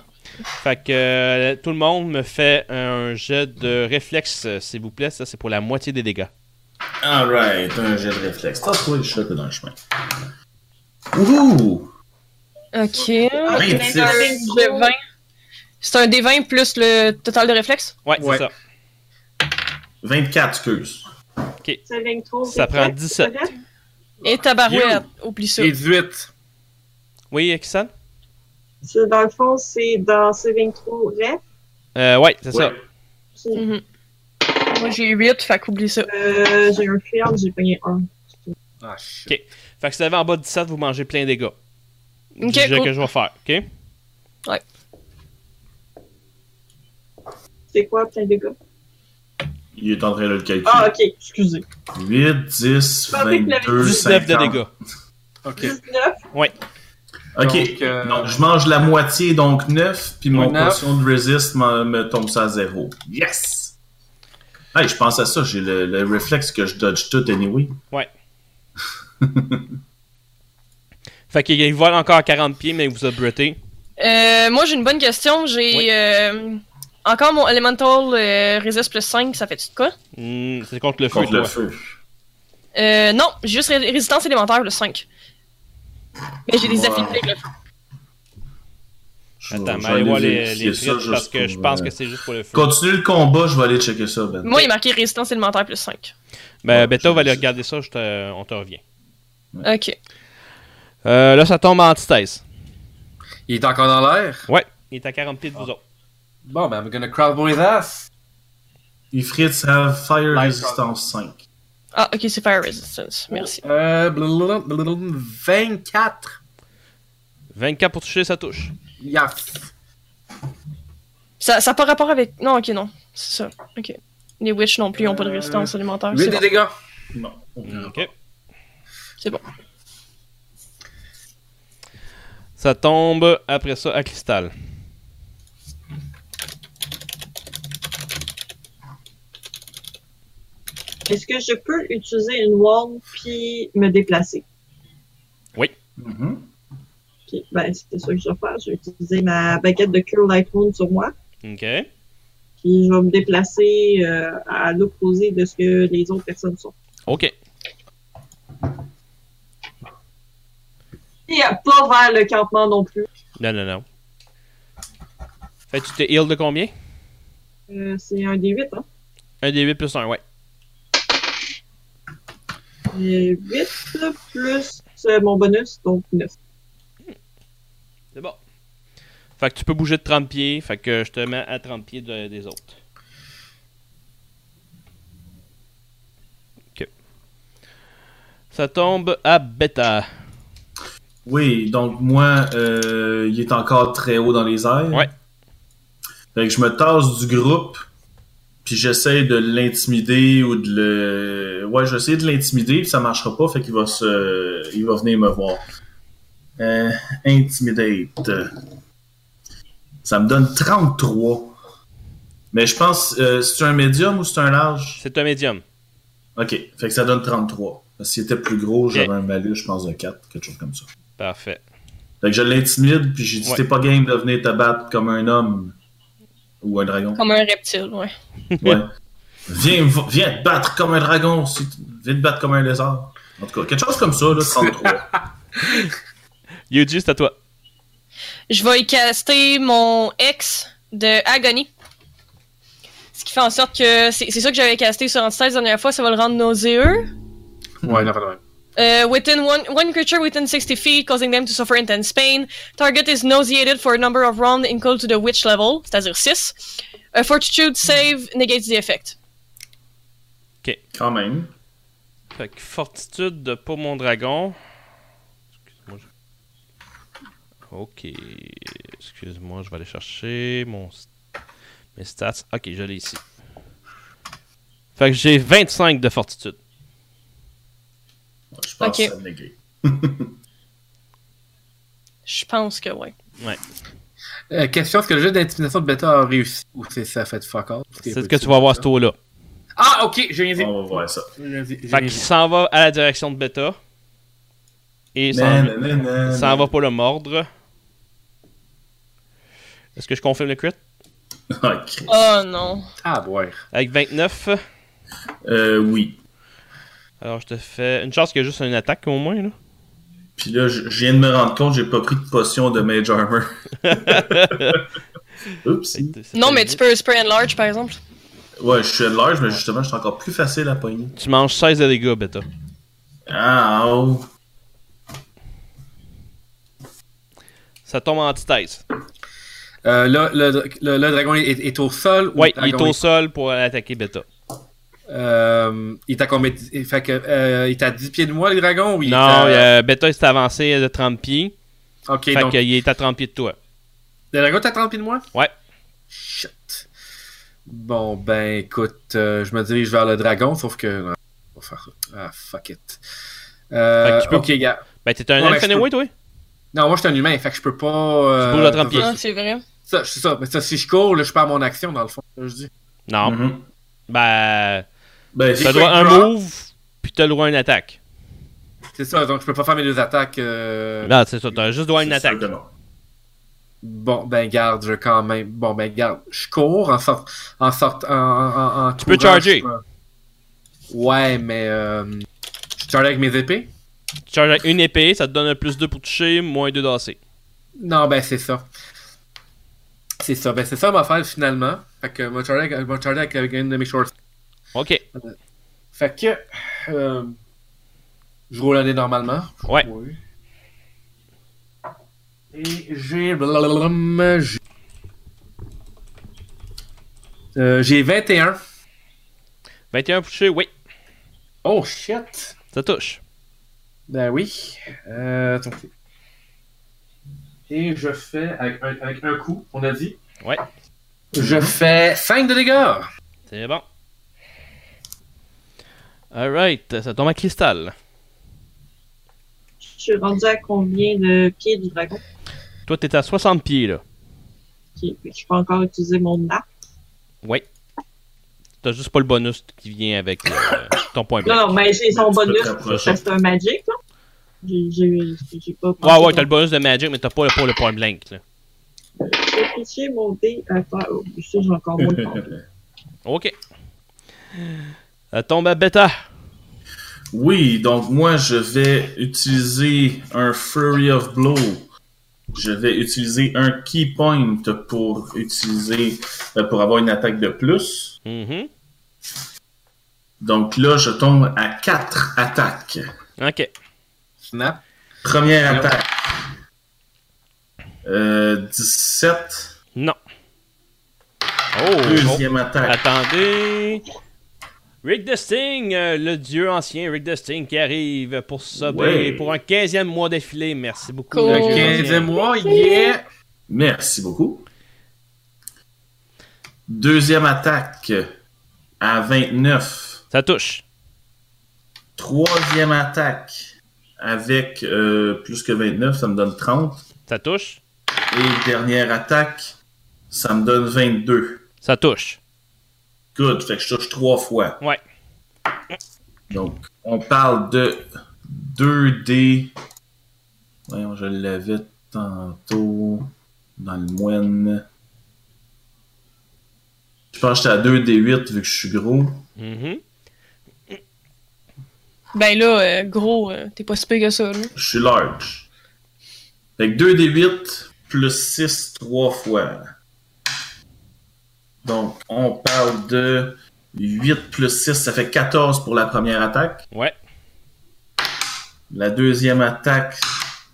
Speaker 1: Fait que euh, tout le monde me fait un jet de réflexe, euh, s'il vous plaît. Ça, c'est pour la moitié des dégâts.
Speaker 3: Alright, un jet de réflexe. Ah, T'as trouvé le chat dans le chemin. Wouhou!
Speaker 5: Ok.
Speaker 4: Ah, mais
Speaker 3: vingt-six.
Speaker 4: dans les
Speaker 5: D20.
Speaker 4: gros,
Speaker 5: C'est un D20 plus le total de réflexe?
Speaker 1: Ouais,
Speaker 2: Ouais.
Speaker 1: c'est ça.
Speaker 3: 24, excuse.
Speaker 4: ça vient de trop,
Speaker 1: Ça
Speaker 4: c'est
Speaker 1: prend
Speaker 4: fait,
Speaker 1: 17.
Speaker 4: c'est fait.
Speaker 5: Et tabarouette, oublie ça.
Speaker 2: Et 18.
Speaker 1: Oui, Eksan?
Speaker 4: C'est- Dans le fond, c'est dans Saving Throw Ref.
Speaker 1: Euh, ouais, c'est
Speaker 3: Ouais.
Speaker 1: ça.
Speaker 4: Puis,
Speaker 5: Mhm. Moi j'ai 8, fait qu'oublie ça.
Speaker 4: euh, j'ai un ferme, j'ai pogné un.
Speaker 2: Ah, shit.
Speaker 1: Ok. Fait que si vous avez en bas de 17, vous mangez plein de dégâts.
Speaker 5: Ok,
Speaker 1: du jet
Speaker 5: cool.
Speaker 1: que je vais faire, ok?
Speaker 4: C'est quoi, plein de gars?
Speaker 3: Il est en train de le calculer.
Speaker 4: Ah, ok, excusez.
Speaker 3: 8, 10,
Speaker 4: Pas avec la
Speaker 3: 22,
Speaker 1: 19 de
Speaker 3: 50.
Speaker 1: dégâts.
Speaker 2: Ok.
Speaker 4: 19,
Speaker 2: Donc,
Speaker 3: Ok, donc,
Speaker 2: euh,
Speaker 3: je mange la moitié, donc 9, puis mon
Speaker 2: Neuf.
Speaker 3: potion de résiste me, me tombe ça à 0. Yes! Hey, je pense à ça, j'ai le, le réflexe que je dodge tout anyway.
Speaker 1: Fait qu'il il vole encore à 40 pieds, mais il vous a bruté.
Speaker 5: Euh, moi j'ai une bonne question. J'ai
Speaker 1: Oui.
Speaker 5: euh, encore mon Elemental euh, Resist plus 5, ça fait-tu de quoi?
Speaker 1: Hmm, c'est contre le feu,
Speaker 3: Contre le
Speaker 1: toi.
Speaker 3: feu.
Speaker 5: Euh, non, j'ai juste ré- résistance élémentaire le 5. Mais j'ai des
Speaker 3: Ouais.
Speaker 5: affinités avec le feu.
Speaker 3: Je vais-
Speaker 1: Attends,
Speaker 3: je
Speaker 1: mais
Speaker 3: vais
Speaker 1: allez
Speaker 3: aller
Speaker 1: voir les,
Speaker 3: vérifier
Speaker 1: les
Speaker 3: ça
Speaker 1: crits,
Speaker 3: juste
Speaker 1: parce que
Speaker 3: pour,
Speaker 1: je pense
Speaker 3: euh,
Speaker 1: que c'est juste pour le feu.
Speaker 3: Continue le combat, je vais aller checker ça, Ben.
Speaker 5: Moi il est marqué résistance élémentaire plus 5.
Speaker 1: Ben,
Speaker 3: Ouais,
Speaker 1: Beto
Speaker 3: je-
Speaker 1: va aller
Speaker 3: je-
Speaker 1: regarder ça, je te- on te revient.
Speaker 5: Ok.
Speaker 1: Euh, là, ça tombe en antithèse.
Speaker 2: Il est encore dans l'air.
Speaker 1: Ouais, il est à 40 pieds de
Speaker 3: Ah.
Speaker 1: vous autres.
Speaker 2: Bon, ben, I'm gonna crowdboy his ass.
Speaker 3: Ifrit have fire
Speaker 2: Light
Speaker 3: resistance 5.
Speaker 5: Ah ok, c'est Fire Resistance, merci.
Speaker 2: Euh, blablabla, blablabla, 24.
Speaker 1: 24 pour toucher, ça touche.
Speaker 2: Yes.
Speaker 5: Ça n'a pas rapport avec. Non, ok, non. C'est ça. Ok. Les witches non plus n'ont pas de
Speaker 2: Euh,
Speaker 5: résistance
Speaker 1: Ah,
Speaker 5: élémentaire.
Speaker 2: 8
Speaker 5: C'est
Speaker 2: des
Speaker 5: bon.
Speaker 2: dégâts.
Speaker 3: Non. aucun rapport.
Speaker 1: Ok.
Speaker 5: C'est bon.
Speaker 1: Ça tombe après ça à cristal.
Speaker 4: est-ce que je peux utiliser une wall puis me déplacer?
Speaker 3: Mhm.
Speaker 4: Ok, ben, c'est ça que je vais faire. Je vais utiliser ma baguette de Cure Light Wound sur moi.
Speaker 1: Ok.
Speaker 4: Puis je vais me déplacer euh, à l'opposé de ce que les autres personnes sont.
Speaker 1: Ok.
Speaker 4: Et euh, pas vers le campement non plus.
Speaker 1: Non, non, non. Fait que tu t'es heal de combien
Speaker 4: Euh, c'est un des 8, hein?
Speaker 1: Un des 8 plus 1, ouais.
Speaker 4: Et 8 Euh, plus euh, mon bonus, donc 9.
Speaker 1: C'est bon. Fait que tu peux bouger de 30 pieds, fait que je te mets à 30 pieds de- des autres. Ok. Ça tombe à bêta.
Speaker 3: Oui, donc moi, euh, il est encore très haut dans les airs.
Speaker 1: Ouais.
Speaker 3: Fait que je me tasse du groupe, puis j'essaie de l'intimider ou de le. Ouais, j'essaie de l'intimider, puis ça marchera pas, fait qu'il va se. Il va venir me voir. Euh, intimidate. Ça me donne 33. Mais je pense, euh, c'est un médium ou c'est un large?
Speaker 1: C'est un médium.
Speaker 3: Ok, fait que ça donne 33. Parce qu'il était plus gros, j'avais
Speaker 1: Ok.
Speaker 3: un malus, je pense, de 4, quelque chose comme ça.
Speaker 1: Parfait.
Speaker 3: Fait que je l'intimide, puis j'ai dit
Speaker 1: Ouais.
Speaker 3: T'es pas game de venir te battre comme un homme ou
Speaker 1: <laughs>
Speaker 3: un dragon.
Speaker 5: Comme un reptile, ouais.
Speaker 3: Ouais. viens, me- viens te battre comme un dragon, si tu- viens te battre comme un lézard. En tout cas, quelque chose comme ça, là, 33.
Speaker 1: <laughs> Yuji, c'est à toi.
Speaker 5: Je vais y caster mon ex de Agony. Ce qui fait en sorte que. C'est c'est ça que j'avais casté sur Antithèse la dernière fois, ça va le rendre nauséeux.
Speaker 2: Ouais, il a pas de même.
Speaker 5: Uh, within one, one creature within 60 feet, causing them to suffer intense pain. Target is nauseated for a number of rounds equal to the witch level, c'est-à-dire 6. A fortitude save negates the effect.
Speaker 3: Quand même.
Speaker 1: Fait que fortitude pour mon dragon. Excuse-moi. je- Ok. Excuse-moi, je vais aller chercher mon... st- mes stats. Ok, je l'ai ici. Fait que j'ai 25 de fortitude.
Speaker 3: Je pense
Speaker 5: Ok.
Speaker 3: que ça me négative.
Speaker 5: Je pense que oui.
Speaker 2: Euh, question est-ce que le jeu d'intimidation de bêta a réussi ou c'est ça fait de fuck all? Parce qu'il y a
Speaker 1: C'est ce
Speaker 2: peu
Speaker 1: que
Speaker 2: de
Speaker 1: tu vas voir ce
Speaker 2: ça.
Speaker 1: tour-là.
Speaker 2: Ah, ok, j'ai rien dit.
Speaker 3: On va voir ça.
Speaker 2: J'ai rien dit, j'ai
Speaker 1: Fait
Speaker 2: rien
Speaker 1: qu'il
Speaker 2: dit.
Speaker 1: s'en va à la direction de Beta. Et s'en
Speaker 3: Nanana.
Speaker 1: s'en va pour le mordre. Est-ce que je confirme le crit?
Speaker 3: <laughs> Ok.
Speaker 5: Oh non.
Speaker 2: Ah, boire.
Speaker 1: Avec 29.
Speaker 3: Euh, oui.
Speaker 1: Alors je te fais une chance qu'il y a juste une attaque au moins.
Speaker 2: <laughs>
Speaker 1: Là.
Speaker 3: Puis là, je je viens de me rendre compte, j'ai pas pris de potion de Mage Armor. <laughs> Oups.
Speaker 5: Non, mais tu peux spray and large, par exemple.
Speaker 3: Ouais, je suis à large, mais justement, je suis encore plus facile à pogner.
Speaker 1: Tu manges 16 de dégâts, Beta.
Speaker 3: Ah, oh.
Speaker 1: Ça tombe en antithèse.
Speaker 2: Euh, là, le, le- le dragon est, est au sol. ou
Speaker 1: Ouais,
Speaker 2: le
Speaker 1: il est
Speaker 2: dragon
Speaker 1: au sol pour aller attaquer Beta.
Speaker 2: Euh, il est à combien de- il fait que, euh, il est à 10 pieds de moi, le dragon? Ou il est
Speaker 1: non,
Speaker 2: à-
Speaker 1: euh, Beta il s'est avancé de 30 pieds.
Speaker 2: Ok,
Speaker 1: fait
Speaker 2: donc.
Speaker 1: qu'il est à 30 pieds de toi.
Speaker 2: Le dragon est à 30 pieds de moi?
Speaker 1: Ouais.
Speaker 2: Shit. Bon, ben, écoute, euh, je me dirige vers le dragon, sauf que. non, on va faire ça. Ah, fuck it. Euh,
Speaker 1: Fait que tu peux-
Speaker 2: Ok, gars.
Speaker 1: Ben t'es un
Speaker 2: Ouais,
Speaker 1: elf
Speaker 2: je peux-
Speaker 1: anyway, toi?
Speaker 2: Non, moi, je suis un humain, fait que je peux pas. euh,
Speaker 1: Tu bouges à 30 pieds.
Speaker 5: Ah, c'est vrai.
Speaker 2: Ça, c'est ça. Mais ça, si je cours, là, je perds mon action, dans le fond. là, je dis.
Speaker 1: Non.
Speaker 2: Hmm.
Speaker 3: Mhm.
Speaker 1: Ben.
Speaker 3: Ben,
Speaker 1: T'as
Speaker 3: c'est
Speaker 1: le droit à un
Speaker 2: fait drop.
Speaker 1: move, puis t'as le droit à une attaque.
Speaker 2: C'est ça, donc je peux pas faire mes deux attaques. euh,
Speaker 1: Là, c'est ça, t'as juste droit à une
Speaker 3: c'est
Speaker 1: attaque.
Speaker 3: certainement.
Speaker 2: Bon, ben, garde, je quand même. Bon, ben, garde. Je cours en sortant. En sort, en, en, en- en
Speaker 1: Tu peux
Speaker 2: courant,
Speaker 1: charger.
Speaker 2: je peux- Ouais, mais. Euh, je charge avec mes épées?
Speaker 1: Tu charges avec une épée, ça te donne un plus 2 pour toucher, moins 2 d'AC.
Speaker 2: Non, ben, c'est ça. C'est ça. Ben, c'est ça ma affaire finalement. Fait que, moi, je charge avec, moi, je charge avec, avec une de mes shorts.
Speaker 1: Ok.
Speaker 2: Fait que. euh, je roule un dé normalement.
Speaker 1: Ouais.
Speaker 2: Et j'ai. blablablam, j'ai- Euh, j'ai 21.
Speaker 1: 21 pour toucher, oui,
Speaker 2: Oh shit!
Speaker 1: ça touche.
Speaker 2: Ben oui. Euh, attends. Et je fais avec un, avec un coup, on a dit.
Speaker 1: Ouais.
Speaker 2: Je fais 5 de dégâts.
Speaker 1: C'est bon. Alright, ça tombe à cristal.
Speaker 4: Je suis rendu à combien de pieds du dragon?
Speaker 1: Toi, t'es à 60 pieds, là.
Speaker 4: Ok, fait que je peux encore utiliser mon arc.
Speaker 1: T'as juste pas le bonus qui vient avec euh, ton point blanc.
Speaker 4: Non, non, mais j'ai
Speaker 3: Tu
Speaker 4: son
Speaker 3: peux te
Speaker 4: bonus.
Speaker 3: rapprocher.
Speaker 4: parce que C'est un magic, là. J'ai- J'ai j'ai pas.
Speaker 1: Ouais, ouais, t'as le bonus de Magic, mais t'as pas le, pour le point blank, là.
Speaker 4: J'ai fiché mon dé à faire. Oh, je sais, j'ai encore moins
Speaker 3: <laughs>
Speaker 4: de temps.
Speaker 1: Ok. Ça tombe à bêta.
Speaker 3: Oui, donc moi je vais utiliser un Fury of Blow. Je vais utiliser un Key Point pour utiliser euh, pour avoir une attaque de plus.
Speaker 1: Mhm.
Speaker 3: Donc là, je tombe à 4 attaques.
Speaker 1: Ok.
Speaker 2: Snap.
Speaker 3: Première attaque. Euh, 17.
Speaker 1: Non. Oh, oh.
Speaker 3: Deuxième attaque.
Speaker 1: Attendez. Rick Desting, euh, le dieu ancien Rick Desting qui arrive pour sauver
Speaker 3: Ouais.
Speaker 1: pour un 15e mois défilé. Merci beaucoup.
Speaker 5: Cool.
Speaker 1: le
Speaker 5: Oh.
Speaker 2: Ok,
Speaker 1: dieu ancien.
Speaker 2: dis-moi, yeah!
Speaker 3: Merci beaucoup. Deuxième attaque à 29.
Speaker 1: Ça touche.
Speaker 3: Troisième attaque avec euh, plus que 29, ça me donne 30.
Speaker 1: Ça touche.
Speaker 3: Et dernière attaque, ça me donne 22.
Speaker 1: Ça touche.
Speaker 3: Good, fait que je touche trois fois.
Speaker 1: Ouais.
Speaker 3: Donc, on parle de 2D. Voyons, je l'avais tantôt dans le moine. Je pense que j'étais à 2D8 vu que je suis gros.
Speaker 1: Mhm.
Speaker 5: Ben là, euh, gros, euh, t'es pas si pire que ça, là.
Speaker 3: Je suis large. Fait que 2d8 plus 6 3 fois. Donc, on parle de 8 plus 6, ça fait 14 pour la première attaque.
Speaker 1: Ouais.
Speaker 3: La deuxième attaque,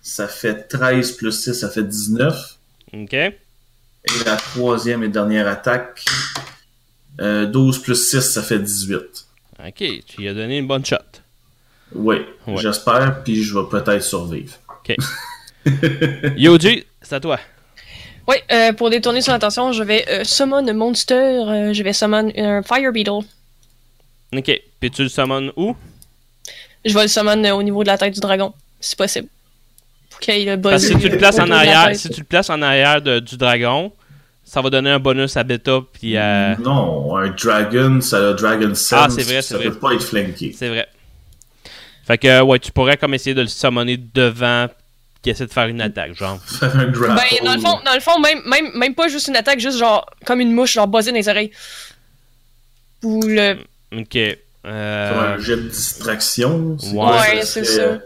Speaker 3: ça fait 13 plus 6, ça fait 19.
Speaker 1: Ok.
Speaker 3: Et la troisième et dernière attaque, euh, 12 plus 6, ça fait 18.
Speaker 1: Ok, tu lui as donné une bonne shot.
Speaker 3: Oui,
Speaker 1: Ouais.
Speaker 3: j'espère, puis je vais peut-être survivre.
Speaker 1: Yoji, c'est à toi.
Speaker 5: Oui, euh, pour détourner son attention, je vais euh, summon un monster, euh, je vais summon un fire beetle.
Speaker 1: Ok, puis tu le summons où
Speaker 5: Je vais le summon euh, au niveau de la tête du dragon, si possible. Pour qu'il le
Speaker 1: Parce
Speaker 5: buzz.
Speaker 1: que si tu le places en
Speaker 5: autour de la
Speaker 1: arrière,
Speaker 5: tête.
Speaker 1: si tu le places en arrière de- du dragon, ça va donner un bonus à Beta puis
Speaker 3: Mhm.
Speaker 1: à.
Speaker 3: Non, un dragon, ça a dragon sense.
Speaker 1: Ah, c'est vrai, c'est
Speaker 3: Ça
Speaker 1: vrai.
Speaker 3: peut pas être flanqué.
Speaker 1: C'est vrai. Fait que ouais, tu pourrais comme essayer de le summoner devant qui essaie de faire une attaque, genre.
Speaker 3: Faire un grapple.
Speaker 5: Ben, dans le fond, dans le fond même, même, même pas juste une attaque, juste genre comme une mouche, genre buzzer dans les oreilles. Ou le.
Speaker 1: Ok.
Speaker 3: Faire
Speaker 1: Euh,
Speaker 3: un jet de distraction. c'est
Speaker 1: Ouais.
Speaker 3: quoi,
Speaker 5: Ouais,
Speaker 3: serait-
Speaker 5: c'est ça.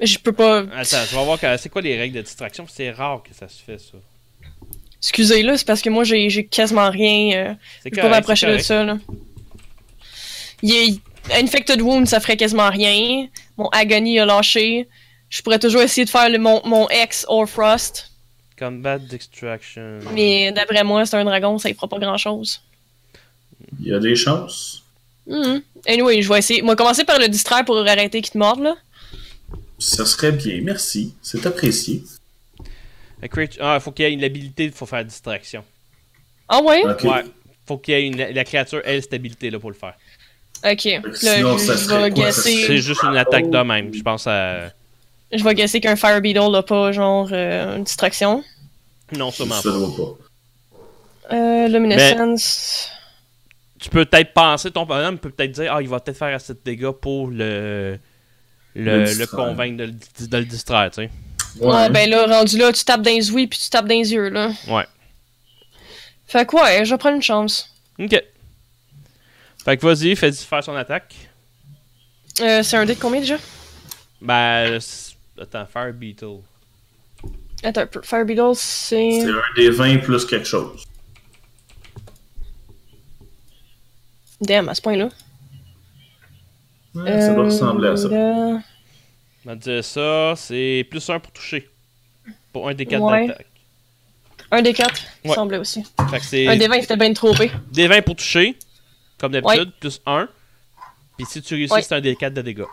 Speaker 5: Je peux pas.
Speaker 1: Attends, je vais voir que- c'est quoi les règles de distraction. C'est rare que ça se fait ça.
Speaker 5: Excusez-le, c'est parce que moi j'ai j'ai quasiment rien. euh,
Speaker 1: C'est
Speaker 5: je peux pas
Speaker 1: correct, c'est
Speaker 5: m'approcher de
Speaker 1: correct.
Speaker 5: ça, là. Il est- Infected Wound, ça ferait quasiment rien. Mon Agony a lâché. Je pourrais toujours essayer de faire le, mon, mon ex or Frost.
Speaker 1: Combat distraction.
Speaker 5: Mais d'après moi, c'est un dragon, ça y fera pas grand chose.
Speaker 3: Il y a des chances.
Speaker 5: Mhm. Anyway, je vais essayer. Moi, commencer par le distraire pour arrêter qu'il te morde, là.
Speaker 3: Ça serait bien, merci. C'est apprécié.
Speaker 1: A creature- Ah, faut qu'il y ait une habilité, faut faire distraction.
Speaker 5: Ah ouais?
Speaker 3: Ok.
Speaker 1: Ouais. Faut qu'il y ait une... la créature ait cette habilité là pour le faire.
Speaker 5: Ok. Là,
Speaker 3: sinon,
Speaker 5: je,
Speaker 3: ça
Speaker 5: je
Speaker 3: serait
Speaker 5: vais
Speaker 3: quoi? Ça
Speaker 1: C'est
Speaker 5: guesser,
Speaker 1: juste une attaque de même. Je pense à.
Speaker 5: je vais guesser qu'un Fire Beetle a pas, genre, euh, une distraction.
Speaker 1: Non,
Speaker 3: Ça
Speaker 1: sûrement
Speaker 3: ne
Speaker 1: pas.
Speaker 3: doit pas.
Speaker 5: Euh, Luminescence.
Speaker 1: tu peux peut-être penser, ton bonhomme peut peut-être dire, ah, il va peut-être faire assez de dégâts pour le,
Speaker 3: Le
Speaker 1: le, le
Speaker 3: distraire.
Speaker 1: convaincre de, le- de le distraire, tu sais.
Speaker 5: Ouais. ben là, rendu là, tu tapes dans les ouïes puis tu tapes dans les yeux, là.
Speaker 1: Ouais.
Speaker 5: Fait que ouais, je vais prendre une chance.
Speaker 1: Ok. Fait que vas-y, fais faire son attaque.
Speaker 5: Euh, c'est un dé de combien déjà?
Speaker 1: Ben, c'est- attends, Fire Beetle.
Speaker 5: Attends, un peu. Fire Beetle, c'est.
Speaker 3: C'est un des 20 plus quelque chose.
Speaker 5: Damn, à ce point-là.
Speaker 3: Ouais, Ça doit ressembler à ça.
Speaker 5: Euh, là,
Speaker 1: On va dire ça, c'est plus 1 pour toucher. Pour un des 4
Speaker 5: Ouais.
Speaker 1: d'attaque.
Speaker 5: Un des quatre, il
Speaker 1: Ouais.
Speaker 5: semblait aussi.
Speaker 1: Fait que c'est
Speaker 5: Un des 20, c'était bien trop épais.
Speaker 1: des 20 pour toucher, comme d'habitude, plus 1. Puis si tu réussis,
Speaker 5: Ouais.
Speaker 1: c'est un des 4 de dégâts.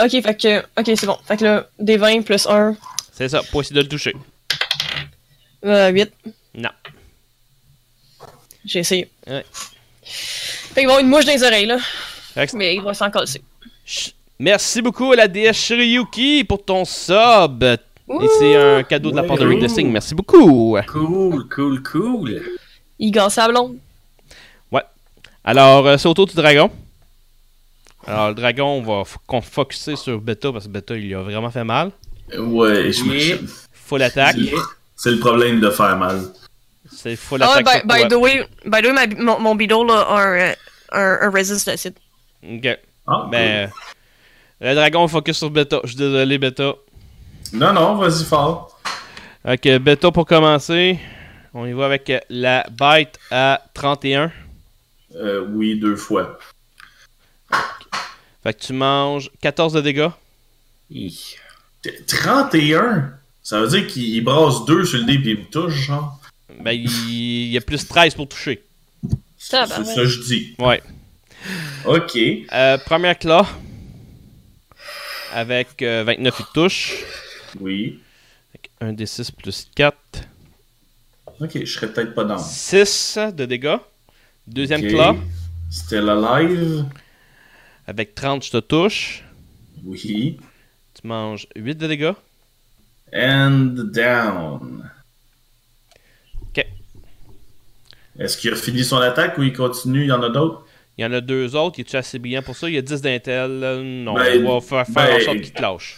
Speaker 5: Ok, fait que. Ok, c'est bon. Fait que là, des 20 plus 1,
Speaker 1: C'est ça, pour essayer de le toucher.
Speaker 5: euh, 8.
Speaker 1: Non.
Speaker 5: J'ai essayé.
Speaker 1: Ouais.
Speaker 5: Fait qu'il va avoir une mouche dans les oreilles, là.
Speaker 1: Fait que c'est-
Speaker 5: Mais il va s'en coller.
Speaker 1: Ch- Merci beaucoup à la déesse Shiryuki pour ton sub. Et c'est un cadeau de la part de Rick Lessing. Merci beaucoup.
Speaker 2: Cool, cool, cool.
Speaker 5: Il gagne sa blonde.
Speaker 1: Alors, euh, c'est au tour du dragon. Alors, le dragon, on va f- qu'on focuser sur Beta parce que Beta, il a vraiment fait mal.
Speaker 3: Ouais, je
Speaker 2: Yeah.
Speaker 3: m'achète.
Speaker 1: Full attaque.
Speaker 2: Yeah.
Speaker 3: C'est le problème de faire mal.
Speaker 1: C'est full
Speaker 5: Ah ouais,
Speaker 1: attaque.
Speaker 5: by,
Speaker 1: sur
Speaker 5: by the
Speaker 1: toi.
Speaker 5: way, by the way, ma- mon, mon bidon, là, a un, euh, un, un resist d'acide.
Speaker 1: Ok.
Speaker 3: Ah,
Speaker 1: Mais. euh, le dragon focus sur Beta. Je suis désolé, Beta.
Speaker 3: cool. Non, non, vas-y fort.
Speaker 1: Ok, Beta pour commencer. On y va avec euh, la bite à 31.
Speaker 3: Euh, oui, deux fois.
Speaker 1: Fait que tu manges 14 de dégâts.
Speaker 2: Hi.
Speaker 3: T- 31? Ça veut dire qu'il il brasse deux sur le dé puis il me touche, genre.
Speaker 1: Ben, il il y a plus 13 pour toucher.
Speaker 5: Ça,
Speaker 3: C'est
Speaker 5: bah,
Speaker 3: ça
Speaker 5: ouais.
Speaker 3: que je dis.
Speaker 1: Ouais.
Speaker 3: Ok.
Speaker 1: Euh, première claw. Avec euh, 29 de touche.
Speaker 3: Oui.
Speaker 1: 1 d 6 plus 4.
Speaker 3: Ok, je serais peut-être pas dans.
Speaker 1: 6 de dégâts. Deuxième
Speaker 3: Ok.
Speaker 1: claw.
Speaker 3: Still alive.
Speaker 1: Avec 30, je te touche.
Speaker 3: Oui.
Speaker 1: Tu manges 8 de dégâts.
Speaker 3: And down.
Speaker 1: Ok.
Speaker 3: Est-ce qu'il a fini son attaque ou il continue? Il y en a d'autres?
Speaker 1: Il y en a deux autres. Il est assez brillant pour ça. Il y a 10 d'intel. Euh, Non,
Speaker 3: Ben,
Speaker 1: on va faire, faire en
Speaker 3: ben-
Speaker 1: sorte qu'il te lâche.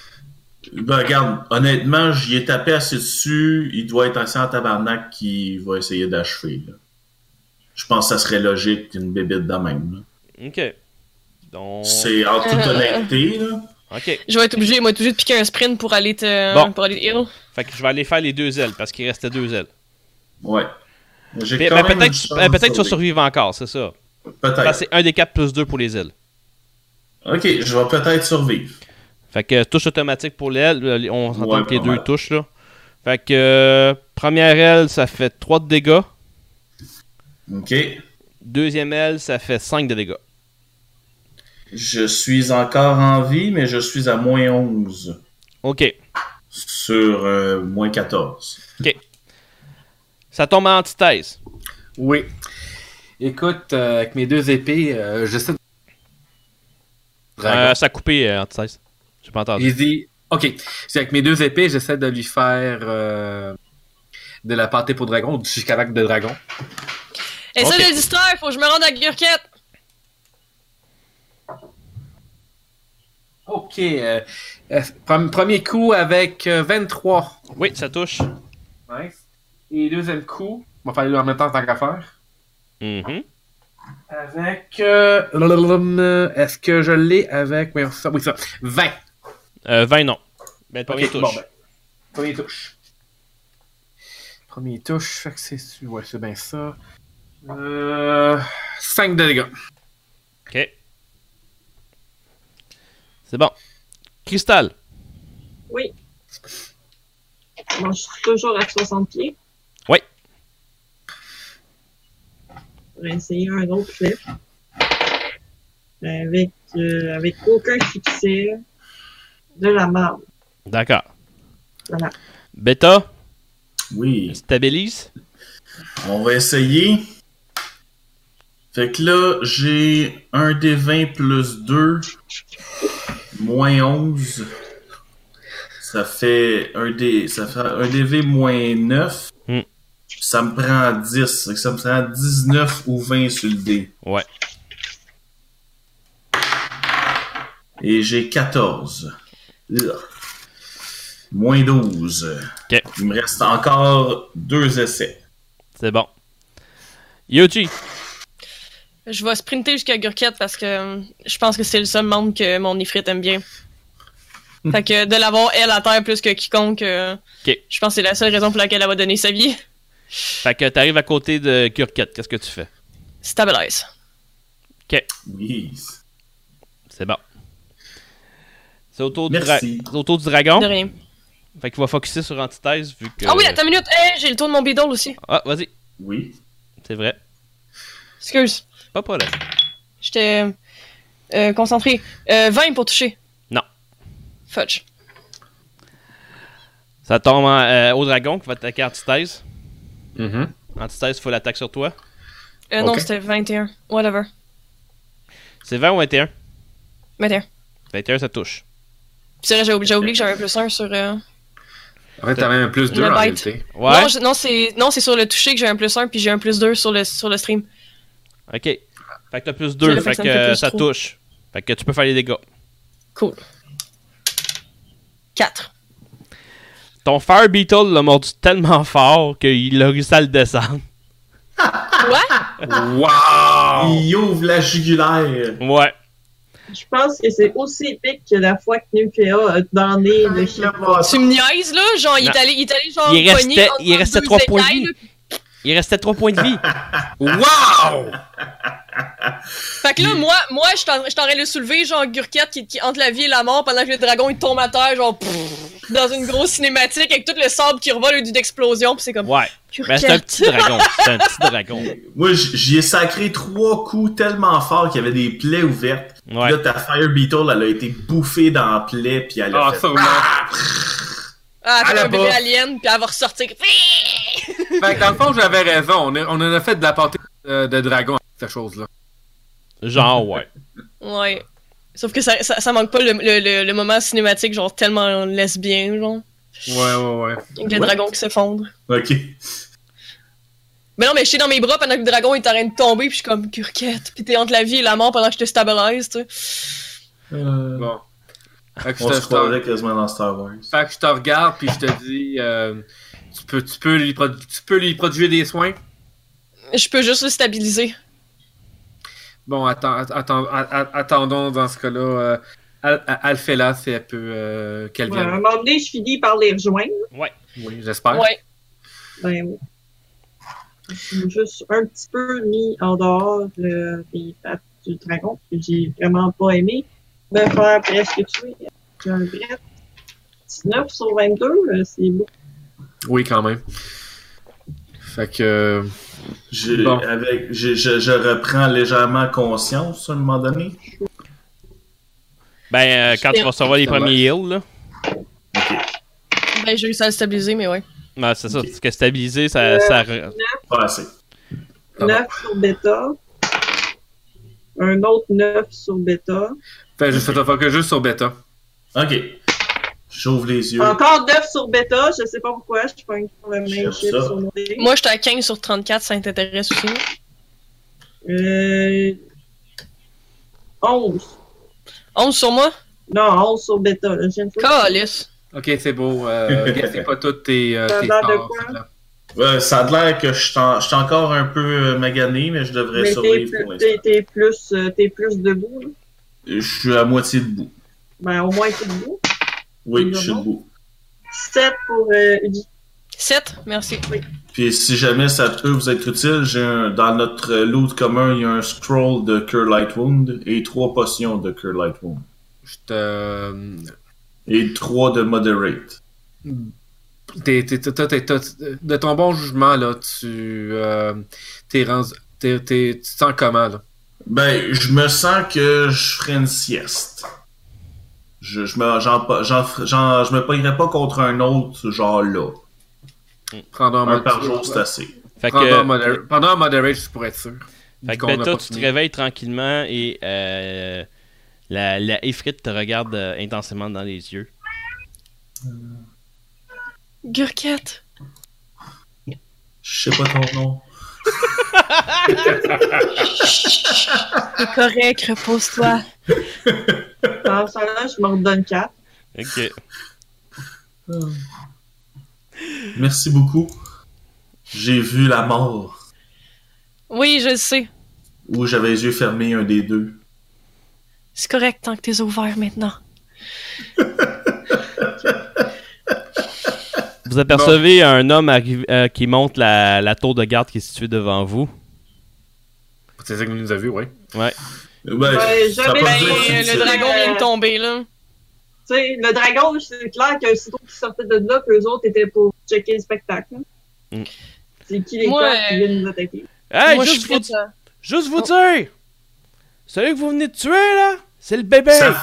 Speaker 3: Ben, regarde, honnêtement, j'y ai tapé assez dessus. Il doit être assez en tabarnak qui va essayer d'achever. là. Je pense que ça serait logique une bébite de même. là.
Speaker 1: Ok. Donc.
Speaker 3: C'est en toute
Speaker 5: Euh.
Speaker 3: honnêteté. Là.
Speaker 1: Ok.
Speaker 5: Je vais être obligé, moi, être obligé de piquer un sprint pour aller te.
Speaker 1: Bon.
Speaker 5: Pour aller te heal.
Speaker 1: Fait que je vais aller faire les deux ailes parce qu'il restait deux ailes.
Speaker 3: Ouais. J'ai
Speaker 1: Puis,
Speaker 3: quand
Speaker 1: ben,
Speaker 3: même une
Speaker 1: peut-être
Speaker 3: chance
Speaker 1: ben, peut-être que
Speaker 3: de
Speaker 1: tu vas
Speaker 3: sauver.
Speaker 1: survivre encore, c'est ça. Ça,
Speaker 3: Peut-être.
Speaker 1: c'est 1 des 4 plus 2 pour les ailes.
Speaker 3: Ok, je vais peut-être survivre.
Speaker 1: Fait que euh, touche automatique pour l'aile. euh, On s'entend
Speaker 3: Ouais,
Speaker 1: que les
Speaker 3: pas
Speaker 1: deux
Speaker 3: mal.
Speaker 1: touchent là. Fait que euh, première aile, ça fait 3 de dégâts.
Speaker 3: Ok.
Speaker 1: Deuxième aile, ça fait 5 de dégâts.
Speaker 3: Je suis encore en vie, mais je suis à moins 11
Speaker 1: Ok.
Speaker 3: sur euh, moins 14.
Speaker 1: Ça tombe en antithèse.
Speaker 2: Oui. Écoute, euh, avec mes deux épées, euh, j'essaie de.
Speaker 1: Euh,
Speaker 2: Dragon.
Speaker 1: ça a coupé euh, antithèse. J'ai pas entendu.
Speaker 2: Il dit. Ok. C'est avec mes deux épées, j'essaie de lui faire euh, de la pâté pour dragon, du chicavac de dragon.
Speaker 5: Essaie
Speaker 1: Ok.
Speaker 5: de le distraire, faut que je me rende à Gurkette.
Speaker 2: Ok. euh, euh, pre- premier coup avec euh, 23.
Speaker 1: Oui, ça touche.
Speaker 2: Nice. Et deuxième coup, on va faire les deux en même temps tant qu'à faire.
Speaker 1: Mhm.
Speaker 2: Avec. euh, lalalum, euh, Est-ce que je l'ai avec. Oui, ça. Oui, ça. 20.
Speaker 1: Euh, 20 non. Mais le premier
Speaker 2: Ok,
Speaker 1: touche.
Speaker 2: bon, ben, premier touche. Premier touche, fait que c'est. Ouais, c'est bien ça. Euh. 5 de dégâts.
Speaker 1: Ok. C'est bon. Cristal.
Speaker 4: Bon, je suis toujours à 60 pieds.
Speaker 1: Oui.
Speaker 4: On va essayer un autre clip. Avec, euh, avec aucun succès. De la marde.
Speaker 1: D'accord.
Speaker 4: Voilà.
Speaker 1: Beta,
Speaker 3: Oui.
Speaker 1: stabilise.
Speaker 3: On va essayer. Fait que là, j'ai un des 20 plus 2, moins 11. Ça fait un des, ça fait un DV moins 9.
Speaker 1: Hmm.
Speaker 3: Ça me prend 10. Fait que ça me prend 19 ou 20 sur le dé.
Speaker 1: Ouais.
Speaker 3: Et j'ai 14. Ugh. Moins 12.
Speaker 1: Ok.
Speaker 3: Il me reste encore deux essais.
Speaker 1: C'est bon. Yoji.
Speaker 5: Je vais sprinter jusqu'à Gurkette parce que euh, je pense que c'est le seul membre que mon Ifrit aime bien. fait que de l'avoir elle à terre plus que quiconque, euh,
Speaker 1: Hmm. Ok.
Speaker 5: je pense que c'est la seule raison pour laquelle elle va donner sa vie.
Speaker 1: Fait que t'arrives à côté de Kurkette. Qu'est-ce que tu fais?
Speaker 5: Stabilize.
Speaker 3: Oui.
Speaker 1: C'est bon. C'est autour, du dra-
Speaker 3: Merci.
Speaker 1: c'est autour du dragon.
Speaker 5: De rien.
Speaker 1: Fait qu'il va focuser sur antithèse vu que.
Speaker 5: Ah oui, attends une minute. Hey, j'ai le tour de mon bidon aussi.
Speaker 1: Ah, vas-y.
Speaker 3: Oui.
Speaker 1: C'est vrai.
Speaker 5: Excuse.
Speaker 1: Pas pas là.
Speaker 5: J'étais euh, euh, concentré. Euh, 20 pour toucher.
Speaker 1: Non.
Speaker 5: Fudge.
Speaker 1: Ça tombe en- euh, au dragon qui va attaquer antithèse.
Speaker 2: Mm-hmm.
Speaker 1: Antithèse, faut l'attaque sur toi.
Speaker 5: Euh, Non,
Speaker 2: Ok.
Speaker 5: c'était 21. Whatever.
Speaker 1: C'est 20 ou 21?
Speaker 5: 21.
Speaker 1: 21, ça touche.
Speaker 5: C'est vrai, j'ai oublié, j'ai oublié que j'avais plus 1 sur. euh,
Speaker 2: En fait, t'as même un plus 2
Speaker 5: Le
Speaker 2: en
Speaker 5: bite.
Speaker 2: réalité.
Speaker 1: Ouais.
Speaker 5: Non, je- non, c'est non, c'est sur le toucher que j'ai un plus 1 puis j'ai un plus 2 sur le, sur le stream.
Speaker 1: Ok. Fait que t'as plus 2,
Speaker 5: Ça
Speaker 1: fait que
Speaker 5: fait que ça me fait
Speaker 1: euh,
Speaker 5: plus
Speaker 1: ça
Speaker 5: trois.
Speaker 1: touche. Fait que tu peux faire les dégâts.
Speaker 5: Cool. 4.
Speaker 1: Ton Fire Beetle l'a mordu tellement fort qu'il a réussi à le descendre.
Speaker 2: Wow!
Speaker 3: Il ouvre la jugulaire.
Speaker 1: Ouais.
Speaker 4: Je pense que c'est aussi épique que la fois que Nukea a donné le chien.
Speaker 5: Tu me niaises, là? Genre, il est,
Speaker 1: Non.
Speaker 5: allé, il est allé, genre,
Speaker 1: Il restait-
Speaker 5: pogner entre
Speaker 1: il restait
Speaker 5: deux
Speaker 1: trois points de
Speaker 5: écailles,
Speaker 1: vie.
Speaker 5: là.
Speaker 1: Il restait 3 points
Speaker 5: <laughs>
Speaker 1: de vie.
Speaker 2: Wow!
Speaker 5: Fait que là, moi, moi je t'en- je t'aurais le soulever, genre, Gurkette qui, qui entre la vie et la mort pendant que le dragon il tombe à terre, genre, pfff, dans une grosse cinématique avec tout le sable qui revole au lieu d'explosion, pis c'est comme.
Speaker 1: Ouais. Mais Ben, c'est un petit dragon. C'est un petit dragon.
Speaker 3: Moi, j- j'y ai sacré trois coups tellement forts qu'il y avait des plaies ouvertes.
Speaker 1: Ouais.
Speaker 3: Là, ta Fire Beetle, elle a été bouffée dans la plaie, puis elle a
Speaker 2: Ah,
Speaker 3: fait...
Speaker 2: ça, non.
Speaker 5: Ah,
Speaker 2: À
Speaker 5: t'as
Speaker 2: la
Speaker 5: un bébé
Speaker 2: base.
Speaker 5: alien, puis elle va ressortir.
Speaker 2: Fait que Ben, dans le fond, j'avais raison. On, est- on en a fait de la pâté euh, de dragon, cette chose-là.
Speaker 1: Genre, ouais.
Speaker 5: Ouais. Sauf que ça, ça, ça manque pas le, le, le, le moment cinématique, genre, tellement lesbien, genre,
Speaker 2: Ouais, ouais, ouais.
Speaker 5: avec le
Speaker 3: Ouais.
Speaker 5: dragon qui s'effondre.
Speaker 3: OK.
Speaker 5: Mais non, mais j'étais dans mes bras pendant que le dragon est en train de tomber, puis je suis comme, Gurkette, pis t'es entre la vie et la mort pendant que je te stabilise, tu sais.
Speaker 3: Euh,
Speaker 2: Bon. Fait que je
Speaker 3: on
Speaker 2: te-
Speaker 3: se
Speaker 2: je te-
Speaker 3: croirait quasiment dans Star Wars.
Speaker 2: Fait que je te regarde puis je te dis euh, tu peux tu peux lui produ- tu peux lui produire des soins.
Speaker 5: Je peux juste le stabiliser.
Speaker 2: Bon attends att- attends att- att- attendons dans ce cas-là euh, Al- Al- Alphela si elle peut euh, qu'elle
Speaker 4: Ouais, à un
Speaker 2: vienne.
Speaker 4: moment donné, je finis par les rejoindre.
Speaker 2: Oui, j'espère.
Speaker 5: Ouais.
Speaker 4: Ben oui. Je suis juste un petit peu mis en dehors euh, des pattes du dragon. que J'ai vraiment pas aimé me faire presque tuer. J'ai un vrai 19 sur 22, euh, c'est beaucoup.
Speaker 2: Oui quand même. Fait que euh,
Speaker 3: J'ai-
Speaker 2: Bon.
Speaker 3: avec- j'ai- je, je reprends légèrement conscience à un moment donné.
Speaker 1: Ben, euh, quand tu vas recevoir les
Speaker 2: Ça va.
Speaker 1: premiers heals, là.
Speaker 5: Ben, j'ai réussi à le stabiliser, mais ouais.
Speaker 1: Ah, c'est ça, parce que stabiliser, ça. ça re-
Speaker 3: Pas assez.
Speaker 4: 9 sur bêta. Un autre 9 sur bêta.
Speaker 2: Fait, je fais un focus juste sur bêta.
Speaker 3: Ok. J'ouvre les yeux.
Speaker 4: Encore 9 sur bêta. Je sais pas pourquoi. Je prends le même
Speaker 3: Cherche
Speaker 4: chip
Speaker 3: ça.
Speaker 4: sur mon dé.
Speaker 5: Moi, j'étais à 15 sur 34, ça t'intéresse aussi.
Speaker 4: Euh, 11.
Speaker 5: 11 sur moi?
Speaker 4: Non, 11 sur bêta. Là. J'ai une fois-
Speaker 5: Calice.
Speaker 2: Ok, c'est beau.
Speaker 3: <laughs>
Speaker 2: Euh, c'est pas toutes tes, euh,
Speaker 4: Ça
Speaker 2: tes
Speaker 4: a l'air de
Speaker 2: sorts,
Speaker 4: quoi?
Speaker 2: là.
Speaker 3: Ouais, ça a l'air que je suis en- je suis encore un peu euh, magané, mais je devrais
Speaker 4: Mais t'es
Speaker 3: survivre
Speaker 4: plus,
Speaker 3: pour l'instant.
Speaker 4: t'es- t'es plus, euh, t'es plus debout. là.
Speaker 3: Je suis à moitié debout.
Speaker 4: Ben, au moins, t'es debout.
Speaker 3: Oui,
Speaker 4: Non,
Speaker 3: je suis
Speaker 4: non.
Speaker 3: debout.
Speaker 4: 7 pour euh, Udi.
Speaker 5: 7, merci.
Speaker 3: Puis si jamais ça peut vous être utile, j'ai un, dans notre loot commun, il y a un scroll de Cure Light Wound et trois potions de Cure Light Wound.
Speaker 2: Je te. euh,
Speaker 3: Et trois de Moderate.
Speaker 2: T'es- t'es- t'as- t'as- t'as- de ton bon jugement, là, tu. euh, t'es rendu- t'es- t'es- tu te sens comment, là?
Speaker 3: Ben, je me sens que je ferais une sieste. Je, je, me, j'en, pa- j'en, fer- j'en- je me pognerais pas contre un autre, genre là.
Speaker 2: Prendre un,
Speaker 3: Un
Speaker 2: mode-
Speaker 3: par jour, c'est assez.
Speaker 1: Fait
Speaker 2: Prendre un
Speaker 1: que. euh,
Speaker 2: modéré- prendre un modéré, juste pour être sûr.
Speaker 1: Fait que
Speaker 2: Qu'on a
Speaker 1: Beta,
Speaker 2: pas
Speaker 1: tu te
Speaker 2: fini.
Speaker 1: réveilles tranquillement et euh, la, la Ifrit te regarde euh, intensément dans les yeux.
Speaker 5: Gurkette.
Speaker 3: Je sais pas ton nom.
Speaker 5: C'est correct, repose-toi.
Speaker 4: Pendant ce temps-là, je me redonne 4.
Speaker 1: Ok.
Speaker 3: Merci beaucoup. J'ai vu la mort.
Speaker 5: Oui, je le sais.
Speaker 3: Ou j'avais les yeux fermés, un des deux.
Speaker 5: C'est correct tant que t'es ouvert maintenant.
Speaker 1: Vous apercevez un homme arri- euh, qui monte la, la tour de garde qui est située devant vous.
Speaker 2: C'est ça que nous a vu, oui.
Speaker 3: Ouais,
Speaker 4: Ouais,
Speaker 3: ça
Speaker 4: j'avais-
Speaker 3: peut
Speaker 5: Ben,
Speaker 3: dire que
Speaker 5: le
Speaker 3: c'est-
Speaker 5: dragon vient de tomber, là.
Speaker 4: Tu sais, le dragon, c'est clair qu'il y a un sitôt qui sortait de là, que eux autres étaient pour checker le spectacle. hein.
Speaker 1: Mm.
Speaker 4: C'est qui les
Speaker 5: Moi,
Speaker 4: quatre qui
Speaker 5: euh,
Speaker 4: viennent nous attaquer?
Speaker 1: Hey,
Speaker 5: Moi, je suis
Speaker 1: juste, vous,
Speaker 5: prête à-
Speaker 1: juste vous dire! Celui que vous venez de tuer, là, c'est le bébé!
Speaker 5: Ben,
Speaker 3: Ça,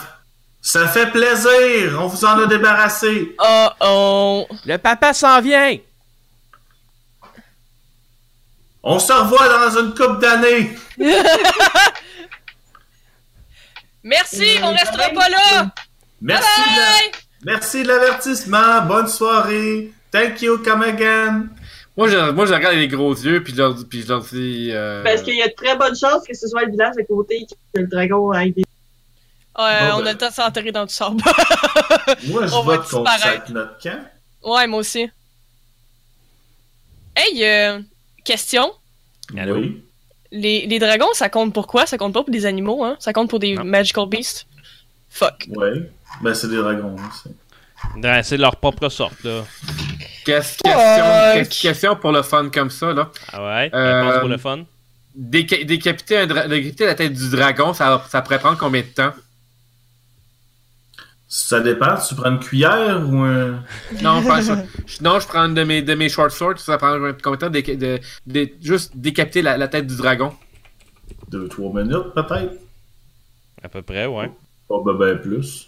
Speaker 3: ça fait plaisir! On vous en a débarrassé!
Speaker 5: Oh oh. <laughs>
Speaker 1: Le papa s'en vient!
Speaker 3: On se revoit dans une coupe d'années!
Speaker 5: Merci,
Speaker 4: Euh,
Speaker 5: on restera pas là.
Speaker 3: Merci, de la-
Speaker 5: Bye.
Speaker 3: merci de l'avertissement! Bonne soirée! Thank you, come
Speaker 5: <laughs>
Speaker 3: again!
Speaker 2: Moi, je, moi, je regarde avec les gros yeux, puis je leur, puis je leur dis. euh,
Speaker 4: Parce qu'il y a de très bonnes chances que ce soit le village à côté que le dragon aille des...
Speaker 5: Euh,
Speaker 3: Bon,
Speaker 5: on
Speaker 3: ben.
Speaker 5: a le temps de s'enterrer dans du sable. <laughs>
Speaker 3: Moi, je
Speaker 5: On va
Speaker 3: vote qu'on
Speaker 5: disparaître.
Speaker 3: sac notre camp.
Speaker 5: ouais, moi aussi. Hey, euh, question.
Speaker 1: Allô?
Speaker 3: Oui.
Speaker 5: Les, les dragons, ça compte pour quoi? Ça compte pas pour des animaux, hein? Ça compte pour des
Speaker 1: Non.
Speaker 5: magical beasts? Fuck.
Speaker 3: Ouais. Ben, c'est des dragons. hein, c'est-
Speaker 1: Ouais, c'est de leur propre sorte, là.
Speaker 2: qu'est-ce- question,
Speaker 5: Fuck.
Speaker 2: qu'est-ce- question pour le fun comme ça, là.
Speaker 1: Ah ouais?
Speaker 2: Euh,
Speaker 1: Réponse pour le fun?
Speaker 2: Déca- décapiter, un dra- décapiter la tête du dragon, ça, ça pourrait prendre combien de temps?
Speaker 3: Ça dépend, tu prends une cuillère ou un.
Speaker 2: Non, je, prends- je- non, je prends une de mes, de mes short swords, ça prend combien de temps? déca- de- de- juste décapiter la, la tête du dragon.
Speaker 3: deux, trois minutes peut-être?
Speaker 1: À peu près, ouais.
Speaker 3: Pas ben, ben plus.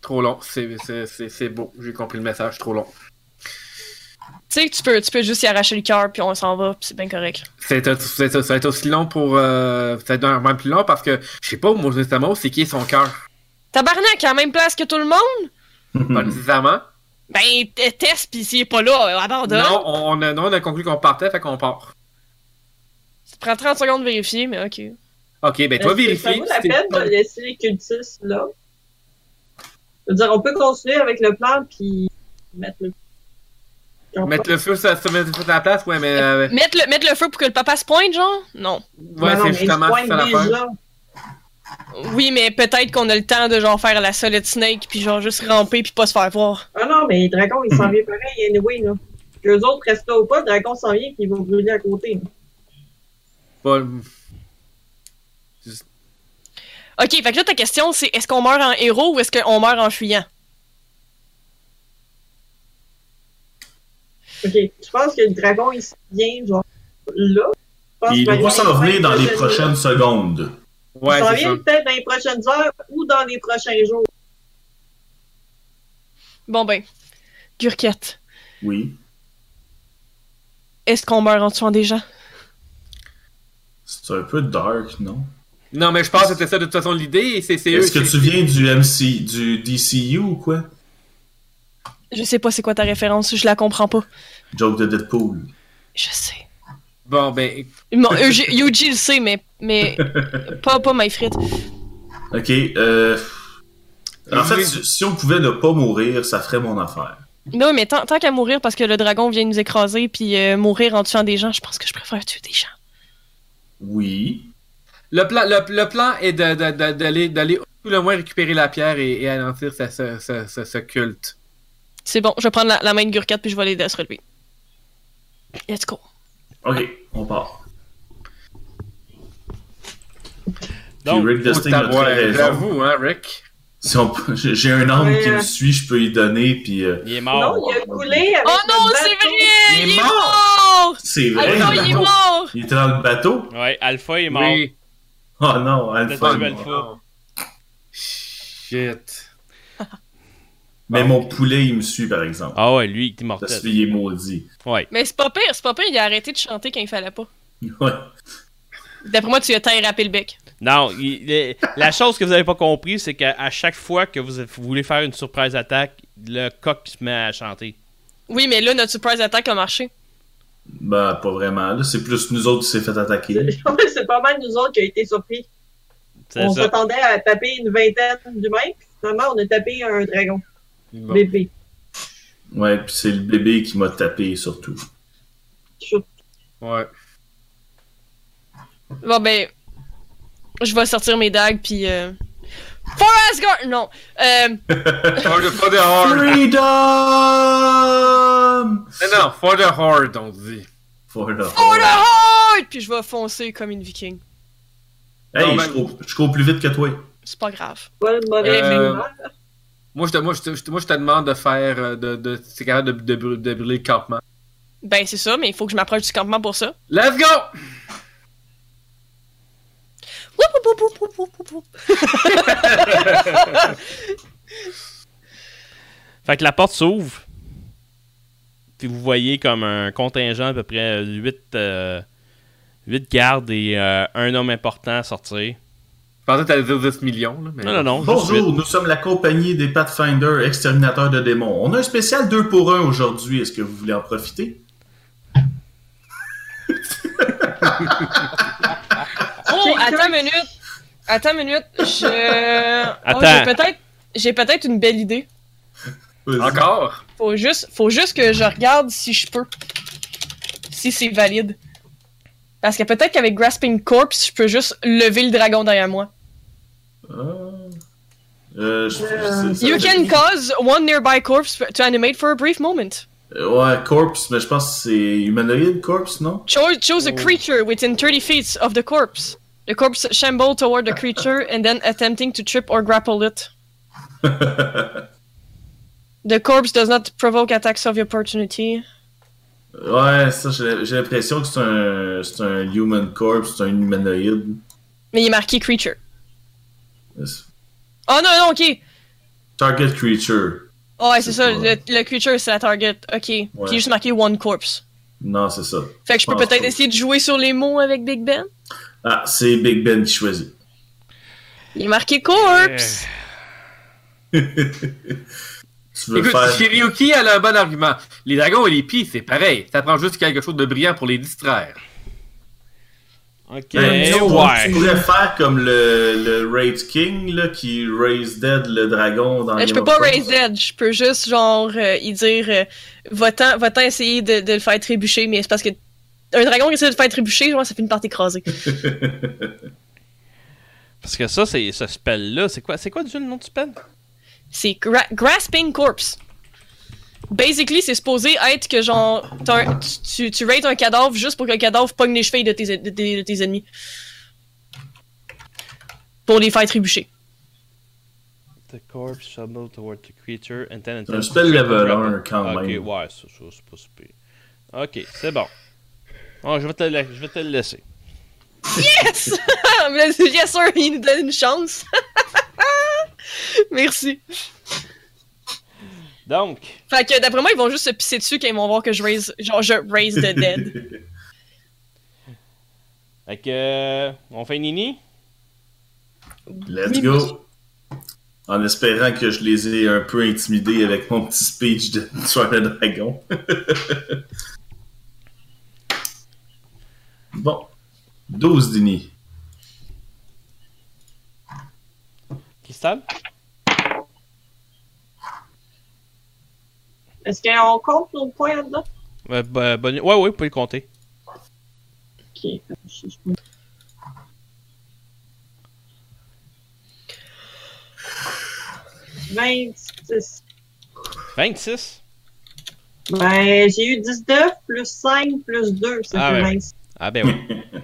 Speaker 2: Trop long, c'est- c'est c'est- c'est beau, j'ai compris le message, trop long.
Speaker 5: Tu sais, tu peux, tu peux juste y arracher le cœur, puis on s'en va, puis c'est bien correct.
Speaker 2: C'est un- c'est- ça va être aussi long pour. euh, ça va être même plus long parce que je sais pas, moi, justement, c'est qui est son cœur.
Speaker 5: Tabarnak, à la même place que tout le monde?
Speaker 3: Hmm.
Speaker 2: Pas nécessairement.
Speaker 5: Ben, t- teste, puis s'il est pas là, euh, abandonne.
Speaker 2: Non, on a, non, on a conclu qu'on partait, fait qu'on part.
Speaker 5: Ça prend 30 secondes de vérifier, mais ok.
Speaker 2: Ok, ben toi,
Speaker 4: Est-ce que Ça
Speaker 2: vérifie.
Speaker 4: vaut la
Speaker 2: si
Speaker 4: peine de
Speaker 2: t'es-
Speaker 4: laisser les cultistes là. Je veux dire, on peut continuer avec le plan puis mettre le.
Speaker 2: Mettre le feu sur, sur- mettre le feu sur la place, ouais, mais.
Speaker 4: <laughs>
Speaker 2: euh,
Speaker 5: Mettre le, mettre le feu pour que le papa se pointe, genre? Non.
Speaker 2: ouais, c'est justement ça l'affaire.
Speaker 5: Oui, mais peut-être qu'on a le temps de genre faire la solid snake, puis genre juste ramper, puis pas se faire voir.
Speaker 4: Ah non, mais le dragon, il s'en
Speaker 3: Mhm.
Speaker 4: vient pareil, anyway, là. Que eux autres restent là ou pas, le dragon s'en vient puis ils vont brûler à côté.
Speaker 2: Bon,
Speaker 5: Ok, fait que là, ta question, c'est est-ce qu'on meurt en héros ou est-ce qu'on meurt en fuyant?
Speaker 4: Ok, je pense que le dragon, il s'en vient, genre, là. Je
Speaker 3: <laughs>
Speaker 4: pense
Speaker 3: Il
Speaker 4: qu'on
Speaker 3: va s'en venir dans les
Speaker 4: prochaines-
Speaker 3: prochaines secondes.
Speaker 2: Ouais,
Speaker 4: ça
Speaker 2: c'est ça.
Speaker 4: vient peut-être dans les prochaines heures ou dans les prochains jours.
Speaker 5: Bon ben, Gurquette,
Speaker 3: Oui.
Speaker 5: est-ce qu'on meurt en tuant des gens?
Speaker 3: C'est un peu dark, non?
Speaker 2: Non, mais je pense que c'était ça de toute façon l'idée. C'est c'est eux.
Speaker 3: Est-ce que
Speaker 2: qui-
Speaker 3: tu viens du MC, du DCU ou quoi?
Speaker 5: Je sais pas c'est quoi ta référence, je la comprends pas.
Speaker 3: Joke de Deadpool.
Speaker 5: Je sais.
Speaker 2: Bon, ben,
Speaker 5: Bon, <laughs> Eugi- Yuji le sait, mais, mais pas, pas my frites.
Speaker 3: Ok, euh... En fait,
Speaker 2: Oui.
Speaker 3: si si on pouvait ne pas mourir, ça ferait mon affaire.
Speaker 5: Non, mais tant, tant qu'à mourir parce que le dragon vient nous écraser puis euh, mourir en tuant des gens, je pense que je préfère tuer des gens.
Speaker 3: Oui.
Speaker 2: le plan, le, le plan est de- de- de- d'aller d'aller au tout le moins récupérer la pierre et, et anéantir ce, ce, ce- ce- ce culte.
Speaker 5: C'est bon, je vais prendre la, la main de Gurkat puis je vais l'aider à se relever. Let's go.
Speaker 3: Ok, on part. Puis
Speaker 1: Donc,
Speaker 3: Rick Desting a
Speaker 2: Faut
Speaker 3: très
Speaker 2: t'avoir-
Speaker 3: raison.
Speaker 2: J'avoue, hein, Rick.
Speaker 3: Si on peut- j'ai j'ai un âme
Speaker 4: Mais,
Speaker 3: qui me
Speaker 4: euh,
Speaker 3: suit, je peux y donner, puis euh,
Speaker 1: il est
Speaker 2: Ah,
Speaker 4: non,
Speaker 1: mort.
Speaker 4: il a coulé avec
Speaker 5: Oh non,
Speaker 4: le
Speaker 5: c'est
Speaker 4: bateau.
Speaker 5: vrai!
Speaker 2: Il est
Speaker 5: Il est mort!
Speaker 2: mort!
Speaker 3: c'est
Speaker 5: Ah
Speaker 3: vrai.
Speaker 5: non,
Speaker 3: il,
Speaker 5: il est
Speaker 3: était-
Speaker 5: mort!
Speaker 3: il était dans le bateau.
Speaker 1: Ouais, Alpha est mort.
Speaker 2: Oui.
Speaker 3: Oh non,
Speaker 1: T'as
Speaker 3: Alpha.
Speaker 1: tué
Speaker 3: non.
Speaker 1: Alpha.
Speaker 2: Shit.
Speaker 3: Mais mon poulet, il me suit, par exemple.
Speaker 1: Ah ouais, lui, il est
Speaker 3: Parce
Speaker 1: mortel.
Speaker 3: qu'il est maudit. <laughs>
Speaker 1: Ouais.
Speaker 5: Mais c'est pas pire, c'est pas pire, il a arrêté de chanter quand il fallait pas.
Speaker 3: Ouais.
Speaker 5: D'après moi, tu as taille râpé le bec.
Speaker 1: Non, il- il- la chose que vous avez pas compris, c'est qu'à à chaque fois que vous, vous voulez faire une surprise attaque, le coq se met à chanter.
Speaker 5: Oui, mais là, notre surprise attack a marché.
Speaker 3: Ben, pas vraiment. Là, c'est plus nous autres qui s'est fait
Speaker 5: Euh,
Speaker 3: attaquer.
Speaker 4: <laughs> c'est pas mal nous autres qui a été surpris.
Speaker 1: C'est
Speaker 4: On
Speaker 1: ça.
Speaker 4: s'attendait à taper une vingtaine d'humains, puis finalement, on a tapé un dragon
Speaker 2: Bon.
Speaker 4: bébé.
Speaker 3: Ouais, puis c'est le bébé qui m'a tapé, surtout.
Speaker 4: Surtout.
Speaker 2: Ouais.
Speaker 5: Bon, ben, je vais sortir mes dagues puis. Euh... For Asgard! Non! Euh,
Speaker 2: For the, for the horde.
Speaker 3: Freedom!
Speaker 2: Mais non, for the horde, on dit.
Speaker 3: For the
Speaker 5: for the
Speaker 3: horde.
Speaker 5: heart! Puis je vais foncer comme une viking.
Speaker 3: Hey,
Speaker 2: Non,
Speaker 3: je,
Speaker 2: ben-
Speaker 3: cours, je cours plus vite que toi.
Speaker 5: C'est pas grave.
Speaker 4: Pas de mauvais
Speaker 2: Euh,
Speaker 4: humeur.
Speaker 2: Moi, je te, moi, je te, moi, je te demande de faire. euh, De, de, c'est capable de, de, brû- de brûler le campement.
Speaker 5: Ben, c'est ça, mais il faut que je m'approche du campement pour ça.
Speaker 2: Let's go!
Speaker 5: Woup, woup, woup, woup, woup, woup, woup.
Speaker 1: Fait que la porte s'ouvre. Puis vous voyez comme un contingent à peu près euh, 8, gardes et euh, un homme important sortir.
Speaker 2: Je pensais que t'allais dire 10 millions, là. Mais...
Speaker 1: Non, non, non. juste huit.
Speaker 3: Bonjour, nous sommes la compagnie des Pathfinder, exterminateurs de démons. On a un spécial 2 pour 1 aujourd'hui. Est-ce que vous voulez en profiter?
Speaker 5: Oh, attends une minute! Attends une minute, je. Oh,
Speaker 1: Attends.
Speaker 5: j'ai peut-être. J'ai peut-être une belle idée.
Speaker 3: Vas-y.
Speaker 2: Encore?
Speaker 5: Faut juste, faut juste que je regarde si je peux. Si c'est valide. Parce que peut-être qu'avec Grasping Corpse, je peux juste lever le dragon derrière moi.
Speaker 3: Ah. Euh, je- c'est- c'est-
Speaker 5: You can cause one nearby corpse to animate for a brief moment.
Speaker 3: Euh, Ouais, corpse, mais je pense que c'est humanoïde, corpse, non? <laughs>
Speaker 5: Choose, choose
Speaker 3: Oh.
Speaker 5: a creature within 30 feet of the corpse. The corpse shambles toward the creature and then attempting to trip or grapple it. The corpse does not provoke attacks of opportunity.
Speaker 3: Ouais, ça, j'ai j'ai l'impression que c'est un, c'est un human corpse, c'est un humanoïde.
Speaker 5: Mais il est marqué creature. Oh non, non, ok.
Speaker 3: Target creature.
Speaker 5: Oh, ouais, c'est
Speaker 3: C'est
Speaker 5: ça. Le,
Speaker 3: pas-
Speaker 5: le creature, c'est la target. Ok. Puis il est juste marqué one corpse.
Speaker 3: Non, c'est ça.
Speaker 5: Fait que je peux
Speaker 3: Pense
Speaker 5: peut-être
Speaker 3: pas.
Speaker 5: essayer de jouer sur les mots avec Big Ben.
Speaker 3: Ah, c'est Big Ben qui choisit.
Speaker 5: Il est marqué corpse.
Speaker 3: Tu veux
Speaker 2: Écoute,
Speaker 3: faire.
Speaker 2: Shiryuki, elle a un bon argument. Les dragons et les pies, c'est pareil. Ça prend juste quelque chose de brillant pour les distraire.
Speaker 1: Ok,
Speaker 3: Ben, disons,
Speaker 1: Eh, ouais.
Speaker 3: Tu pourrais faire comme le, le Raid King là, qui raise dead le dragon dans
Speaker 5: Euh,
Speaker 3: Game
Speaker 5: je peux
Speaker 3: of
Speaker 5: pas
Speaker 3: Thrones.
Speaker 5: raise dead. Je peux juste, genre, euh, y dire euh, va-t'en, va-t'en essayer de, de le faire trébucher, mais c'est parce que un dragon qui essaie de le faire trébucher, genre, ça fait une partie écrasée.
Speaker 3: <laughs>
Speaker 1: Parce que ça, c'est ce spell-là. C'est quoi, c'est quoi déjà le nom du spell?
Speaker 5: C'est gra- Grasping Corpse. Basically, c'est supposé être que, genre, t'as un- tu, tu, tu raides un cadavre juste pour que le cadavre pogne les chevilles de tes, de tes- de tes ennemis. Pour les faire trébucher.
Speaker 1: The corpse shambles toward the creature and then...
Speaker 3: C'est un spell level 1 quand
Speaker 1: Ok,
Speaker 3: même.
Speaker 1: ouais, ça, ça, c'est pas super. Ok, c'est bon. Oh, je, vais te la- je vais te le laisser.
Speaker 5: Yes! <laughs> Mais c'est- yes, sir, il nous donne une chance. <laughs> Merci.
Speaker 1: Donc,
Speaker 5: Fait que d'après moi, ils vont juste se pisser dessus quand ils vont voir que je raise, genre, je raise the
Speaker 3: <laughs>
Speaker 5: dead.
Speaker 1: fait que, euh, on fait Nini?
Speaker 3: Let's go. En espérant que je les ai un peu intimidés avec mon petit speech de <laughs> Tuer le dragon. <laughs> bon. 12 Dini.
Speaker 1: Cristal?
Speaker 4: Est-ce qu'on compte nos points là-dedans?
Speaker 1: Euh, bah, bonne- Ouais, ouais, vous pouvez le compter.
Speaker 4: Ok. Je- je- je- 26.
Speaker 1: 26?
Speaker 4: Ben, j'ai eu 19 plus 5 plus 2, ça
Speaker 1: Ah
Speaker 4: fait
Speaker 1: ouais.
Speaker 4: 26.
Speaker 1: Ah ben oui.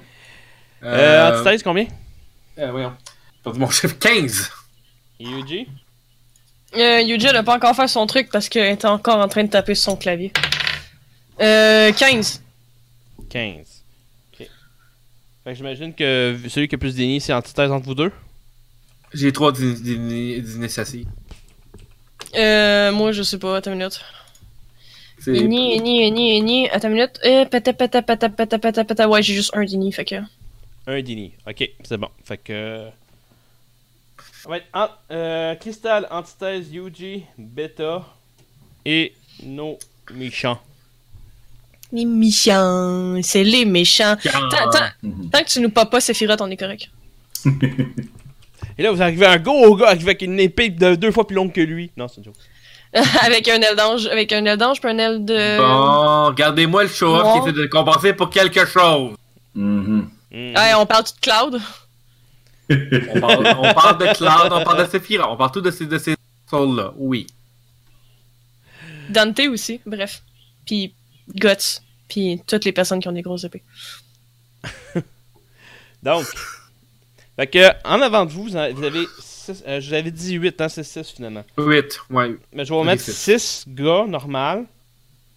Speaker 1: Euh, antithèse, combien?
Speaker 2: euh, voyons. J'ai perdu mon chiffre 15.
Speaker 1: Yuji?
Speaker 5: Euh, Yuji, elle a pas encore fait son truc parce qu'elle était encore en train de taper sur son clavier. Euh, 15.
Speaker 1: 15. Ok. Fait que j'imagine que celui qui a plus d'ignis, c'est antithèse entre vous deux.
Speaker 2: J'ai 3 d'initiative.
Speaker 5: Euh, moi, je sais pas, attends une minute.
Speaker 2: C'est-
Speaker 5: Eni, Eni, Eni, Eni, attends une minute. Euh, pata, pata, pata, pata, pata, pata. Ouais, j'ai juste un Eni, fait que.
Speaker 1: Un d'ignis. Ok, c'est bon. Fait que. On va être en- euh, Cristal, antithèse, Yuji, Beta et nos méchants.
Speaker 5: Les méchants, c'est les méchants. Tant, tant-
Speaker 3: Mhm.
Speaker 5: tant que tu nous popes pas Sephiroth, on est correct. <laughs>
Speaker 1: Et là, vous arrivez à un gros gars avec une épée de deux fois plus longue que lui. Non, c'est une joke.
Speaker 5: avec un aile d'ange, avec un aile d'ange, puis un aile de.
Speaker 2: Bon, regardez-moi le show-off
Speaker 5: Noir.
Speaker 2: qui était de compenser pour quelque chose.
Speaker 3: Mhm. <laughs>
Speaker 1: Mm.
Speaker 5: Ouais, on parle tout de Cloud.
Speaker 2: On parle, on parle de Cloud, on parle de Sephiroth, on parle tout de ces, de ces souls-là, oui.
Speaker 5: Dante aussi, bref. Puis Guts. Puis toutes les personnes qui ont des grosses épées.
Speaker 1: Donc. Fait que, en avant de vous, vous en- vous avez. six- euh, je vous avais dit 8, hein, c'est 6 finalement.
Speaker 2: 8, ouais.
Speaker 1: Mais je vais vous mettre
Speaker 2: six.
Speaker 1: 6 gars normal.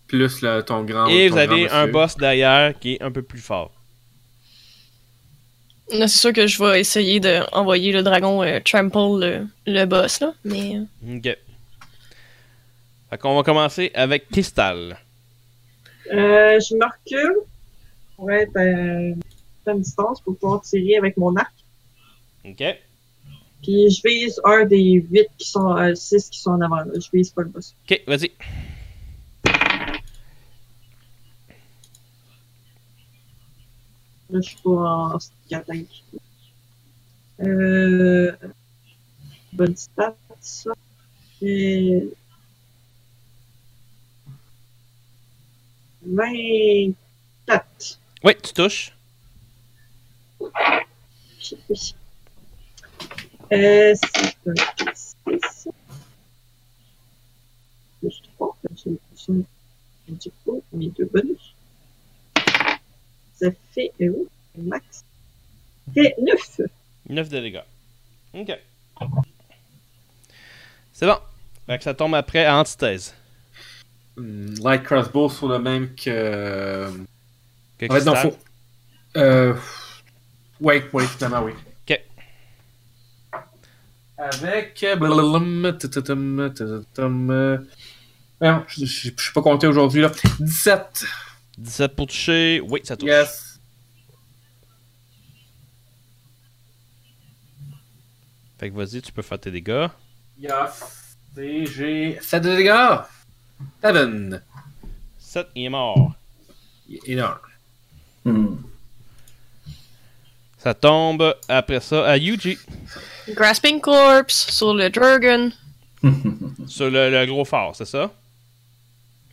Speaker 2: Plus le, ton grand.
Speaker 1: Et vous
Speaker 2: Ah, ton grand
Speaker 1: avez
Speaker 2: monsieur.
Speaker 1: un boss derrière qui est un peu plus fort.
Speaker 5: Là, c'est sûr que je vais essayer d'envoyer le dragon euh, Trample le, le boss, là. Mais. euh,
Speaker 1: Ok. Fait qu'on va commencer avec Crystal.
Speaker 4: Euh, je me recule pour être à une certaine distance pour pouvoir tirer avec mon arc.
Speaker 1: Ok.
Speaker 4: Puis je vise un des 8 qui sont, 6 qui sont en avant. là. Je vise pas le boss.
Speaker 1: Ok, vas-y.
Speaker 4: Là, je suis pas en stick attack. Euh, bonne stat, ça. Et... 24.
Speaker 1: Ouais, tu touches.
Speaker 4: Euh, c'est un P6. Plus 3, j'ai j'ai- j'ai du coup mes deux bonus. Ça fait euh, oui, max. C'est 9.
Speaker 1: 9 de dégâts. Ok. C'est bon. Fait que ça tombe après à antithèse.
Speaker 2: Hmm, Light crossbow sur le même que.
Speaker 1: Que
Speaker 2: En fait, non,
Speaker 1: Crystal.
Speaker 2: faut. Euh. Ouais, ouais, finalement, oui.
Speaker 1: Ok.
Speaker 2: Avec. euh, blablablam, tatatam, tatatam, euh, voyons, Je je- je suis pas compté aujourd'hui, là. 17.
Speaker 1: 17 pour toucher. Oui, ça touche.
Speaker 2: Yes.
Speaker 1: Fait que vas-y, tu peux faire tes dégâts.
Speaker 2: Yes. Et j'ai. 7 de dégâts. 7.
Speaker 1: 7, il est mort.
Speaker 2: Énorme.
Speaker 3: Mhm.
Speaker 1: Ça tombe après ça à Yuji.
Speaker 5: Grasping Corpse sur le dragon.
Speaker 1: Sur le, le gros phare, c'est ça?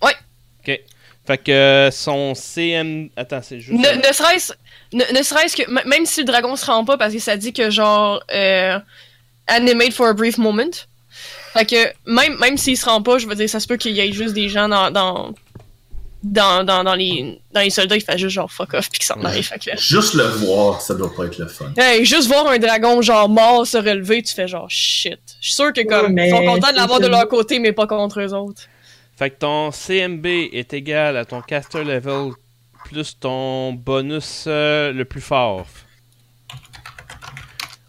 Speaker 5: Ouais.
Speaker 1: Ok. Fait que euh, son CM. Attends, c'est juste.
Speaker 5: Ne, ne serait-ce ne, ne serait-ce que, m- même si le dragon se rend pas, parce que ça dit que genre, euh, animate for a brief moment. Fait que, même, même s'il se rend pas, je veux dire, ça se peut qu'il y ait juste des gens dans, dans, dans, dans, dans les, dans les soldats qui font juste genre fuck off pis qu'ils s'en aillent. Fait que,
Speaker 3: Juste le voir, ça doit pas être le fun.
Speaker 5: hey, juste voir un dragon genre mort se relever, tu fais genre shit. Je suis sûr que comme,
Speaker 4: Ouais,
Speaker 5: ils sont
Speaker 4: mais
Speaker 5: contents de l'avoir
Speaker 4: c'est
Speaker 5: de
Speaker 4: ça.
Speaker 5: leur côté, mais pas contre eux autres.
Speaker 1: Fait que ton CMB est égal à ton caster level plus ton bonus euh, le plus fort.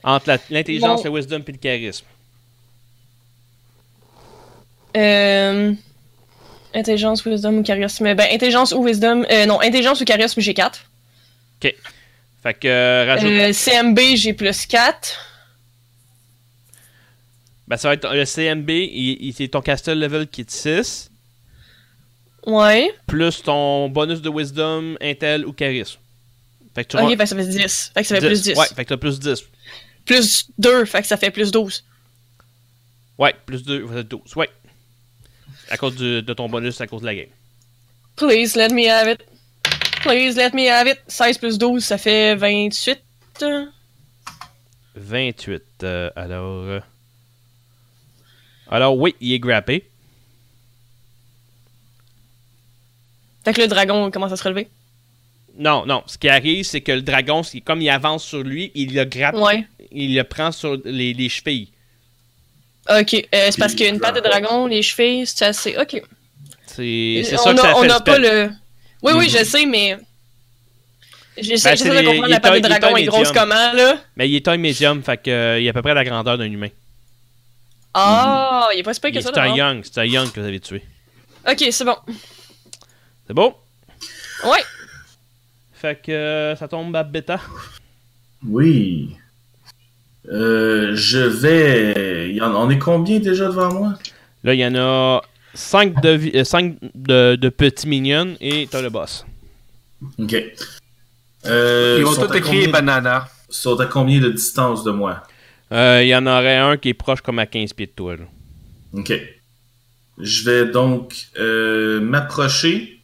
Speaker 1: Entre la- l'intelligence,
Speaker 5: Bon.
Speaker 1: le wisdom et le charisme.
Speaker 5: Euh, intelligence, wisdom ou charisme. Ben, intelligence ou wisdom. euh, non, intelligence ou charisme, j'ai 4.
Speaker 1: Fait que euh, rajoute.
Speaker 5: Euh, CMB, j'ai plus 4.
Speaker 1: Ben, ça va être le CMB, il, il- c'est ton castle level qui est de 6,
Speaker 5: Ouais.
Speaker 1: plus ton bonus de wisdom, intel ou charisme. Fait que tu
Speaker 5: Ok,
Speaker 1: rends-
Speaker 5: ben, ça fait 10. Fait que ça fait
Speaker 1: 10.
Speaker 5: plus 10.
Speaker 1: Ouais, fait que t'as plus 10.
Speaker 5: Plus 2, fait que ça fait plus 12.
Speaker 1: Ouais, plus 2, vous êtes 12. Ouais. À cause du- de ton bonus, à cause de la game.
Speaker 5: Please let me have it. Please let me have it. 16 plus 12, ça fait 28.
Speaker 1: 28. euh, alors. euh, Alors, oui, il est grappé.
Speaker 5: Fait que le dragon commence à se relever.
Speaker 1: Non, non. Ce qui arrive, c'est que le dragon, c'est- comme il avance sur lui, il le grappe,
Speaker 5: Ouais.
Speaker 1: il le prend sur les, les chevilles.
Speaker 5: Ok, euh, c'est parce
Speaker 3: Puis,
Speaker 5: qu'une patte de
Speaker 3: dragon.
Speaker 5: dragon, les chevilles, c'est assez. Ok.
Speaker 1: C'est c'est
Speaker 5: on
Speaker 1: ça
Speaker 5: a,
Speaker 1: que ça
Speaker 5: on
Speaker 1: fait.
Speaker 5: a
Speaker 1: le
Speaker 5: pas
Speaker 1: spell.
Speaker 5: le. Oui, oui,
Speaker 1: Mhm.
Speaker 5: je sais, mais. J'essaie
Speaker 1: Ben,
Speaker 5: j'essaie
Speaker 1: c'est
Speaker 5: de
Speaker 1: les-
Speaker 5: comprendre
Speaker 1: il est
Speaker 5: la
Speaker 1: un-
Speaker 5: patte de
Speaker 1: il est un
Speaker 5: dragon est grosse
Speaker 1: médium.
Speaker 5: comment, là.
Speaker 1: Mais il est un médium, fait que, euh, il est à peu près la grandeur d'un humain.
Speaker 5: Ah, il est pas si pire
Speaker 1: Il-
Speaker 5: que ça,
Speaker 1: C'est un
Speaker 5: d'abord.
Speaker 1: young, c'est un young que vous avez tué.
Speaker 5: Ok, c'est bon.
Speaker 1: C'est bon?
Speaker 5: Ouais.
Speaker 1: Fait que euh, ça tombe à bêta.
Speaker 3: Oui. Euh, je vais. il y en- On est combien déjà devant moi?
Speaker 1: Là, il y en a 5 de, vi- euh, cinq de, de petits minions et t'as le boss.
Speaker 3: Ok. Euh,
Speaker 2: Ils vont
Speaker 3: sont
Speaker 2: tous
Speaker 3: à
Speaker 2: écrire
Speaker 3: combien-
Speaker 2: banana.
Speaker 3: sont à combien de distance de moi?
Speaker 1: Euh, Il y en aurait un qui est proche comme à 15 pieds de toi. là.
Speaker 3: Ok. Je vais donc euh, m'approcher.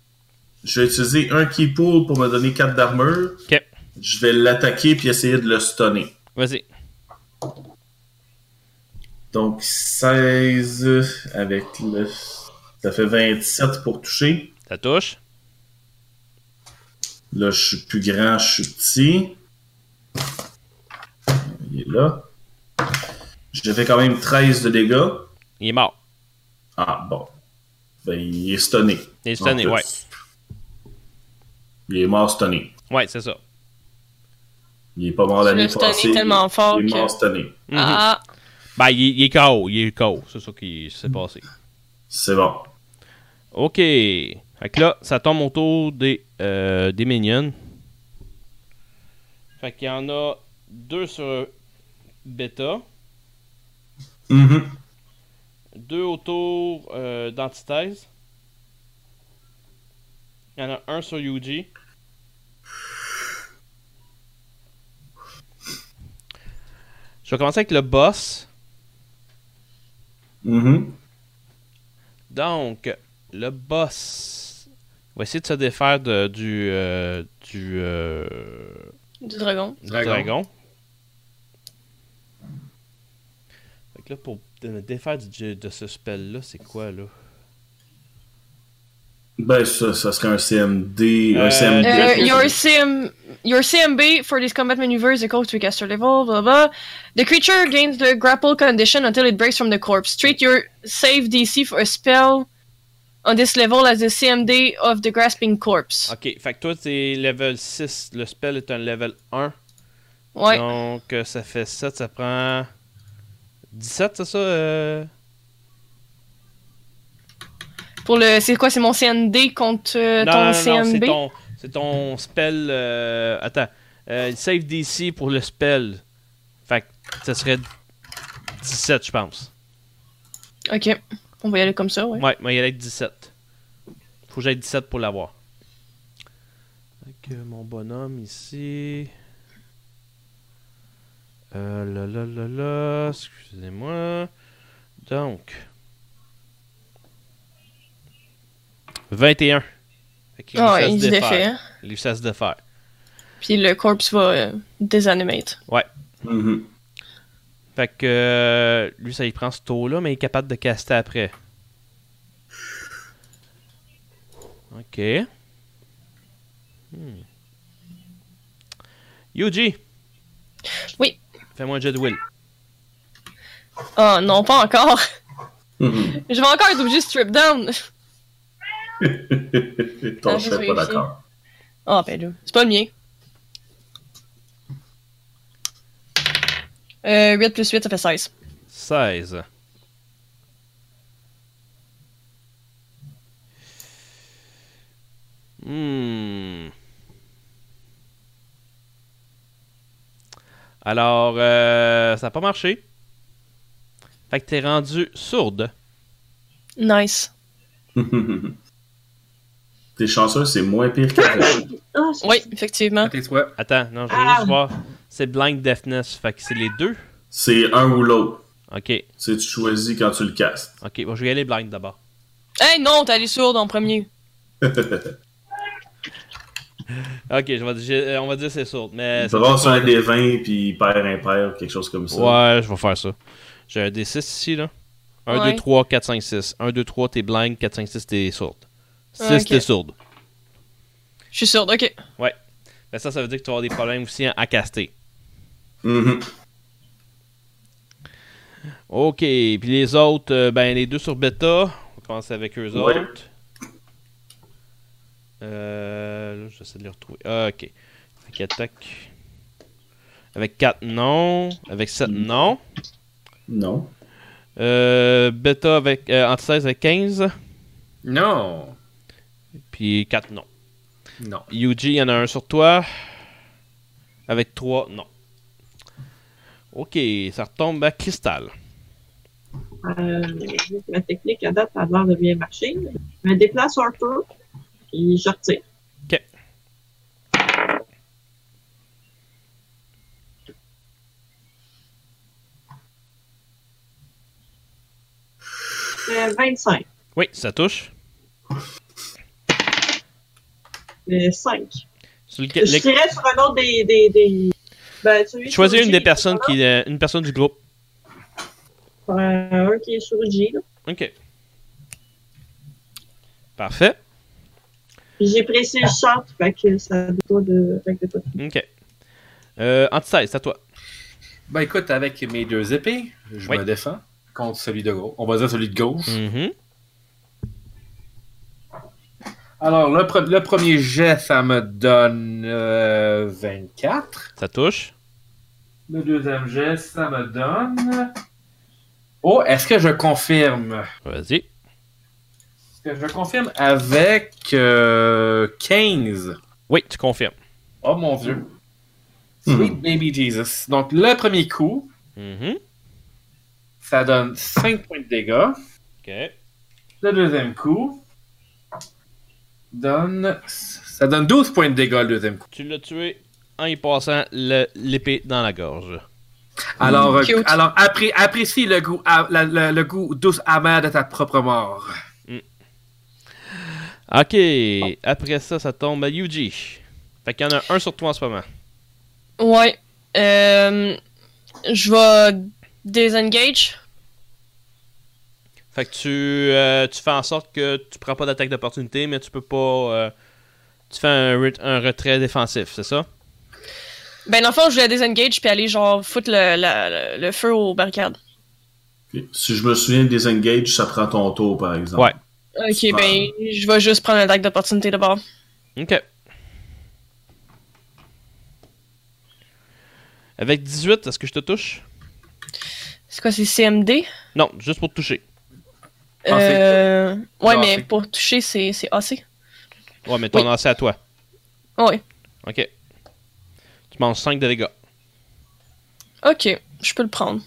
Speaker 3: Je vais utiliser un key pool pour me donner 4 d'armure.
Speaker 1: Ok.
Speaker 3: Je vais l'attaquer puis essayer de le stunner.
Speaker 1: Vas-y.
Speaker 3: Donc 16 avec le. Ça fait 27 pour toucher.
Speaker 1: Ça touche.
Speaker 3: Là, je suis plus grand, je suis petit. Il est là. J'ai fait quand même 13 de dégâts.
Speaker 1: Il est mort.
Speaker 3: Ah, bon. Ben, il est stunné.
Speaker 1: Il est stunné,
Speaker 3: En plus.
Speaker 1: ouais.
Speaker 3: Il est mort stunné.
Speaker 1: Ouais, c'est ça.
Speaker 3: Il est pas mort
Speaker 5: Tu
Speaker 3: l'année
Speaker 5: l'as stunné
Speaker 3: passée.
Speaker 5: tellement fort
Speaker 3: Il est mort
Speaker 5: que-
Speaker 3: stunné.
Speaker 1: Mhm.
Speaker 5: Ah,
Speaker 1: Ben, il, il est KO. Il est KO. C'est ça qui s'est passé.
Speaker 3: C'est bon.
Speaker 1: Ok. Fait que là, ça tombe autour des, euh, des minions. Fait qu'il y en a deux sur bêta,
Speaker 3: Mhm.
Speaker 1: deux autour euh, d'antithèse. Il y en a un sur Yuji. Je vais commencer avec le boss.
Speaker 3: Mhm.
Speaker 1: Donc, le boss va essayer de se défaire de- du, euh, du euh,
Speaker 5: du dragon.
Speaker 1: Dragon. Fait que là, pour me défaire du- de, ce spell-là, c'est quoi, là?
Speaker 3: Ben, ça, ça serait un CMD.
Speaker 1: Euh,
Speaker 3: Un CMD.
Speaker 5: Euh,
Speaker 1: Yes,
Speaker 5: your, CM, your CMB for these combat maneuvers equals to caster level, blah blah. The creature gains the grapple condition until it breaks from the corpse. Treat your save DC for a spell on this level as the CMD of the grasping corpse.
Speaker 1: OK, fait que toi, t'es level 6. Le spell est un level 1.
Speaker 5: Ouais.
Speaker 1: Donc, euh, ça fait 7, ça prend... 17, c'est ça? euh?
Speaker 5: Pour le, c'est quoi, c'est mon CND contre euh,
Speaker 1: non,
Speaker 5: ton
Speaker 1: non, non, non, c'est
Speaker 5: CMB?
Speaker 1: ton, c'est ton spell... euh, Attends. Euh, save DC pour le spell. Fait que ça serait 17, je pense.
Speaker 5: Ok, on va y aller comme ça, ouais.
Speaker 1: Ouais, mais il y en a que 17. Faut que j'aille 17 pour l'avoir. Avec euh, mon bonhomme ici. Euh, là, là, là, là, excusez-moi. Donc. 21. Fait qu'il
Speaker 5: Ah,
Speaker 1: réussit à
Speaker 5: il
Speaker 1: se
Speaker 5: se
Speaker 1: défaire.
Speaker 5: défait. hein.
Speaker 1: Il réussit à se défaire.
Speaker 5: Puis le corpse va euh, désanimate.
Speaker 3: Mhm.
Speaker 1: Fait que euh, lui, ça y prend ce taux-là, mais il est capable de caster après. Ok. Hmm. Yuji!
Speaker 5: Oui.
Speaker 1: Fais-moi un jet de will.
Speaker 5: Ah non, pas encore. <laughs>
Speaker 3: <laughs> Mhm.
Speaker 5: Je vais encore être obligé de strip down.
Speaker 3: Ton
Speaker 5: Non, je
Speaker 3: chef
Speaker 5: vais
Speaker 3: pas
Speaker 5: vérifier.
Speaker 3: d'accord.
Speaker 5: <laughs> Ah, ben là. C'est pas le mien. Euh, 8 plus 8, ça fait 16.
Speaker 1: 16. Hmm. Alors, euh, ça n'a pas marché. Fait que t'es rendu sourde.
Speaker 5: Nice.
Speaker 3: <laughs> T'es chanceux, c'est moins pire que
Speaker 1: <laughs>
Speaker 4: Ah, c'est-
Speaker 5: Oui, effectivement.
Speaker 2: Tais-toi.
Speaker 1: Attends, non, je vais
Speaker 4: Ah.
Speaker 1: juste voir. C'est Blind Deafness. Fait que c'est les deux.
Speaker 3: C'est un ou l'autre.
Speaker 1: Ok,
Speaker 3: C'est tu choisis quand tu le
Speaker 1: <laughs>
Speaker 3: castes.
Speaker 1: ok. Bon, je vais y aller blind d'abord.
Speaker 5: Hey, non, t'es allé sourde en premier.
Speaker 1: Ok, je vais, dire- j'ai- euh, on va dire c'est sourde. Mais ça-
Speaker 3: Brasse un des 20 puis perd impair, quelque chose comme ça.
Speaker 1: Ouais, je vais faire ça. J'ai un D6 ici, là. 1,
Speaker 5: Ouais.
Speaker 1: 2, 3, 4, 5, 6. 1, 2, 3, t'es blind. 4, 5, 6, t'es sourde. 6,
Speaker 5: Ok.
Speaker 1: t'es sourde.
Speaker 5: Je suis sourde, ok.
Speaker 1: Mais ça, ça veut dire que tu vas avoir des problèmes aussi à- à caster.
Speaker 3: Mhm.
Speaker 1: Ok, puis les autres, euh, ben les deux sur bêta, on commence avec eux
Speaker 3: Ouais.
Speaker 1: autres. Euh, là, j'essaie de les retrouver. Ah, ok. Fait qu'ils attaquent. Avec 4 non. Avec 7
Speaker 5: Mm.
Speaker 1: non.
Speaker 3: Non.
Speaker 1: Euh, bêta avec, euh, entre 16 et 15.
Speaker 2: Non.
Speaker 1: Puis 4 non.
Speaker 2: Non.
Speaker 1: Yuji, il y en a un sur toi. Avec 3 non. Ok, ça retombe à Cristal.
Speaker 4: Euh, vu que ma technique à date a l'air de bien marcher. Je me déplace un peu, puis je retire.
Speaker 1: Ok.
Speaker 4: Euh, 25.
Speaker 1: Oui, ça touche.
Speaker 4: Euh, 5.
Speaker 1: Sur lequel-
Speaker 4: Je
Speaker 1: le-
Speaker 4: tirais sur un autre des. des, des... Ben, celui
Speaker 1: Choisis
Speaker 4: sur
Speaker 1: une
Speaker 4: G,
Speaker 1: des personnes
Speaker 4: là.
Speaker 1: qui, euh, une personne du groupe.
Speaker 4: Euh, un qui est sur G. là.
Speaker 1: Ok. Parfait.
Speaker 4: Puis J'ai pressé le short, fait que ça doit de. Fait que de...
Speaker 1: Ok. Euh, Anti-16, c'est à toi.
Speaker 2: Ben écoute, avec mes deux épées, je
Speaker 1: Oui.
Speaker 2: me défends contre celui de gauche. On va dire celui de gauche.
Speaker 1: Mhm,
Speaker 2: Alors, le, pre- le premier jet, ça me donne euh, 24.
Speaker 1: Ça touche.
Speaker 2: Le deuxième jet, ça me donne... Oh, est-ce que je confirme?
Speaker 1: Vas-y.
Speaker 2: Est-ce que je confirme avec euh, 15?
Speaker 1: Oui, tu confirmes.
Speaker 2: Oh mon dieu. Mm. Sweet baby Jesus. Donc, le premier coup,
Speaker 1: Mhm.
Speaker 2: ça donne 5 points de dégâts.
Speaker 1: Ok.
Speaker 2: Le deuxième coup donne. Ça donne 12 points de dégâts le deuxième coup.
Speaker 1: Tu l'as tué en y passant le- l'épée dans la gorge.
Speaker 2: Alors, euh,
Speaker 5: Cute.
Speaker 2: alors appré- apprécie le goût, a- la- la- le goût douce amer de ta propre mort.
Speaker 1: Ok. Après ça, ça tombe à Yuji. Fait qu'il y en a un sur toi en ce moment.
Speaker 5: Ouais. Euh, je vais désengage.
Speaker 1: Fait que tu, euh, tu fais en sorte que tu prends pas d'attaque d'opportunité, mais tu peux pas. euh, tu fais un, ret- un retrait défensif, c'est ça?
Speaker 5: Ben, dans le fond, je voulais désengage puis aller, genre, foutre le, la- le- le feu aux barricades.
Speaker 3: Puis, Si je me souviens de Disengage, ça prend ton tour, par exemple.
Speaker 1: Ouais.
Speaker 5: Ok,
Speaker 3: Super.
Speaker 5: ben, je vais juste prendre l'attaque d'opportunité d'abord.
Speaker 1: Ok. Avec 18, est-ce que je te touche?
Speaker 5: C'est quoi, c'est CMD?
Speaker 1: Non, juste pour te toucher.
Speaker 2: Ah, c'est-
Speaker 5: Euh, ouais,
Speaker 2: Non,
Speaker 5: mais
Speaker 2: c'est-
Speaker 5: pour toucher, c'est c'est AC.
Speaker 1: Ouais, mais ton
Speaker 5: Oui.
Speaker 1: lancer à toi.
Speaker 5: Ouais.
Speaker 1: Ok. Tu manges 5 de dégâts.
Speaker 5: Ok, je peux le prendre.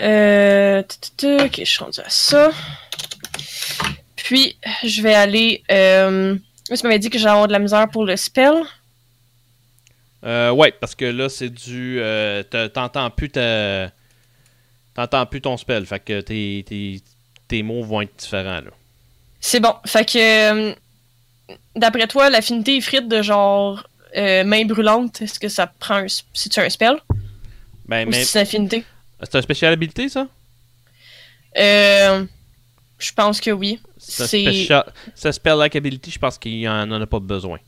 Speaker 5: Euh, tu, tu, tu, ok, je suis rendu à ça. Puis, je vais aller. Euh, moi, tu m'avais dit que j'allais avoir de la misère pour le spell.
Speaker 1: Euh, ouais, parce que là, c'est du. euh, te- T'entends plus ta. T'entends plus ton spell. Fait que tes, tes, tes mots vont être différents, là.
Speaker 5: C'est bon. Fait que. euh, D'après toi, l'affinité effrite de genre euh, main brûlante, est-ce que ça prend un. C'est-tu un spell
Speaker 1: Ben,
Speaker 5: Ou
Speaker 1: mais.
Speaker 5: si c'est une affinité
Speaker 1: C'est un spécial habilité, ça?
Speaker 5: Euh, Je pense que oui.
Speaker 1: C'est un
Speaker 5: C'est-
Speaker 1: spécial. Ça, spell like ability, je pense qu'il en en a pas besoin.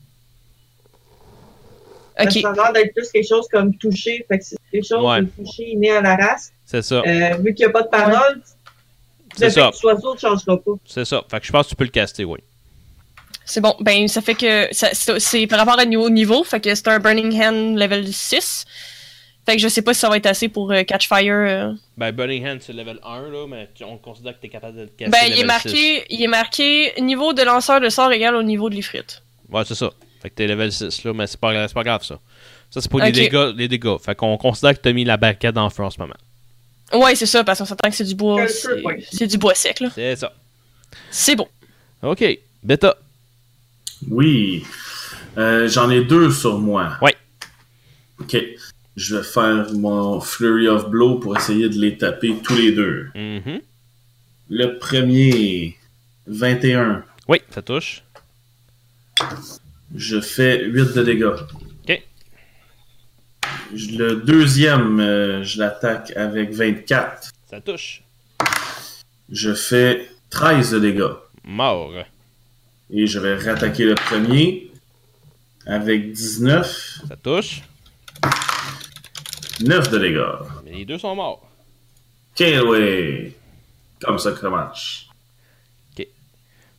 Speaker 5: Ok.
Speaker 4: Ça a l'air d'être plus quelque chose comme toucher. Fait que c'est quelque chose
Speaker 1: Ouais.
Speaker 4: de toucher inné à la race.
Speaker 1: C'est ça.
Speaker 4: Euh, vu qu'il n'y a pas de parole, le
Speaker 1: C'est
Speaker 4: fait
Speaker 1: ça.
Speaker 4: que tu sois sûr, tu ne changera pas.
Speaker 1: C'est ça. Fait que je pense que tu peux le caster, oui.
Speaker 5: C'est bon. Ben, ça fait que ça- c'est c'est par rapport à niveau, niveau. Fait que c'est un Burning Hand level 6. Fait que je sais pas si ça va être assez pour euh, Catch Fire. euh.
Speaker 1: Ben, Burning Hand, c'est level 1, là, mais tu- on considère que t'es capable de le casser.
Speaker 5: Ben, il est,
Speaker 1: level
Speaker 5: marqué, il est marqué niveau de lanceur de sort égal au niveau de l'ifrit.
Speaker 1: 6. Ouais, c'est ça. Fait que t'es level 6, là, mais c'est pas, c'est pas grave, ça. Ça, c'est pour les,
Speaker 5: Ok.
Speaker 1: dégâts, les dégâts. Fait qu'on considère que t'as mis la barricade en feu en ce moment.
Speaker 5: Ouais, c'est ça, parce qu'on s'entend que c'est du bois.
Speaker 4: Quelques
Speaker 5: c'est-
Speaker 4: points.
Speaker 5: C'est du bois sec, là.
Speaker 1: C'est ça.
Speaker 5: C'est bon.
Speaker 1: Ok. Beta.
Speaker 3: Oui. Euh, J'en ai deux sur moi.
Speaker 1: Ouais.
Speaker 3: Ok. Je vais faire mon Flurry of Blow pour essayer de les taper tous les deux.
Speaker 1: Mhm.
Speaker 3: Le premier, 21.
Speaker 1: Oui, ça touche.
Speaker 3: Je fais 8 de dégâts.
Speaker 1: Ok.
Speaker 3: Je- Le deuxième, euh, je l'attaque avec 24.
Speaker 1: Ça touche.
Speaker 3: Je fais 13 de dégâts.
Speaker 1: Mort.
Speaker 3: Et je vais réattaquer le premier avec 19.
Speaker 1: Ça touche.
Speaker 3: 9 de dégâts.
Speaker 1: Mais les deux sont morts.
Speaker 3: Killway. Comme ça que ça marche.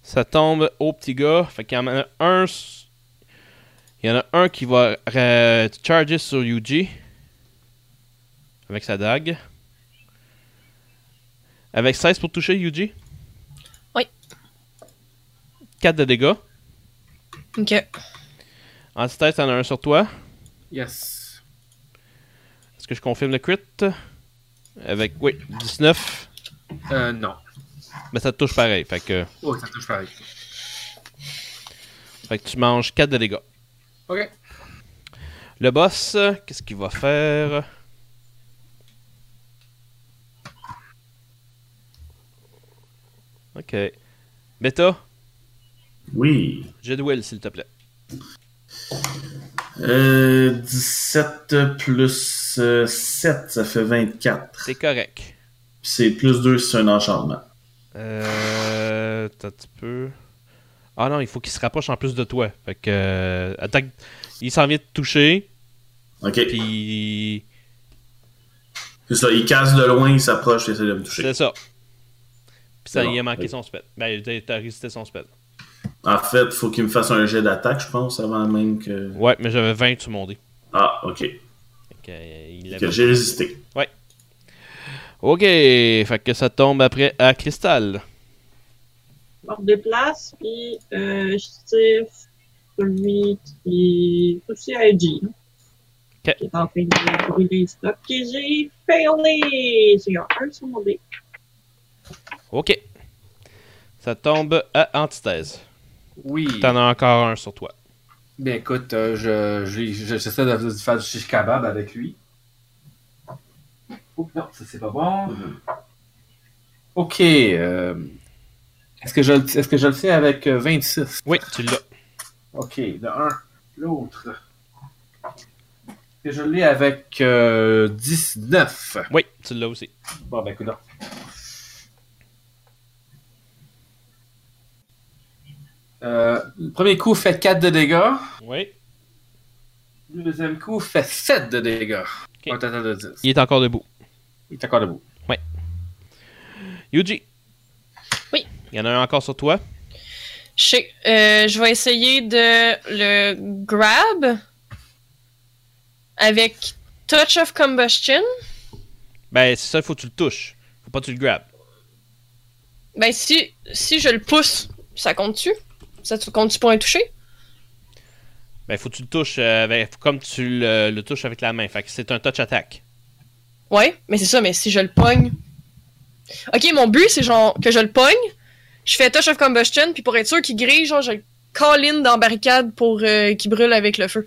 Speaker 1: Ça tombe au petit gars. Fait qu'il y en a un. s- Il y en a un qui va euh, charger sur Yuji. Avec sa dague. Avec 16 pour toucher Yuji.
Speaker 5: Oui.
Speaker 1: 4 de dégâts.
Speaker 5: Ok.
Speaker 1: Anti-tête, t'en as un sur toi.
Speaker 2: Yes.
Speaker 1: Est-ce que je confirme le crit Avec, oui, 19.
Speaker 2: Euh, non.
Speaker 1: Mais ça te touche pareil. Fait que,
Speaker 2: Oh, ça touche pareil.
Speaker 1: fait que tu manges 4 de dégâts.
Speaker 2: Ok.
Speaker 1: Le boss, euh, qu'est-ce qu'il va faire Ok. Beta,
Speaker 3: Oui.
Speaker 1: jet de will, s'il te plaît.
Speaker 3: Euh, 17 plus 7, ça fait 24.
Speaker 1: C'est correct.
Speaker 3: C'est plus 2, c'est un enchantement.
Speaker 1: Euh. T'as un petit peu. Ah non, il faut qu'il se rapproche en plus de toi. Fait que. euh, attaque. Il s'en vient de toucher,
Speaker 3: Ok.
Speaker 1: puis.
Speaker 3: C'est ça, il casse de loin, il s'approche, il essaie de me toucher.
Speaker 1: C'est ça. Puis ça,
Speaker 3: C'est bon.
Speaker 1: il a manqué
Speaker 3: Oui.
Speaker 1: son spell. Ben, t'as- t'as résisté son spell.
Speaker 3: En fait, faut qu'il me fasse un jet d'attaque, je pense, avant même que.
Speaker 1: Ouais, mais j'avais 20 sur mon dé.
Speaker 3: Ah, ok.
Speaker 1: Fait que, euh, il
Speaker 3: Ok,
Speaker 1: l'avait.
Speaker 3: J'ai résisté.
Speaker 1: Ok, fait que ça tombe après à Cristal.
Speaker 4: hors de place, puis euh, je tire celui qui est aussi à IG, hein, qui est en train de brûler le stock, et j'ai failé! J'ai un 1 sur mon dé.
Speaker 1: Ok. Ça tombe à Antithèse.
Speaker 2: Oui.
Speaker 1: T'en as encore un sur toi.
Speaker 2: Bien écoute, euh, je, je- je- j'essaie de, de faire du shish kebab avec lui. Oh, non, ça c'est pas bon. Ok. euh, est-ce, que je, le- est-ce que je le fais avec euh, 26?
Speaker 1: Oui, tu l'as.
Speaker 2: Ok, de un, l'autre. Est-ce que je l'ai avec euh, 19?
Speaker 1: Oui, tu l'as aussi.
Speaker 2: Bon, ben, écoute. Euh, le premier coup fait 4 de dégâts.
Speaker 1: Oui.
Speaker 2: Le deuxième coup fait 7 de dégâts. Un total de 10.
Speaker 1: Il est encore debout.
Speaker 2: Il est encore debout.
Speaker 1: Yuji.
Speaker 5: Oui.
Speaker 1: Il y en a un encore sur toi.
Speaker 5: Je sais- euh, je vais essayer de le grab avec Touch of Combustion.
Speaker 1: Ben, c'est ça, faut que tu le touches. Faut pas que tu le grabes.
Speaker 5: Ben, si, si je le pousse, ça compte-tu? Ça te compte-tu pour un toucher?
Speaker 1: Ben, faut que tu le touches euh, avec- comme tu le, le touches avec la main. Fait que c'est un touch attack.
Speaker 5: Ouais, mais c'est ça, mais si je le pogne. Ok, mon but, c'est genre que je le pogne, je fais Touch of Combustion, puis pour être sûr qu'il grille, genre, je le call in dans la barricade pour euh, qu'il brûle avec le feu.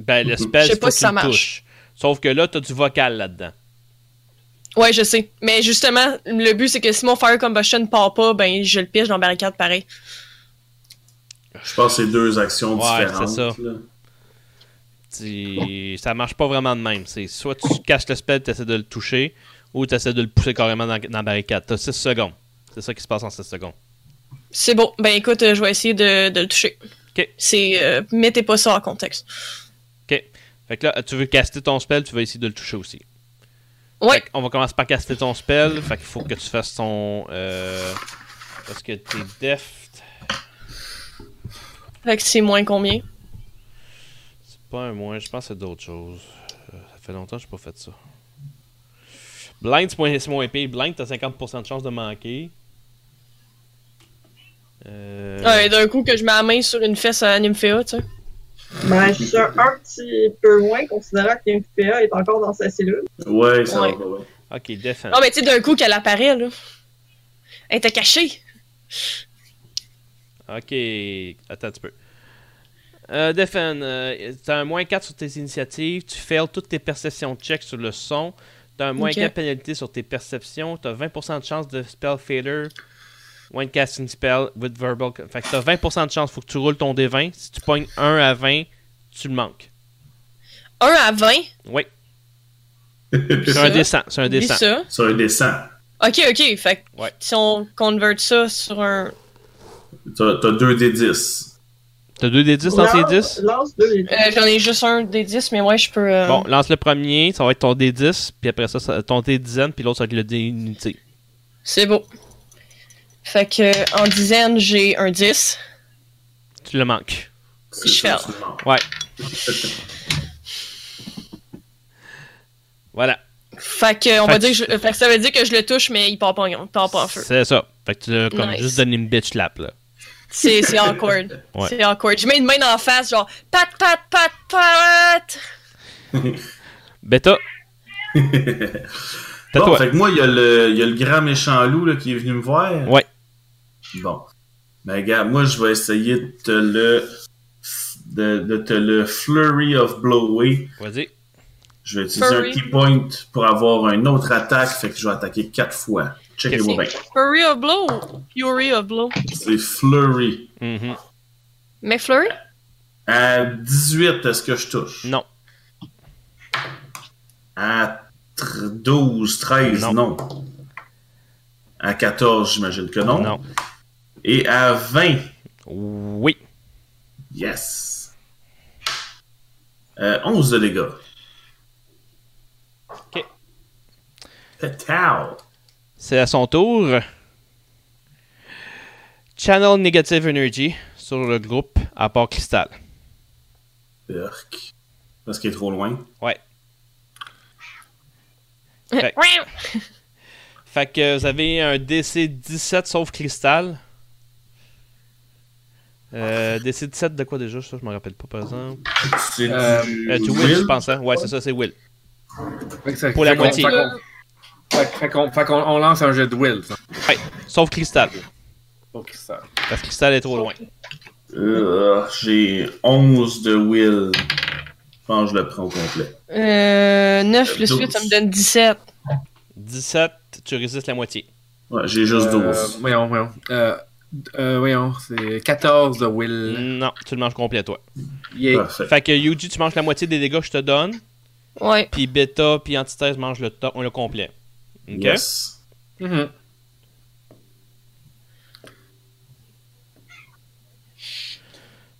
Speaker 1: Ben, le spell,
Speaker 5: Je sais
Speaker 1: faut
Speaker 5: pas
Speaker 1: que
Speaker 5: si
Speaker 1: tu
Speaker 5: ça
Speaker 1: le
Speaker 5: marche.
Speaker 1: touches. Sauf que là, t'as du vocal là-dedans.
Speaker 5: Ouais, je sais. Mais justement, le but, c'est que si mon Fire Combustion part pas, ben, je le piège dans la barricade pareil.
Speaker 3: Je pense que c'est deux actions
Speaker 1: Ouais,
Speaker 3: différentes.
Speaker 1: c'est ça.
Speaker 3: là.
Speaker 1: Tu- Ça marche pas vraiment de même. C'est soit tu caches le spell, t'essaies de le toucher, ou t'essaies de le pousser carrément dans, dans la barricade. T'as 6 secondes. C'est ça qui se passe en 6 secondes.
Speaker 5: C'est bon. Ben écoute, euh, je vais essayer de, de le toucher.
Speaker 1: Ok.
Speaker 5: C'est. euh, mettez pas ça en contexte.
Speaker 1: Fait que là, tu veux caster ton spell, tu vas essayer de le toucher aussi.
Speaker 5: Ouais,
Speaker 1: Fait qu'on va commencer par caster ton spell. Fait qu'il faut que tu fasses ton. euh, parce que t'es deft.
Speaker 5: Fait que c'est moins combien?
Speaker 1: C'est pas un moins, je pense que c'est d'autres choses. Euh, Ça fait longtemps que j'ai pas fait ça. Blind, c'est moins, c'est moins pire. Blind, t'as 50% de chance de manquer. Euh,
Speaker 5: Ouais, d'un coup que je mets la main sur une fesse à Nymphéa, tu sais.
Speaker 4: Ben, je suis un un petit peu moins, considérant que MPA est encore dans sa cellule.
Speaker 3: Ouais, ça
Speaker 5: Ouais.
Speaker 3: va, ouais.
Speaker 1: Ok, défend.
Speaker 5: Non, mais tu sais, d'un coup qu'elle apparaît, là. Elle était cachée.
Speaker 1: Ok, attends un petit peu. Euh, Defen, euh, t'as un moins 4 sur tes initiatives, tu fails toutes tes perceptions check sur le son, t'as un moins
Speaker 5: Ok.
Speaker 1: 4 pénalité sur tes perceptions, t'as 20% de chance de spell failure when casting spell with verbal. Fait que t'as 20% de chance, faut que tu roules ton D20. Si tu pognes 1 à 20, tu le manques.
Speaker 5: 1 à 20,
Speaker 1: Oui,
Speaker 3: <laughs>
Speaker 1: c'est un
Speaker 5: Ça?
Speaker 1: descend, c'est un
Speaker 5: dis
Speaker 1: descend.
Speaker 5: ça.
Speaker 3: Sur un descend.
Speaker 5: Ok, ok, fait que
Speaker 1: Ouais.
Speaker 5: si on convert ça sur un...
Speaker 3: T'as t'as deux des 10.
Speaker 1: T'as 2 des 10 dans tes 10
Speaker 4: Lance deux des dix.
Speaker 5: Euh, J'en ai juste un des 10, mais ouais, je peux... euh,
Speaker 1: Bon, lance le premier, ça va être ton D10, puis après ça, ça- ton D10, puis l'autre, ça va être le D unité.
Speaker 5: C'est beau. Fait que euh, en dizaine, j'ai un 10.
Speaker 1: Tu le manques.
Speaker 3: C'est
Speaker 5: Je
Speaker 3: ça,
Speaker 5: fais.
Speaker 3: tu le manques.
Speaker 1: Ouais. Voilà.
Speaker 5: Fait que, on
Speaker 1: Fait
Speaker 5: va
Speaker 1: que-
Speaker 5: dire que je- fait que ça veut dire que je le touche, mais il part pas, en- il part pas en feu.
Speaker 1: C'est ça. Fait que tu l'as comme
Speaker 5: Nice.
Speaker 1: juste donné une bitch lap, là.
Speaker 5: C'est c'est awkward.
Speaker 1: Ouais.
Speaker 5: C'est awkward. Je mets une main dans la face, genre pat, pat, pat, pat.
Speaker 1: Beta, <laughs> t'as
Speaker 3: Bon,
Speaker 1: toi.
Speaker 3: fait que moi, il y, a le- il y a le grand méchant loup là, qui est venu me voir.
Speaker 1: Ouais.
Speaker 3: Bon. Ben, gars, moi, je vais essayer de te le. de, de te le flurry of blowway.
Speaker 1: Vas-y.
Speaker 3: Je vais utiliser
Speaker 5: Flurry.
Speaker 3: un key point pour avoir une autre attaque, fait que je vais attaquer quatre fois. Checkez-vous bien.
Speaker 5: Fury of blow. Fury of blow.
Speaker 3: C'est flurry.
Speaker 1: Mhm.
Speaker 5: Mais Flurry?
Speaker 3: À 18, est-ce que je touche
Speaker 1: Non.
Speaker 3: À tr- 12, 13,
Speaker 1: Non.
Speaker 3: non. À 14, j'imagine que non.
Speaker 1: Non.
Speaker 3: Et à 20,
Speaker 1: Oui.
Speaker 3: yes. Euh, 11 de dégâts.
Speaker 1: Ok.
Speaker 3: Pétard.
Speaker 1: C'est à son tour. Channel Negative Energy sur le groupe à part Cristal.
Speaker 3: Burk. Parce qu'il est trop loin.
Speaker 1: Ouais.
Speaker 5: Ouais.
Speaker 1: Fait- Fait que vous avez un DC 17 sauf Cristal. Euh, DC 17 de quoi déjà Ça, je m'en rappelle pas, par exemple.
Speaker 3: C'est
Speaker 2: Euh,
Speaker 1: Euh, tu Will, je pense, hein? Ouais, c'est ça, c'est Will.
Speaker 2: Fait que ça-
Speaker 1: Pour la
Speaker 2: fait qu'on-
Speaker 1: moitié.
Speaker 2: fait qu'on- Fait fait qu'on fait qu'on- on lance un jet de will. ça.
Speaker 1: Sauf Cristal.
Speaker 2: Pour qu'il sorte.
Speaker 1: Parce que Cristal est trop loin.
Speaker 3: Euh, J'ai 11 de Will. Je pense que je le prends au complet.
Speaker 5: Euh, 9 plus 8, ça me donne 17.
Speaker 1: 17, tu résistes la moitié.
Speaker 3: Ouais, J'ai juste 12.
Speaker 2: Euh, voyons, voyons. Euh, euh, voyons, c'est 14 de will.
Speaker 1: Non, tu le manges complet, toi.
Speaker 2: Yeah.
Speaker 3: Parfait.
Speaker 1: Fait que Yuji, tu manges la moitié des dégâts que je te donne.
Speaker 5: Ouais.
Speaker 1: Puis Beta, puis Antithèse mange le, top, le complet. Ok?
Speaker 3: Yes.
Speaker 2: Mhm.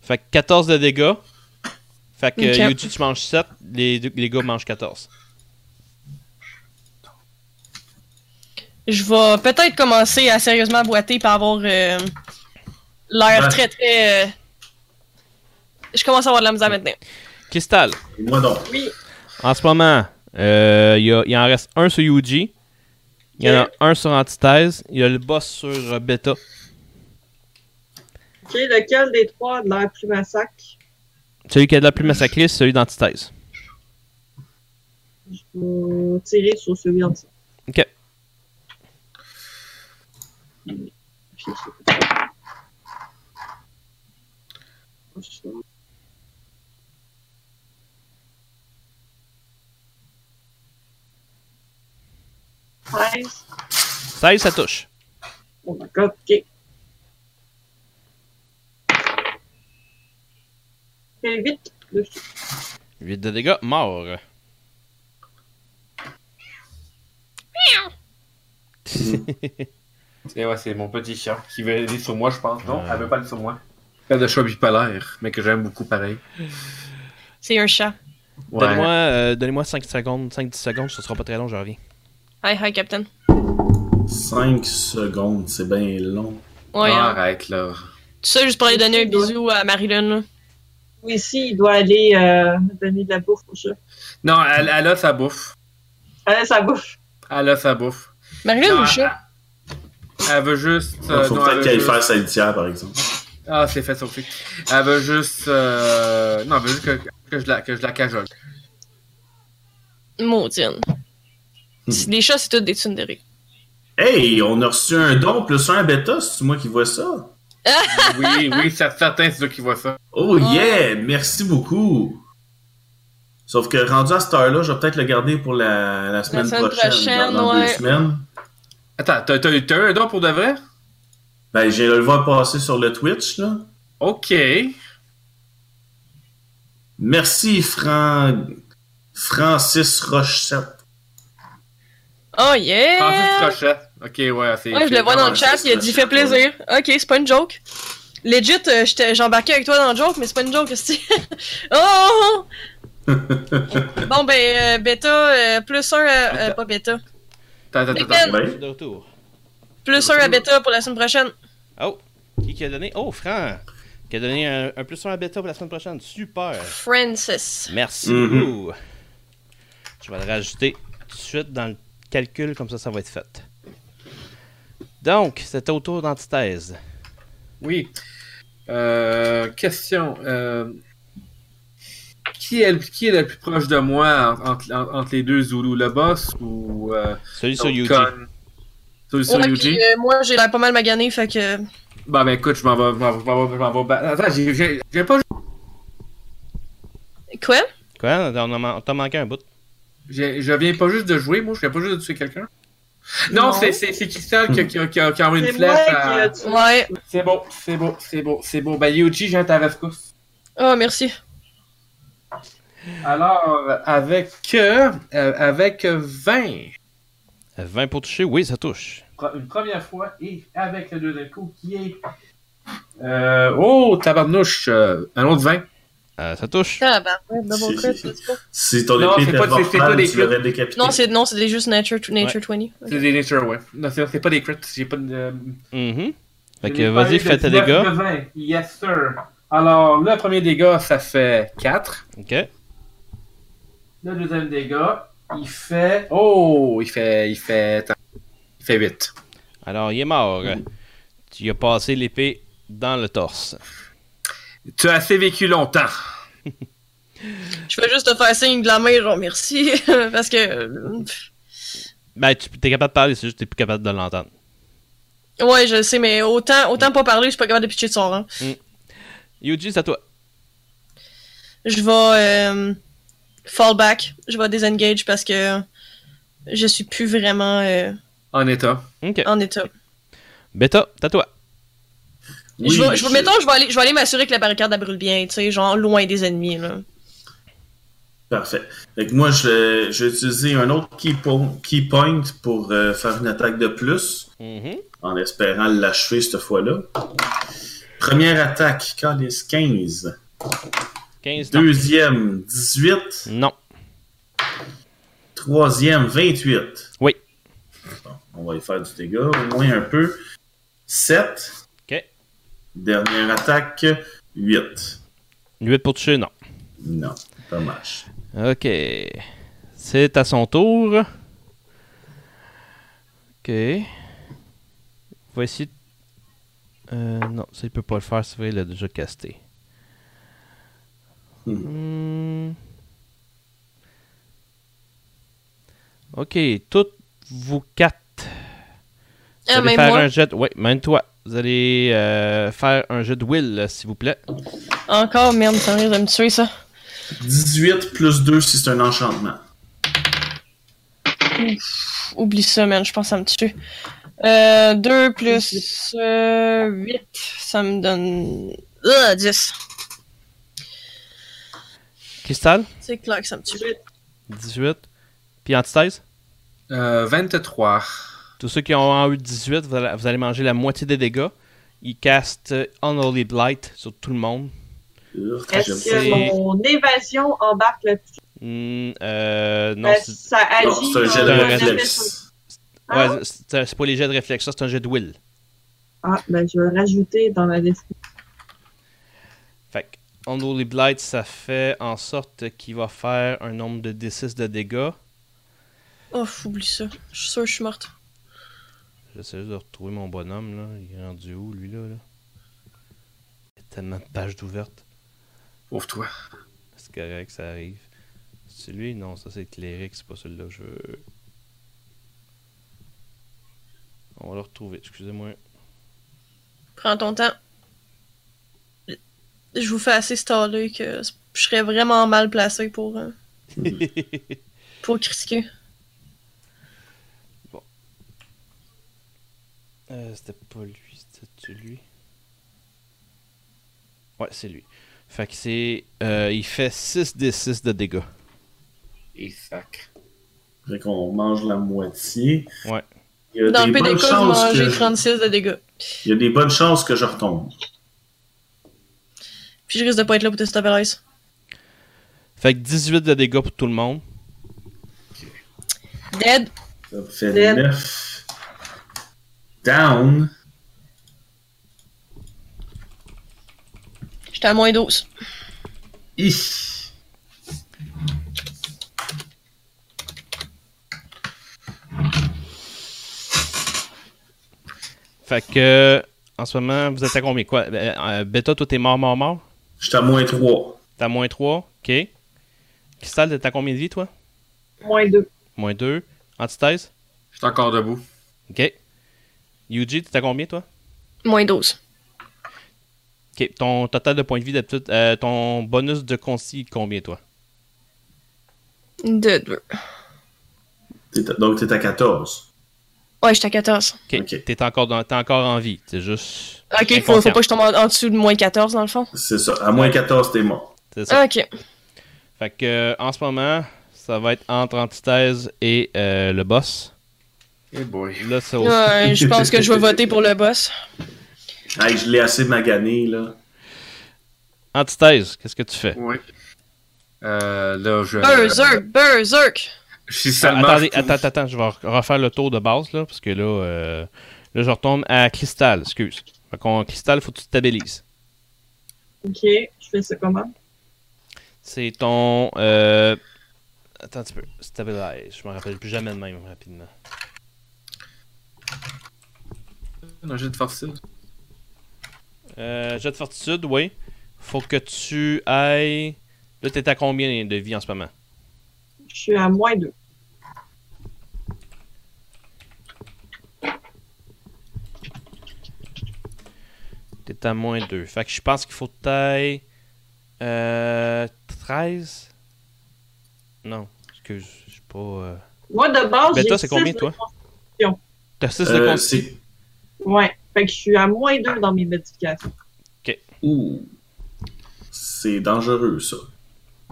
Speaker 1: Fait que 14 de dégâts. Fait que
Speaker 5: Ok.
Speaker 1: euh, Yuji, tu manges 7. Les, deux- les gars mangent 14.
Speaker 5: Je vais peut-être commencer à sérieusement boiter par avoir euh, l'air
Speaker 3: Ouais.
Speaker 5: très très. euh, Je commence à avoir de la misère maintenant.
Speaker 1: Cristal,
Speaker 3: Et Moi donc.
Speaker 1: en ce moment, euh, il y a- il en reste un sur Yuji. Il y en a un sur Antithèse. Il y a le boss sur euh, Beta.
Speaker 4: Ok, lequel des trois a de l'air plus massacre?
Speaker 1: Celui qui a de la plus massacrée, c'est celui d'Antithèse.
Speaker 4: Je vais tirer sur celui en dessous.
Speaker 1: Ok.
Speaker 4: Treize.
Speaker 1: 16, ça touche.
Speaker 4: Oh my god, ok. Fait huit de
Speaker 1: 8 de dégâts, mort. <laughs>
Speaker 2: Et Eh ouais, c'est mon petit chat qui veut aller sur moi, je pense. Non, elle veut pas aller sur moi. Pas de chat bipolaire, mais que j'aime beaucoup pareil.
Speaker 5: C'est un chat.
Speaker 2: Ouais.
Speaker 1: Donnez-moi euh, donnez-moi 5 secondes, 5-10 secondes, ce sera pas très long, je reviens.
Speaker 5: Hi, hi, Captain.
Speaker 3: 5 secondes, c'est bien long.
Speaker 5: Ouais. hein.
Speaker 2: Arrête là.
Speaker 5: Tout ça juste pour aller donner un bisou à Marilyn. là.
Speaker 4: Oui, si, il doit aller euh, donner de la bouffe au chat.
Speaker 2: Non, elle, elle a sa bouffe.
Speaker 4: Allez, ça bouffe.
Speaker 2: Elle a sa bouffe.
Speaker 5: Marilyn ou
Speaker 2: Non,
Speaker 5: le
Speaker 2: elle-
Speaker 5: chat?
Speaker 2: Elle veut juste. euh,
Speaker 3: faut
Speaker 2: non,
Speaker 3: peut-être
Speaker 2: elle veut
Speaker 3: qu'elle
Speaker 2: juste-
Speaker 3: fasse sa litière, par exemple.
Speaker 2: Ah, c'est fait sauter. Elle veut juste. euh, Non, elle veut juste que, que je, la, que je la cajole.
Speaker 5: Maudine. Si Les chats, c'est tous des tsundere.
Speaker 3: Hey, on a reçu un don plus un bêta, c'est moi qui vois ça.
Speaker 2: Oui, oui, c'est- certains, c'est eux qui voient ça.
Speaker 3: Oh yeah, merci beaucoup. Sauf que rendu à cette heure-là, je vais peut-être le garder pour la, la semaine,
Speaker 5: semaine
Speaker 3: prochaine,
Speaker 5: prochaine,
Speaker 3: dans, dans
Speaker 5: ouais.
Speaker 3: deux semaines.
Speaker 2: Attends, t'as t'as- t'as eu un don pour de vrai?
Speaker 3: Ben, j'ai le voir passer sur le Twitch, là.
Speaker 2: Ok.
Speaker 3: Merci, Fran... Francis Rochette.
Speaker 5: Oh yeah!
Speaker 3: Ah,
Speaker 2: Francis Rochette. Ok, ouais, c'est.
Speaker 5: Ouais, je le vois dans le chat, il a dit fait plaisir. Ok, c'est pas une joke. Legit, euh, j'étais- j'embarquais avec toi dans le joke, mais c'est pas une joke, c'est. <laughs>
Speaker 3: <laughs>
Speaker 5: oh! bon, ben, euh, bêta, euh, plus un, à- euh, pas bêta.
Speaker 2: Attends, attends, attends.
Speaker 5: Big
Speaker 3: Ben,
Speaker 1: De retour.
Speaker 5: Plus un à bêta pour la semaine prochaine.
Speaker 1: Oh, qui qui a donné Oh, Franck Qui a donné un, un plus 1 à bêta pour la semaine prochaine. Super
Speaker 5: Francis.
Speaker 1: Merci
Speaker 3: Mhm.
Speaker 1: beaucoup. Je vais le rajouter tout de suite dans le calcul, comme ça, ça va être fait. Donc, c'était au tour d'antithèse.
Speaker 2: Oui. Euh, question. euh, qui, est, le- qui est le plus proche de moi en- entre, en- entre les deux Zulu, le boss ou. Euh,
Speaker 1: Celui sur
Speaker 2: l'autre
Speaker 1: Yuji.
Speaker 2: con? Celui sur
Speaker 5: Ouais,
Speaker 2: Yuji?
Speaker 5: puis, euh, moi, j'ai l'air pas mal magané, fait que.
Speaker 2: Bah, ben écoute, je m'en vais. Je m'en vais- je m'en vais- je m'en vais. ba- Attends, j'ai- j'ai j'ai pas.
Speaker 5: Quoi?
Speaker 1: Quoi On a man- on t'a manqué un bout.
Speaker 2: j'ai- Je viens pas juste de jouer, moi, je viens pas juste de tuer quelqu'un. Non,
Speaker 5: Non.
Speaker 2: c'est c'est- c'est Cristal qui, a- qui, a- qui, a- qui a envoyé
Speaker 4: C'est
Speaker 2: une flèche.
Speaker 4: moi
Speaker 2: à-
Speaker 4: qui a
Speaker 5: Ouais.
Speaker 2: C'est beau, c'est beau, c'est beau, c'est beau. Ben Yuji, j'ai un tarascousse.
Speaker 5: Oh, merci.
Speaker 2: Alors, avec, euh, euh, avec 20,
Speaker 1: 20 pour toucher, oui, ça touche.
Speaker 2: pre- une première fois, et avec le deuxième coup, qui est... Euh, oh, tabarnouche, euh, un autre 20.
Speaker 1: Euh, ça touche.
Speaker 5: Ah, bah, ouais, double
Speaker 3: Si,
Speaker 5: crit,
Speaker 3: si, si.
Speaker 5: let's go.
Speaker 3: si ton
Speaker 2: Non,
Speaker 3: épée
Speaker 2: c'est
Speaker 3: était
Speaker 2: pas- c'est- c'est pas
Speaker 3: mortale,
Speaker 2: des
Speaker 3: tu l'aurais
Speaker 2: crits.
Speaker 3: décapité.
Speaker 5: Non, c'est non, c'est des- juste Nature, nature 20.
Speaker 2: C'est des nature, ouais. Non, c'est c'est pas des crits, j'ai pas de... euh,
Speaker 1: Mhm. Fait que
Speaker 2: je n'ai pas eu
Speaker 1: vas-y,
Speaker 2: de
Speaker 1: fais tes
Speaker 2: 19
Speaker 1: dégâts.
Speaker 2: de 20. Yes, sir. Alors, le premier dégât, ça fait 4.
Speaker 1: Ok.
Speaker 2: Le deuxième dégât, il fait... Oh, il fait... Il fait... attends. Il fait 8.
Speaker 1: Alors, il est mort. Tu lui as passé l'épée dans le torse.
Speaker 2: Tu as assez vécu longtemps.
Speaker 5: Je vais juste te faire signe de la main, genre merci, <laughs> parce que. euh,
Speaker 1: Ben, tu es capable de parler, c'est juste que tu plus capable de l'entendre.
Speaker 5: Ouais, je sais, mais autant, autant pas parler, je suis pas capable de pitcher de sort. hein.
Speaker 1: Yuji, c'est à toi.
Speaker 5: Je vais euh, fall back, je vais désengage parce que je suis plus vraiment euh,
Speaker 2: En état.
Speaker 1: Ok.
Speaker 5: en état.
Speaker 1: Beta, c'est à toi.
Speaker 3: Oui,
Speaker 5: je vais,
Speaker 3: mais
Speaker 5: je vais- mettons, je vais aller, je vais aller m'assurer que la barricade elle brûle bien, tu sais, genre loin des ennemis. Là.
Speaker 3: Parfait. Fait que moi, je, je vais utiliser un autre key, po- key point pour euh, faire une attaque de plus,
Speaker 1: Mhm.
Speaker 3: en espérant l'achever cette fois-là. Première attaque, Calis 15.
Speaker 1: 15 non.
Speaker 3: Deuxième, 18.
Speaker 1: Non.
Speaker 3: Troisième, 28.
Speaker 1: Oui.
Speaker 3: Bon, on va y faire du dégât, au moins un peu. 7.
Speaker 1: Ok.
Speaker 3: Dernière attaque, 8.
Speaker 1: 8 pour toucher, non.
Speaker 3: Non, dommage.
Speaker 1: Ok. C'est à son tour. Ok. Voici. Euh, non, ça il peut pas le faire, c'est vrai, il a déjà casté. Hmm. Ok, toutes vous quatre. Vous
Speaker 5: Ah,
Speaker 1: allez
Speaker 5: même
Speaker 1: faire
Speaker 5: moi,
Speaker 1: un jet. Oui, même toi. Vous allez euh, faire un jet de will, là, s'il vous plaît.
Speaker 5: encore, merde, ça risque de me tuer ça.
Speaker 3: 18 plus 2 si c'est un enchantement.
Speaker 5: Pff, Oublie ça, man, je pense que ça me tue. Euh, 2 plus 8, ça me donne Ah, 10.
Speaker 1: Cristal,
Speaker 5: C'est clair que ça me tue.
Speaker 1: 18. Puis antithèse.
Speaker 2: Euh, 23.
Speaker 1: Tous ceux qui ont eu 18, vous allez, vous allez manger la moitié des dégâts. Ils castent euh, Unholy Blight sur tout le monde.
Speaker 3: Urgh, j'aime
Speaker 4: Est-ce
Speaker 3: ça.
Speaker 1: sais.
Speaker 4: que mon évasion embarque là-dessus?
Speaker 1: Hmm, euh, non,
Speaker 4: Ben,
Speaker 1: c'est-
Speaker 4: ça agit.
Speaker 3: Non, c'est un
Speaker 4: dans
Speaker 3: jet de
Speaker 4: la
Speaker 3: réflexe.
Speaker 4: Ah,
Speaker 1: ouais, c'est c'est pas les jets de réflexe, ça, c'est un jet de will.
Speaker 4: ah, ben je vais rajouter dans la description.
Speaker 1: Fait que Unholy Blight, ça fait en sorte qu'il va faire un nombre de D6 de dégâts.
Speaker 5: Oh, oublie ça. Je suis sûr que je suis morte.
Speaker 1: J'essaie juste de retrouver mon bonhomme, là. Il est rendu où, lui, là? là? Il y a tellement de pages d'ouvertes.
Speaker 2: Pauvre toi.
Speaker 1: C'est correct, ça arrive. C'est lui? Non, ça, c'est Cléric. C'est pas celui-là que je veux. On va le retrouver. Excusez-moi.
Speaker 5: Prends ton temps. Je vous fais assez staller que je serais vraiment mal placé pour, euh, pour critiquer.
Speaker 1: Euh, c'était pas lui, c'était lui. Ouais, c'est lui. Fait que c'est. euh, il fait 6 des 6 de dégâts.
Speaker 2: Et sac.
Speaker 3: Fait qu'on mange la moitié.
Speaker 1: Ouais.
Speaker 3: Il y a
Speaker 5: Dans le
Speaker 3: des
Speaker 5: pire des
Speaker 3: bonnes
Speaker 5: cas, vous
Speaker 3: chances
Speaker 5: mangez
Speaker 3: que...
Speaker 5: 36 de dégâts.
Speaker 3: Il y a des bonnes chances que je retombe.
Speaker 5: Puis je risque de pas être là pour te stopper l'ice.
Speaker 1: Fait que 18 de dégâts pour tout le monde.
Speaker 5: Dead.
Speaker 3: Ça fait
Speaker 4: Dead.
Speaker 3: 9. Down.
Speaker 5: J'étais à moins 12.
Speaker 3: Ih.
Speaker 1: Fait que. euh, En ce moment, vous êtes à combien Quoi Euh, euh, Beta, toi, t'es mort, mort, mort.
Speaker 3: J'étais à moins 3.
Speaker 1: T'as moins 3. Ok. Cristal, t'es à combien de vie, toi
Speaker 4: Moins deux.
Speaker 1: Moins 2. Antithèse
Speaker 2: Je suis encore debout.
Speaker 1: Ok. Yuji, t'es à combien, toi
Speaker 5: Moins 12.
Speaker 1: Ok. Ton total de points de vie d'habitude. euh, ton bonus de concis, combien, toi
Speaker 5: De deux.
Speaker 3: T'es à- Donc t'es à 14.
Speaker 5: Ouais, j'étais à 14.
Speaker 1: Ok.
Speaker 3: Ok.
Speaker 1: T'es encore, dans- t'es encore en vie. C'est juste.
Speaker 5: Ok, faut, faut
Speaker 1: inconscient.
Speaker 5: pas que je tombe en, en dessous de moins 14 dans le fond.
Speaker 3: C'est ça. À moins 14, t'es mort.
Speaker 1: C'est ça.
Speaker 5: Ok.
Speaker 1: Fait que euh, en ce moment, ça va être entre antithèse et euh, le boss.
Speaker 2: Eh boy.
Speaker 1: Là, c'est au-
Speaker 3: <laughs>
Speaker 5: Ouais, je pense que je vais voter pour le boss.
Speaker 3: Hey, je l'ai assez magané, là.
Speaker 1: Antithèse, qu'est-ce que tu fais
Speaker 2: Ouais. Euh, là, je.
Speaker 5: Berserk, Berserk!
Speaker 2: Si
Speaker 1: Ah,
Speaker 2: seulement.
Speaker 1: Attendez,
Speaker 2: je trouve-
Speaker 1: attends, attends, attends, je vais re- refaire le tour de base là, parce que là, euh, là, je retombe à Cristal, excuse. Fait qu'on Cristal, faut que tu te stabilises.
Speaker 4: Ok, je fais ça comment?
Speaker 1: C'est ton. euh, Attends un petit peu. Stabilize. Je me rappelle plus jamais de même rapidement.
Speaker 2: Un jet de fortitude.
Speaker 1: Euh, jet de fortitude, oui. Faut que tu ailles. Là, t'es à combien de vie en ce moment
Speaker 4: Je suis à moins deux.
Speaker 1: T'es à moins 2. Fait que je pense qu'il faut que t'ailles. Euh, 13 Non, excuse, je suis pas. euh,
Speaker 4: Moi, de base,
Speaker 1: Ben,
Speaker 4: Ah, j'ai
Speaker 1: toi, c'est
Speaker 4: six
Speaker 1: combien,
Speaker 4: de
Speaker 1: toi?
Speaker 4: con-
Speaker 1: T'as 6 de
Speaker 3: Euh,
Speaker 1: con-
Speaker 3: c'est.
Speaker 4: Ouais. Fait que je suis à moins deux dans mes modifications.
Speaker 3: Ouh. C'est dangereux, ça.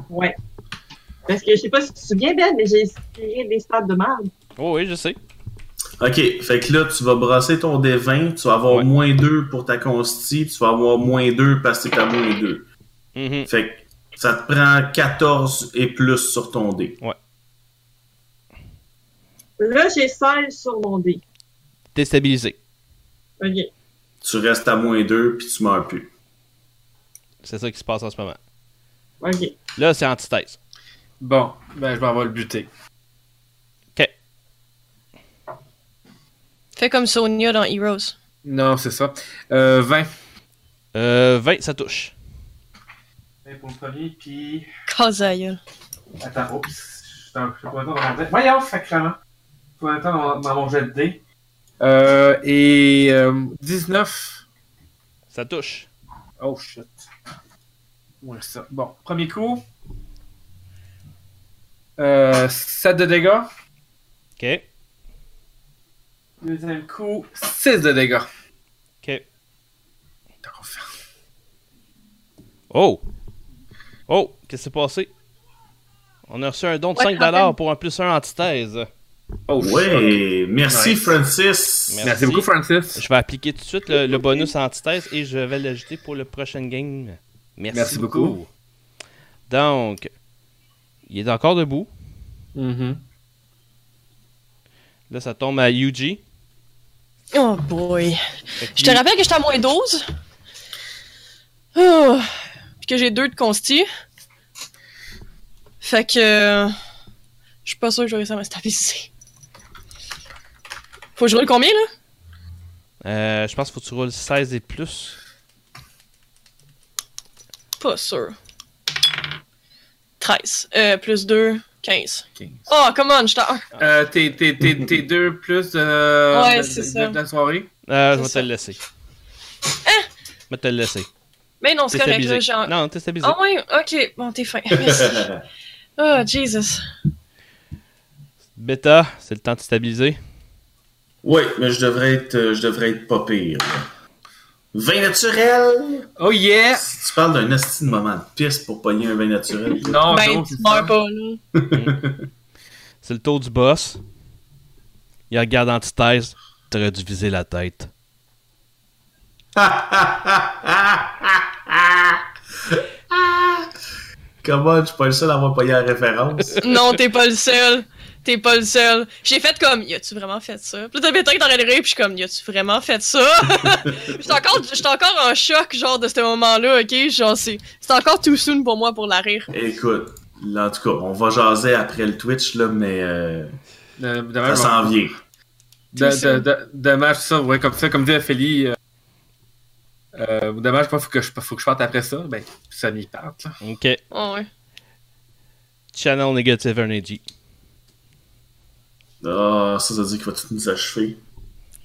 Speaker 4: Ouais. Parce que je sais pas si tu te souviens, Ben, mais j'ai tiré des stats de merde.
Speaker 1: Oh oui, je sais.
Speaker 3: Ok, fait que là, tu vas brasser ton D20, tu vas avoir
Speaker 1: Ouais.
Speaker 3: moins 2 pour ta consti, puis tu vas avoir moins 2 parce que t'es à moins 2.
Speaker 1: Mhm.
Speaker 3: Fait que ça te prend 14 et plus sur ton dé.
Speaker 4: Là, j'ai 16 sur mon dé.
Speaker 1: T'es stabilisé.
Speaker 4: Ok.
Speaker 3: Tu restes à moins 2 puis tu meurs plus.
Speaker 1: C'est ça qui se passe en ce moment.
Speaker 4: Ok.
Speaker 1: Là, c'est antithèse.
Speaker 2: Bon, ben, je m'en vais le buter.
Speaker 5: Fais comme Sonia dans Heroes.
Speaker 2: Non, c'est ça. Euh, 20.
Speaker 1: Euh, 20, ça touche.
Speaker 2: Pour le premier, puis.
Speaker 5: Kazaïa.
Speaker 2: Attends, oups. Je suis dans- je suis pas dans mon jet. Voyons, sacrément. Je suis pas dans, dans mon jet de dés. Euh, et. euh, 19.
Speaker 1: Ça touche.
Speaker 2: Oh shit. Ouais, ça. Bon, premier coup. Euh, 7 de dégâts.
Speaker 1: Ok.
Speaker 2: Deuxième coup. 6 de dégâts.
Speaker 1: Ok.
Speaker 2: T'as confiance.
Speaker 1: Oh! Oh! Qu'est-ce qui s'est passé? On a reçu un don de
Speaker 5: Ouais,
Speaker 1: 5$ pour un plus 1 antithèse.
Speaker 2: Oh shit.
Speaker 3: Ouais, merci
Speaker 2: Nice.
Speaker 3: Francis.
Speaker 1: Merci.
Speaker 2: Merci beaucoup, Francis.
Speaker 1: Je vais appliquer tout de suite le, le bonus antithèse et je vais l'ajouter pour le prochain game. Merci,
Speaker 2: Merci
Speaker 1: beaucoup.
Speaker 2: beaucoup.
Speaker 1: Donc, il est encore debout.
Speaker 2: Mhm.
Speaker 1: Là, ça tombe à Yuji.
Speaker 5: Oh boy.
Speaker 1: Fait que
Speaker 5: Je te
Speaker 1: Yu-
Speaker 5: rappelle que j'étais à moins 12? Oh. que j'ai deux de consti. Fait que. euh, Je suis pas sûr que je vais réussir à me stabiliser. Faut que je roule combien, là?
Speaker 1: Euh, je pense qu'il faut que tu roules 16 et plus.
Speaker 5: Pas sûr. 13. Euh, plus 2, 15. Oh, come on, je t'en.
Speaker 2: Euh, t'es, t'es, t'es, t'es deux plus euh,
Speaker 5: Ouais,
Speaker 2: de,
Speaker 5: c'est
Speaker 2: de-
Speaker 5: ça.
Speaker 2: de la soirée.
Speaker 1: Euh, je vais
Speaker 5: C'est
Speaker 1: te
Speaker 5: ça. Ah!
Speaker 1: le laisser. Je vais te le laisser.
Speaker 5: Mais non, c'est
Speaker 1: T'es
Speaker 5: correct, là,
Speaker 1: stabilisé.
Speaker 5: j'ai en-
Speaker 1: Non, t'es stabilisé.
Speaker 5: Ah ouais, ok, bon, t'es fin. <laughs>
Speaker 3: <laughs>
Speaker 5: Merci. oh, Jesus.
Speaker 1: Beta, c'est le temps de stabiliser.
Speaker 3: Oui, mais je devrais être, euh, je devrais être pas pire. Vin naturel!
Speaker 2: Oh yeah!
Speaker 3: Si tu parles d'un asti de moment de pisse pour pogner un vin naturel, <laughs>
Speaker 2: Non,
Speaker 5: ben,
Speaker 2: Ah, non,
Speaker 5: tu
Speaker 2: c'est ça.
Speaker 5: meurs pas, là.
Speaker 1: C'est le tour du boss. Il regarde Antithèse. T'aurais dû viser la tête.
Speaker 3: comment je suis pas le seul à avoir pogné la référence?
Speaker 5: Non, t'es pas le seul. T'es pas le seul. J'ai fait comme, y a-tu vraiment fait ça? Puis là, t'as bien temps que t'en allais rire, puis je suis comme, y a-tu vraiment fait
Speaker 3: <laughs>
Speaker 5: ça? J'étais encore, j'étais encore en choc, genre, de ce moment-là, ok? Genre, c'est c'est encore too soon pour moi pour la rire.
Speaker 3: Écoute, là, en tout cas, on va jaser après le Twitch, là, mais euh,
Speaker 2: De- de-
Speaker 3: ça s'en vient.
Speaker 2: de- de- de- Dommage ça, ouais, comme ça, comme dit Ophélie. Euh, euh, dommage, pas, faut que je, faut que je parte après ça. Ben, ça m'y parte. là.
Speaker 1: Ok.
Speaker 5: Ah ouais.
Speaker 1: Channel Negative Energy.
Speaker 3: Ah, ça, ça veut dire qu'il va tout nous achever.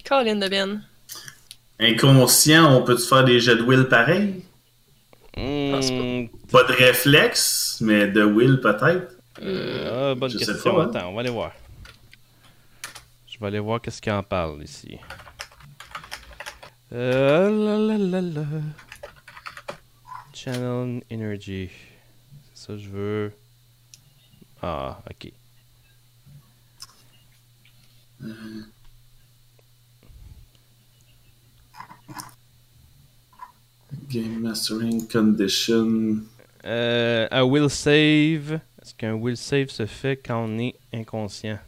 Speaker 5: Colin de Ben.
Speaker 3: Inconscient, on peut-tu faire des jets de will pareil?
Speaker 5: c'est
Speaker 1: Hmm,
Speaker 3: Ah, Pas de réflexe, mais de will peut-être.
Speaker 1: euh, bonne
Speaker 3: Je sais
Speaker 1: question.
Speaker 3: pas, hein.
Speaker 1: Attends, on va aller voir. Je vais aller voir qu'est-ce qu'il en parle ici. Euh, la, la, la, la. Channel Energy. C'est ça que je veux. Ah, ok.
Speaker 3: Game Mastering Condition.
Speaker 1: Euh, un will save. Est-ce qu'un will save se fait quand on est inconscient?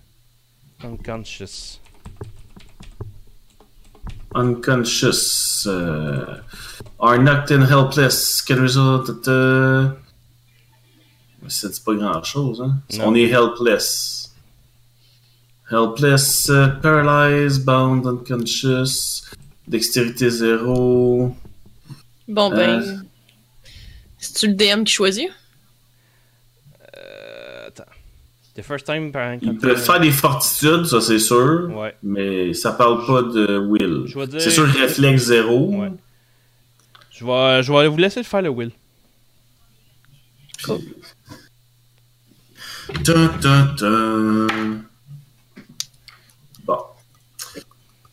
Speaker 1: Unconscious.
Speaker 3: Unconscious. euh, are knocked in helpless. Can result at. euh, Ça dit pas grand chose, hein?
Speaker 1: Non.
Speaker 3: On est helpless. Helpless, euh, paralyzed, bound, unconscious. Dextérité zéro.
Speaker 5: Bon, ben.
Speaker 3: Euh.
Speaker 5: C'est-tu le DM qui choisit?
Speaker 1: Euh, attends. The first time par
Speaker 3: Ils peuvent faire des fortitudes, ça c'est sûr.
Speaker 1: Ouais.
Speaker 3: Mais ça parle pas de will.
Speaker 1: Je vais dire-
Speaker 3: C'est sûr, réflexe zéro.
Speaker 1: Ouais. Je vais, euh, je vais vous laisser faire le will.
Speaker 3: Puis- Tun, tun, tun. Bon.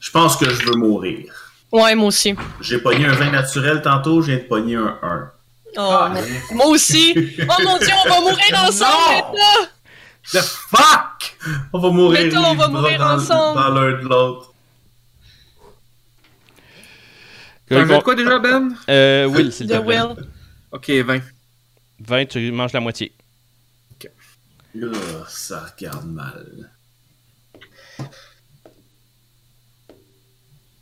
Speaker 3: Je pense que je veux mourir.
Speaker 5: Ouais, moi aussi.
Speaker 3: J'ai pogné un vin naturel tantôt, j'ai pogné un 1.
Speaker 5: Oh,
Speaker 3: Ah.
Speaker 5: mon- Moi aussi! Oh mon dieu, on va mourir ensemble, maintenant!
Speaker 2: The fuck!
Speaker 3: On va mourir.
Speaker 5: Mettons, on
Speaker 3: les
Speaker 5: va
Speaker 3: bras
Speaker 5: mourir
Speaker 3: dans-
Speaker 5: ensemble.
Speaker 3: Dans l'un de l'autre.
Speaker 2: T'en veux de quoi déjà, Ben?
Speaker 1: Euh, will, s'il te
Speaker 5: The
Speaker 1: plaît.
Speaker 5: Will.
Speaker 2: Ok, 20.
Speaker 1: 20, tu manges la moitié.
Speaker 3: Là, ça regarde mal.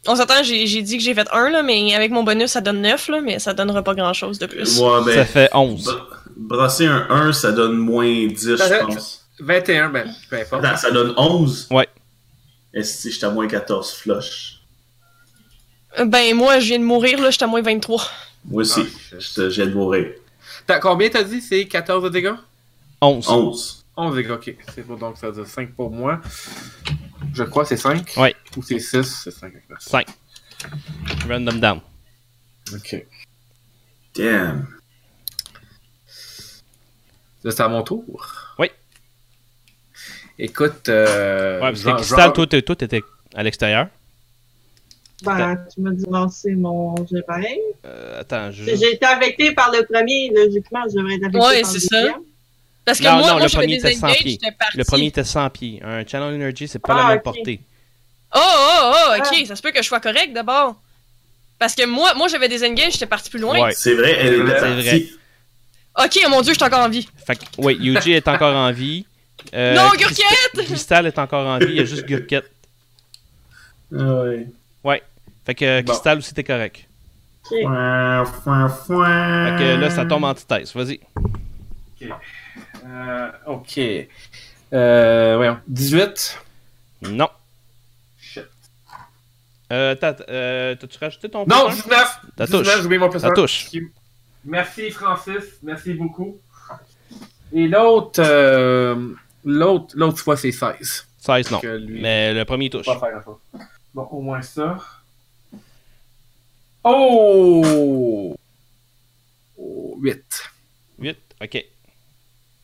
Speaker 5: On s'entend, j'ai j'ai dit que j'ai fait 1, là, mais avec mon bonus, ça donne 9, là, mais ça donnera pas grand-chose de plus.
Speaker 3: Ouais, ben,
Speaker 1: Ça fait 11.
Speaker 3: br- brasser un 1, ça donne moins 10,
Speaker 2: Ça fait-
Speaker 3: je pense.
Speaker 2: 21, ben, peu importe.
Speaker 3: Attends, ça donne 11?
Speaker 1: Ouais.
Speaker 3: Est-ce que j'étais à moins 14 flush?
Speaker 5: Euh, Ben, moi, je viens de mourir, là, j'étais à moins 23.
Speaker 3: Moi aussi,
Speaker 2: Ah,
Speaker 3: je j'ai de mourir.
Speaker 2: T'as- combien t'as dit? C'est 14 de dégâts?
Speaker 1: 11.
Speaker 3: 11.
Speaker 2: 11 dégâts, ok. C'est bon, donc ça veut dire 5 pour moi. Je crois que c'est 5.
Speaker 1: Ouais.
Speaker 2: Ou c'est 6, c'est 5.
Speaker 1: Random down.
Speaker 2: Ok.
Speaker 3: Damn.
Speaker 2: Là, c'est à mon tour.
Speaker 1: Oui.
Speaker 2: Écoute, euh,
Speaker 1: Ouais, parce que
Speaker 2: Jean-
Speaker 1: Cristal,
Speaker 2: Jean-
Speaker 1: toi, t'es- toi, t'étais à l'extérieur.
Speaker 4: Ben, tu m'as dit lancer mon jet pareil.
Speaker 1: Euh, attends, je.
Speaker 4: J'ai été affecté par le premier, logiquement, je devrais être affecté
Speaker 5: Ouais,
Speaker 4: par le
Speaker 5: c'est ça.
Speaker 4: deuxième.
Speaker 5: Parce que
Speaker 1: Non,
Speaker 5: moi,
Speaker 1: non,
Speaker 5: moi
Speaker 1: le
Speaker 5: j'avais
Speaker 1: premier
Speaker 5: des
Speaker 1: était sans
Speaker 5: engage,
Speaker 1: pied.
Speaker 5: j'étais parti.
Speaker 1: Le premier était 100 pieds. Un Channel Energy, c'est pas la
Speaker 4: Ah,
Speaker 1: même
Speaker 4: ok.
Speaker 1: portée.
Speaker 5: Oh, oh, oh, ok,
Speaker 4: Ah.
Speaker 5: ça se peut que je sois correct d'abord. Parce que moi, moi j'avais des engage, j'étais parti plus loin.
Speaker 1: Ouais.
Speaker 3: C'est vrai, elle
Speaker 2: C'est
Speaker 3: est
Speaker 1: vrai.
Speaker 3: partie.
Speaker 5: Ok, oh mon dieu, j'étais encore en vie.
Speaker 1: Fait que, oui, Yuji est encore en vie. Euh,
Speaker 5: non,
Speaker 1: Christ-
Speaker 5: Gurkette!
Speaker 1: Cristal est encore en vie, il y a juste Gurkette.
Speaker 3: Ah ouais.
Speaker 1: Fait que euh, Cristal aussi, t'es correct.
Speaker 4: Ok.
Speaker 3: Foin, foin, foin.
Speaker 1: Fait que là, ça tombe en antithèse. Vas-y.
Speaker 2: Euh, ok. Euh, voyons. 18.
Speaker 1: Non.
Speaker 3: Shit.
Speaker 1: Euh, t'as, euh, t'as-tu rajouté ton
Speaker 2: Non,
Speaker 1: plus un?
Speaker 2: 19.
Speaker 1: Ça
Speaker 2: 19,
Speaker 1: touche.
Speaker 2: j'ai oublié mon plus
Speaker 1: Ça
Speaker 2: un.
Speaker 1: touche.
Speaker 2: Merci Francis, merci beaucoup. Et l'autre, euh, l'autre, l'autre fois c'est 16.
Speaker 1: 16, non.
Speaker 2: Que lui,
Speaker 1: Mais le premier touche.
Speaker 2: pas faire grand-chose. Bon, au moins ça. Oh! 8.
Speaker 1: 8. Ok.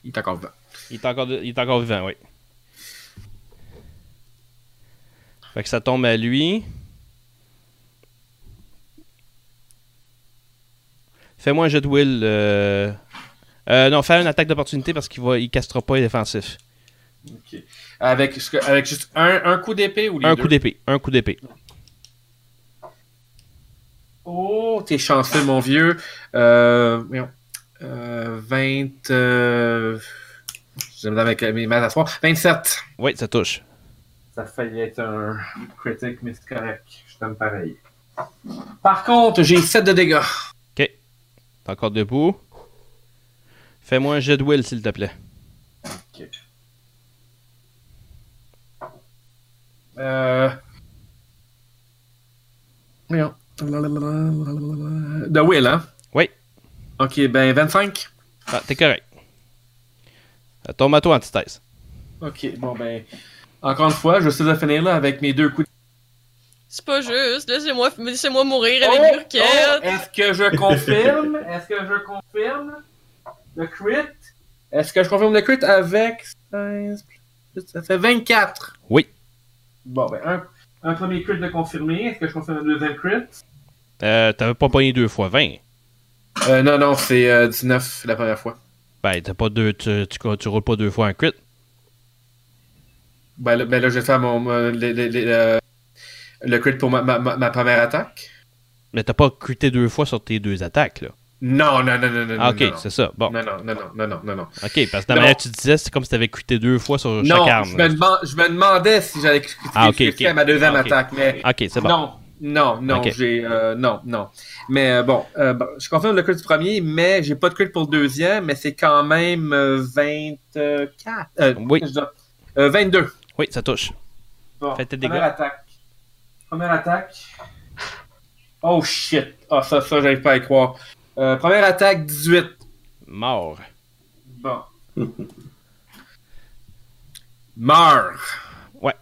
Speaker 2: Il est encore vivant.
Speaker 1: Il est encore, il est encore vivant, oui. Fait que ça tombe à lui. Fais-moi un jet de will. euh. Euh, non, fais une attaque d'opportunité parce qu'il va, il castera pas les défensifs.
Speaker 2: Ok. Avec, est-ce que- avec juste un, un coup d'épée ou les
Speaker 1: Un
Speaker 2: deux?
Speaker 1: coup d'épée, un coup d'épée.
Speaker 2: Oh, t'es chanceux, mon vieux. Euh, voyons. Euh, 20. Euh, J'aime avec mes maths à soir. 27.
Speaker 1: Oui, ça touche.
Speaker 2: Ça faillit être un critique, mais c'est correct. Je t'aime pareil. Par contre, j'ai 7 de dégâts.
Speaker 1: T'es encore debout. Fais-moi un jet de will, s'il te plaît.
Speaker 2: Euh. Voyons. De Will, hein?
Speaker 1: Oui.
Speaker 2: Ok, ben 25.
Speaker 1: Ah, t'es correct. Ça tombe à toi, antithèse.
Speaker 2: Ok, bon, ben. Encore une fois, je suis de finir là avec mes deux coups de
Speaker 5: C'est pas juste. Laissez-moi laissez-moi mourir
Speaker 2: Oh,
Speaker 5: avec
Speaker 2: oh,
Speaker 5: Burkett.
Speaker 2: Est-ce que je confirme? <laughs> Est-ce que je confirme le crit? Est-ce que je confirme le crit avec 16 plus- Ça fait 24.
Speaker 1: Oui.
Speaker 2: Bon, ben, un, un premier crit de confirmé. Est-ce que je confirme le deuxième crit?
Speaker 1: Euh, t'avais pas pogné deux fois 20.
Speaker 2: Euh, non, non, c'est euh, 19 la première fois.
Speaker 1: Ben, t'as pas deux, tu, tu, tu roules pas deux fois un crit.
Speaker 2: Ben, là- ben là, je vais faire mon, mon- le, le- le- le- le crit pour ma, ma- ma- ma première attaque.
Speaker 1: Mais t'as pas crité deux fois sur tes deux attaques, là.
Speaker 2: Non, non, non, non, non.
Speaker 1: Ah, ok,
Speaker 2: Euh, non, non.
Speaker 1: c'est ça. Bon,
Speaker 2: Non, non, non, non, non, non, non, non.
Speaker 1: ok, parce que la
Speaker 2: Non.
Speaker 1: manière que tu disais, c'est comme si t'avais crité deux fois sur
Speaker 2: Non,
Speaker 1: chaque arme.
Speaker 2: je me, demande- je me demandais si j'allais critiquer
Speaker 1: Ah, ok,
Speaker 2: critiquer
Speaker 1: ok.
Speaker 2: à ma deuxième
Speaker 1: Ah, ok.
Speaker 2: attaque, mais
Speaker 1: Ok, c'est bon.
Speaker 2: Non, non, non,
Speaker 1: Ok.
Speaker 2: j'ai euh, non, non. Mais euh, bon, euh, bon, je confirme le crit du premier, mais j'ai pas de crit pour le deuxième, mais c'est quand même euh, 24. euh,
Speaker 1: Oui.
Speaker 2: je dis- euh, 22.
Speaker 1: Oui, ça touche.
Speaker 2: Bon,
Speaker 1: Fais tes dégâts.
Speaker 2: première attaque. Première attaque. Oh shit. Ah ça ça j'arrive pas à y croire. Euh, première attaque 18.
Speaker 1: Mort. <laughs>
Speaker 2: Bon. Meurs.
Speaker 1: Ouais.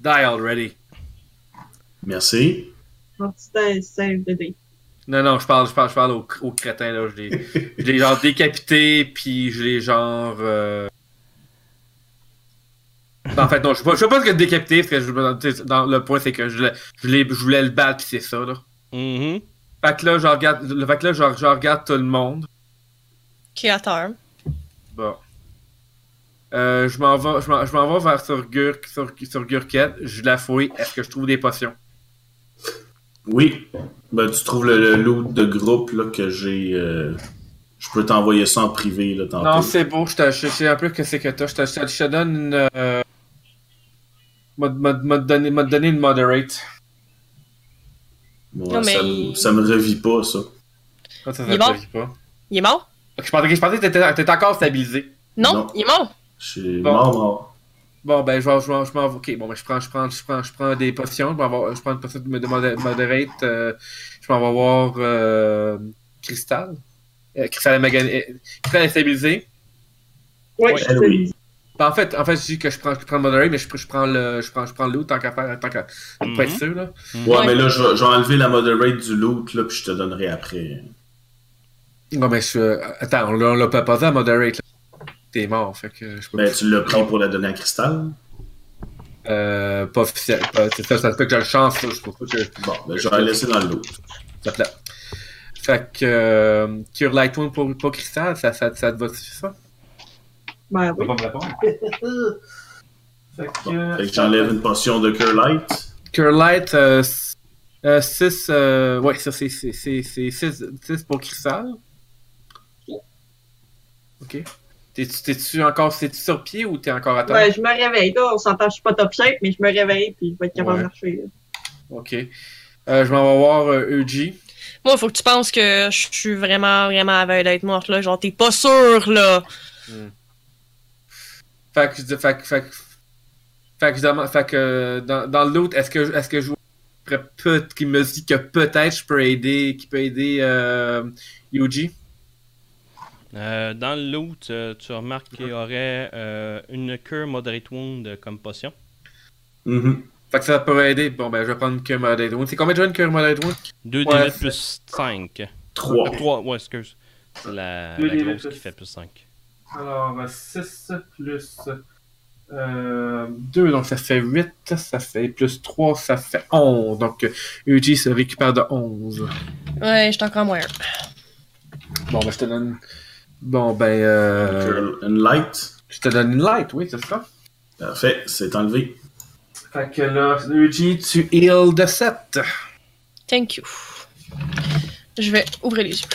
Speaker 2: Die already.
Speaker 3: Merci.
Speaker 4: Antithèse, save the day.
Speaker 2: Non, non, je parle, je parle, je parle aux, aux crétins, là. Je les, je les genre décapités, puis je les genre. euh, En fait, non, je sais pas, je sais pas ce que décapité, parce que je, tu sais, dans, le point, c'est que je, l'ai- je, l'ai- je voulais le battre, puis c'est ça, là. Mm-hmm.
Speaker 1: Mhm.
Speaker 2: Fait que là, je regarde, le, fait que là, je, je regarde tout le monde.
Speaker 5: Créateur.
Speaker 2: Bon. Euh, je m'en vais, je m'en- je m'en vais vers sur, Gur, sur, sur Gurkette, je la fouille, est-ce que je trouve des potions?
Speaker 3: Oui. Ben, tu trouves le, le loot de groupe là, que j'ai. euh, Je peux t'envoyer ça en privé là, tantôt.
Speaker 2: Non, c'est beau, je, te, je sais un peu que c'est que t'as. Je te, je te- je te donne une. Euh... M'a m'a- m'a donné, m'a donné une moderate.
Speaker 3: Ouais,
Speaker 5: Non, mais-
Speaker 3: ça, me- ça me revit pas, ça.
Speaker 2: Ça, ça,
Speaker 5: Il est
Speaker 2: ça
Speaker 5: bon?
Speaker 2: te dit pas.
Speaker 5: Il est mort?
Speaker 2: Ok, Je pensais, que- je pensais que t'étais t'étais encore stabilisé.
Speaker 5: Non,
Speaker 3: Non.
Speaker 5: il est mort.
Speaker 3: Je suis
Speaker 2: Bon.
Speaker 3: mort, mort.
Speaker 2: Bon, ben, je vais- je vais- je m'en vais. Ok, bon, ben, je prends, je prends, je prends, je prends des potions. Je, m'en vais- je prends une potion de de moder- moderate. euh, je m'en vais voir euh, Cristal. Euh, Cristal est magané- euh, Cristal est stabilisé.
Speaker 4: Ouais,
Speaker 1: Ouais,
Speaker 4: je
Speaker 3: elle, oui.
Speaker 4: suis
Speaker 2: Ben, en fait, en fait, je dis que je prends, je prends le moderate, mais je, je prends le, je prends, je prends le loot tant qu'à faire, tant qu'à, pour être
Speaker 1: Mhm.
Speaker 2: sûr, là.
Speaker 3: Ouais,
Speaker 5: Ouais.
Speaker 3: mais là, je vais, je vais enlever la moderate du loot, là, puis je te donnerai après.
Speaker 2: Non, mais je. euh, Attends, on l'a- on l'a pas posé à Moderate. là. T'es mort, fait que je peux
Speaker 3: Ben, tu l'as pris pour la donner à Cristal.
Speaker 2: pas. Euh, pas officiel. pas- C'est ça, ça se peut que j'ai le chance, là. Je trouve pas que
Speaker 3: Bon, ben, je vais la laisser dans le loot.
Speaker 2: ça te la- Fait que. Euh, Cure Light Wound pour, pour Cristal, ça, ça, ça te va ça?
Speaker 4: Ben oui.
Speaker 2: pas me répondre. <laughs> fait
Speaker 3: Bon, fait que j'enlève une portion de Curlite.
Speaker 2: Cure Light, euh, 6. euh, ouais, ça, c'est 6 pour Cristal. Ok. T'es-tu t'es-tu encore. C'est-tu sur pied ou t'es encore à terre?
Speaker 4: Ben, je me réveille, là. On s'entend, je suis pas top shape, mais je me réveille, puis je vais être capable
Speaker 2: Ouais.
Speaker 4: de marcher, là.
Speaker 2: Ok. Euh, je m'en vais voir euh, Eugene.
Speaker 5: Moi, faut que tu penses que je suis vraiment, vraiment aveugle d'être morte, là. Genre, t'es pas sûr, là.
Speaker 2: Fait que, je dis- fait, que- fait, que- fait que je demande- fait que, euh, dans, dans l'autre, est-ce que, est-ce que je vois peut qui me dit que peut-être je peux aider, qui peut aider euh, Yuji?
Speaker 1: Euh, dans le loot, euh, tu remarques qu'il y aurait euh, une cure moderate wound comme potion. Mm-hmm.
Speaker 3: Mhm.
Speaker 2: Fait que ça pourrait aider. Bon, ben, je vais prendre Cure Moderate Wound. C'est combien de jeunes Cure Moderate Wound?
Speaker 1: 2
Speaker 2: Ouais,
Speaker 1: d plus 5.
Speaker 3: Trois.
Speaker 1: 3, ouais, excuse. C'est la,
Speaker 6: Deux
Speaker 1: la
Speaker 6: D8
Speaker 1: grosse qui
Speaker 6: plus.
Speaker 1: fait plus 5.
Speaker 6: Alors, 6 plus.
Speaker 2: Euh, 2, donc ça fait 8, ça fait plus 3, ça fait 11. Donc, euh, Yuji se récupère de 11.
Speaker 5: Ouais, j'étais encore moyen.
Speaker 2: Bon, ben, je te donne. Bon, ben, euh,
Speaker 3: Une light.
Speaker 2: je te donne une light, oui, c'est ça.
Speaker 3: Parfait, c'est enlevé.
Speaker 2: Fait que là, Yuji, tu heal de 7.
Speaker 5: Thank you. Je vais ouvrir les yeux.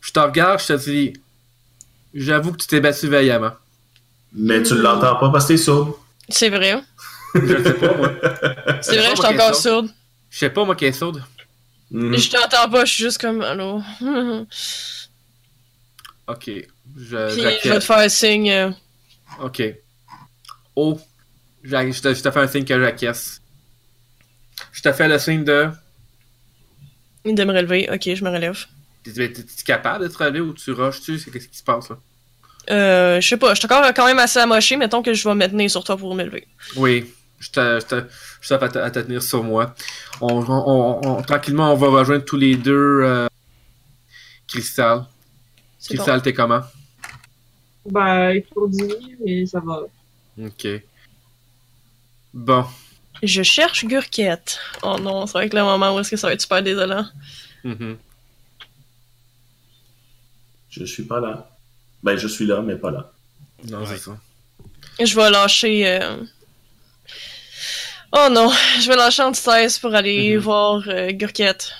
Speaker 2: Je te regarde, je te dis, j'avoue que tu t'es battu vaillamment.
Speaker 3: Mais tu l'entends pas parce que t'es sourd.
Speaker 5: C'est vrai. hein?
Speaker 2: Je sais pas, moi.
Speaker 5: C'est vrai,
Speaker 2: pas
Speaker 5: j'étais
Speaker 2: ma
Speaker 5: encore
Speaker 2: question.
Speaker 5: sourde.
Speaker 2: <laughs> Je sais pas, moi, qui est sourde.
Speaker 3: Mhm.
Speaker 5: Je t'entends pas, je suis juste comme allô.
Speaker 2: Ok. Je,
Speaker 5: Puis je vais te
Speaker 2: j'accepte.
Speaker 5: faire un signe. euh,
Speaker 2: Ok. Oh. J'a- Je te, je te fais un signe que j'acquiesce. Je te fais le signe de.
Speaker 5: de me relever. Ok, je me relève.
Speaker 2: T'es- t'es- T'es-tu capable de te relever ou tu rushes-tu? C'est qu'est-ce qui se passe, là?
Speaker 5: Euh, je sais pas, je suis encore quand même assez amoché. Mettons que je vais me tenir sur toi pour me lever.
Speaker 2: Oui. Je te, je te, je te fais à te- à te tenir sur moi. On, on- on- on- tranquillement, on va rejoindre tous les deux. euh, Cristal.
Speaker 5: C'est bon.
Speaker 2: Cristal, t'es comment?
Speaker 4: Ben, étourdi, mais ça va.
Speaker 2: Ok. Bon.
Speaker 5: Je cherche Gurkette. Oh non, c'est vrai que le moment où est-ce que ça va être super désolant.
Speaker 2: Mhm.
Speaker 3: Je suis pas là. Ben, je suis là, mais pas là.
Speaker 2: Non,
Speaker 1: Ouais.
Speaker 2: c'est ça.
Speaker 5: Je vais lâcher. euh, Oh non, je vais lâcher Antithèse pour aller
Speaker 2: Mhm.
Speaker 5: voir euh, Gurkette.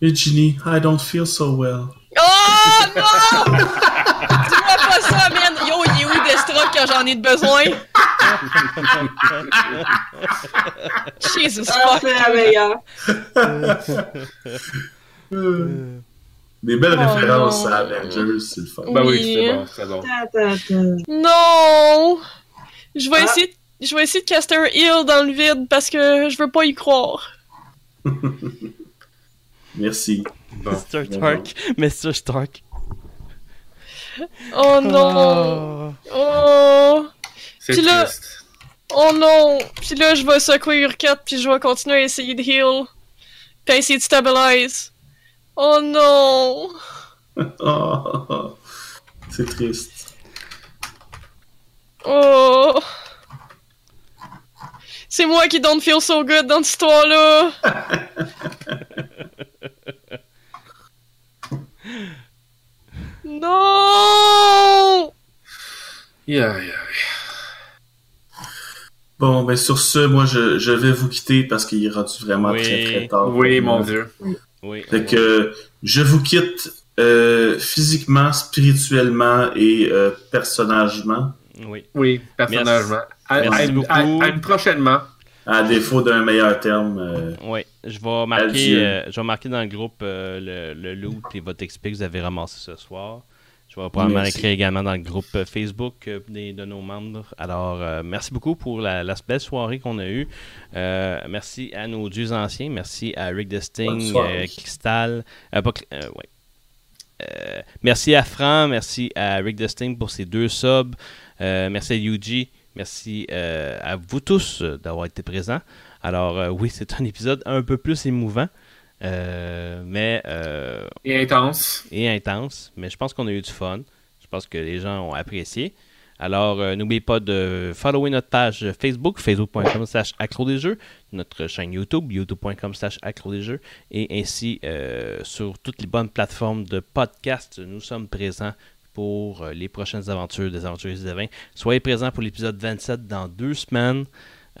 Speaker 3: Virginie, I don't feel so <laughs> well.
Speaker 5: Oh non! Dis-moi pas ça, man! Yo, il est où Destrock quand j'en ai de besoin? Jesus
Speaker 4: Alors, Ah,
Speaker 5: fuck!
Speaker 4: c'est la meilleure.
Speaker 3: Euh. Des belles
Speaker 5: Oh
Speaker 3: références
Speaker 5: non.
Speaker 3: à Avengers, c'est le fun.
Speaker 5: Oui.
Speaker 2: Ben oui, c'est bon, c'est bon.
Speaker 4: Ta, ta, ta.
Speaker 5: Non! Je vais
Speaker 4: Ah.
Speaker 5: essayer de... Je vais essayer de caster un heal dans le vide parce que je veux pas y croire.
Speaker 3: Merci. <laughs>
Speaker 2: Bon.
Speaker 1: Mr.
Speaker 3: Bon,
Speaker 1: Stark. <laughs> Mr. Stark.
Speaker 5: Oh non! Oh!
Speaker 2: C'est
Speaker 5: Puis là-
Speaker 2: triste.
Speaker 5: Oh non! Puis là, je vais secouer Urquhart, puis je vais continuer à essayer de heal. Puis à essayer de stabilize. Oh non!
Speaker 3: Oh, c'est triste.
Speaker 5: Oh! C'est moi qui don't feel so good dans cette histoire-là! non!
Speaker 2: Yeah, yeah.
Speaker 3: Bon, ben sur ce, moi, je, je vais vous quitter parce qu'il est rendu vraiment
Speaker 1: Oui.
Speaker 3: très très tard.
Speaker 2: Oui, mon dieu.
Speaker 1: Oui.
Speaker 3: Fait que je vous quitte euh, physiquement, spirituellement et euh, personnagement.
Speaker 1: Oui.
Speaker 2: Oui, personnellement. À,
Speaker 1: Merci
Speaker 2: à une-
Speaker 1: beaucoup.
Speaker 2: à- à une prochainement.
Speaker 3: À défaut d'un meilleur terme. euh,
Speaker 1: Ouais, je vais
Speaker 3: Adieu.
Speaker 1: marquer, euh, je vais marquer dans le groupe euh, le, le loot et votre explique que vous avez ramassé ce soir. Je vais probablement
Speaker 3: Merci.
Speaker 1: l'écrire également dans le groupe euh, Facebook euh, des- de nos membres. Alors, euh, merci beaucoup pour la, la belle soirée qu'on a eue. Euh, merci à nos dieux anciens. Merci à Rick
Speaker 3: Bonne
Speaker 1: Desting,
Speaker 3: soirée.
Speaker 1: euh, Crystal. euh, pas Cl- euh, ouais. Euh, merci à Fran. Merci à Rick Desting pour ses deux subs. Euh, merci à Yuji. Merci euh, à vous tous euh, d'avoir été présents. Alors, euh, oui, c'est un épisode un peu plus émouvant. euh, mais euh,
Speaker 2: et intense.
Speaker 1: et intense, mais je pense qu'on a eu du fun. Je pense que les gens ont apprécié. Alors, euh, n'oubliez pas de follower notre page Facebook, facebook.com slash accro des jeux, notre chaîne YouTube, youtube.com slash accro des jeux, et ainsi euh, sur toutes les bonnes plateformes de podcast, nous sommes présents pour euh, les prochaines aventures des aventuriers des vins. Soyez présents pour l'épisode 27 dans deux semaines.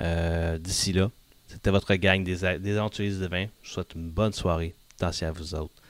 Speaker 1: Euh, D'ici là, c'était votre gang des, a- des aventuriers des vins. Je vous souhaite une bonne soirée. Attention à vous autres.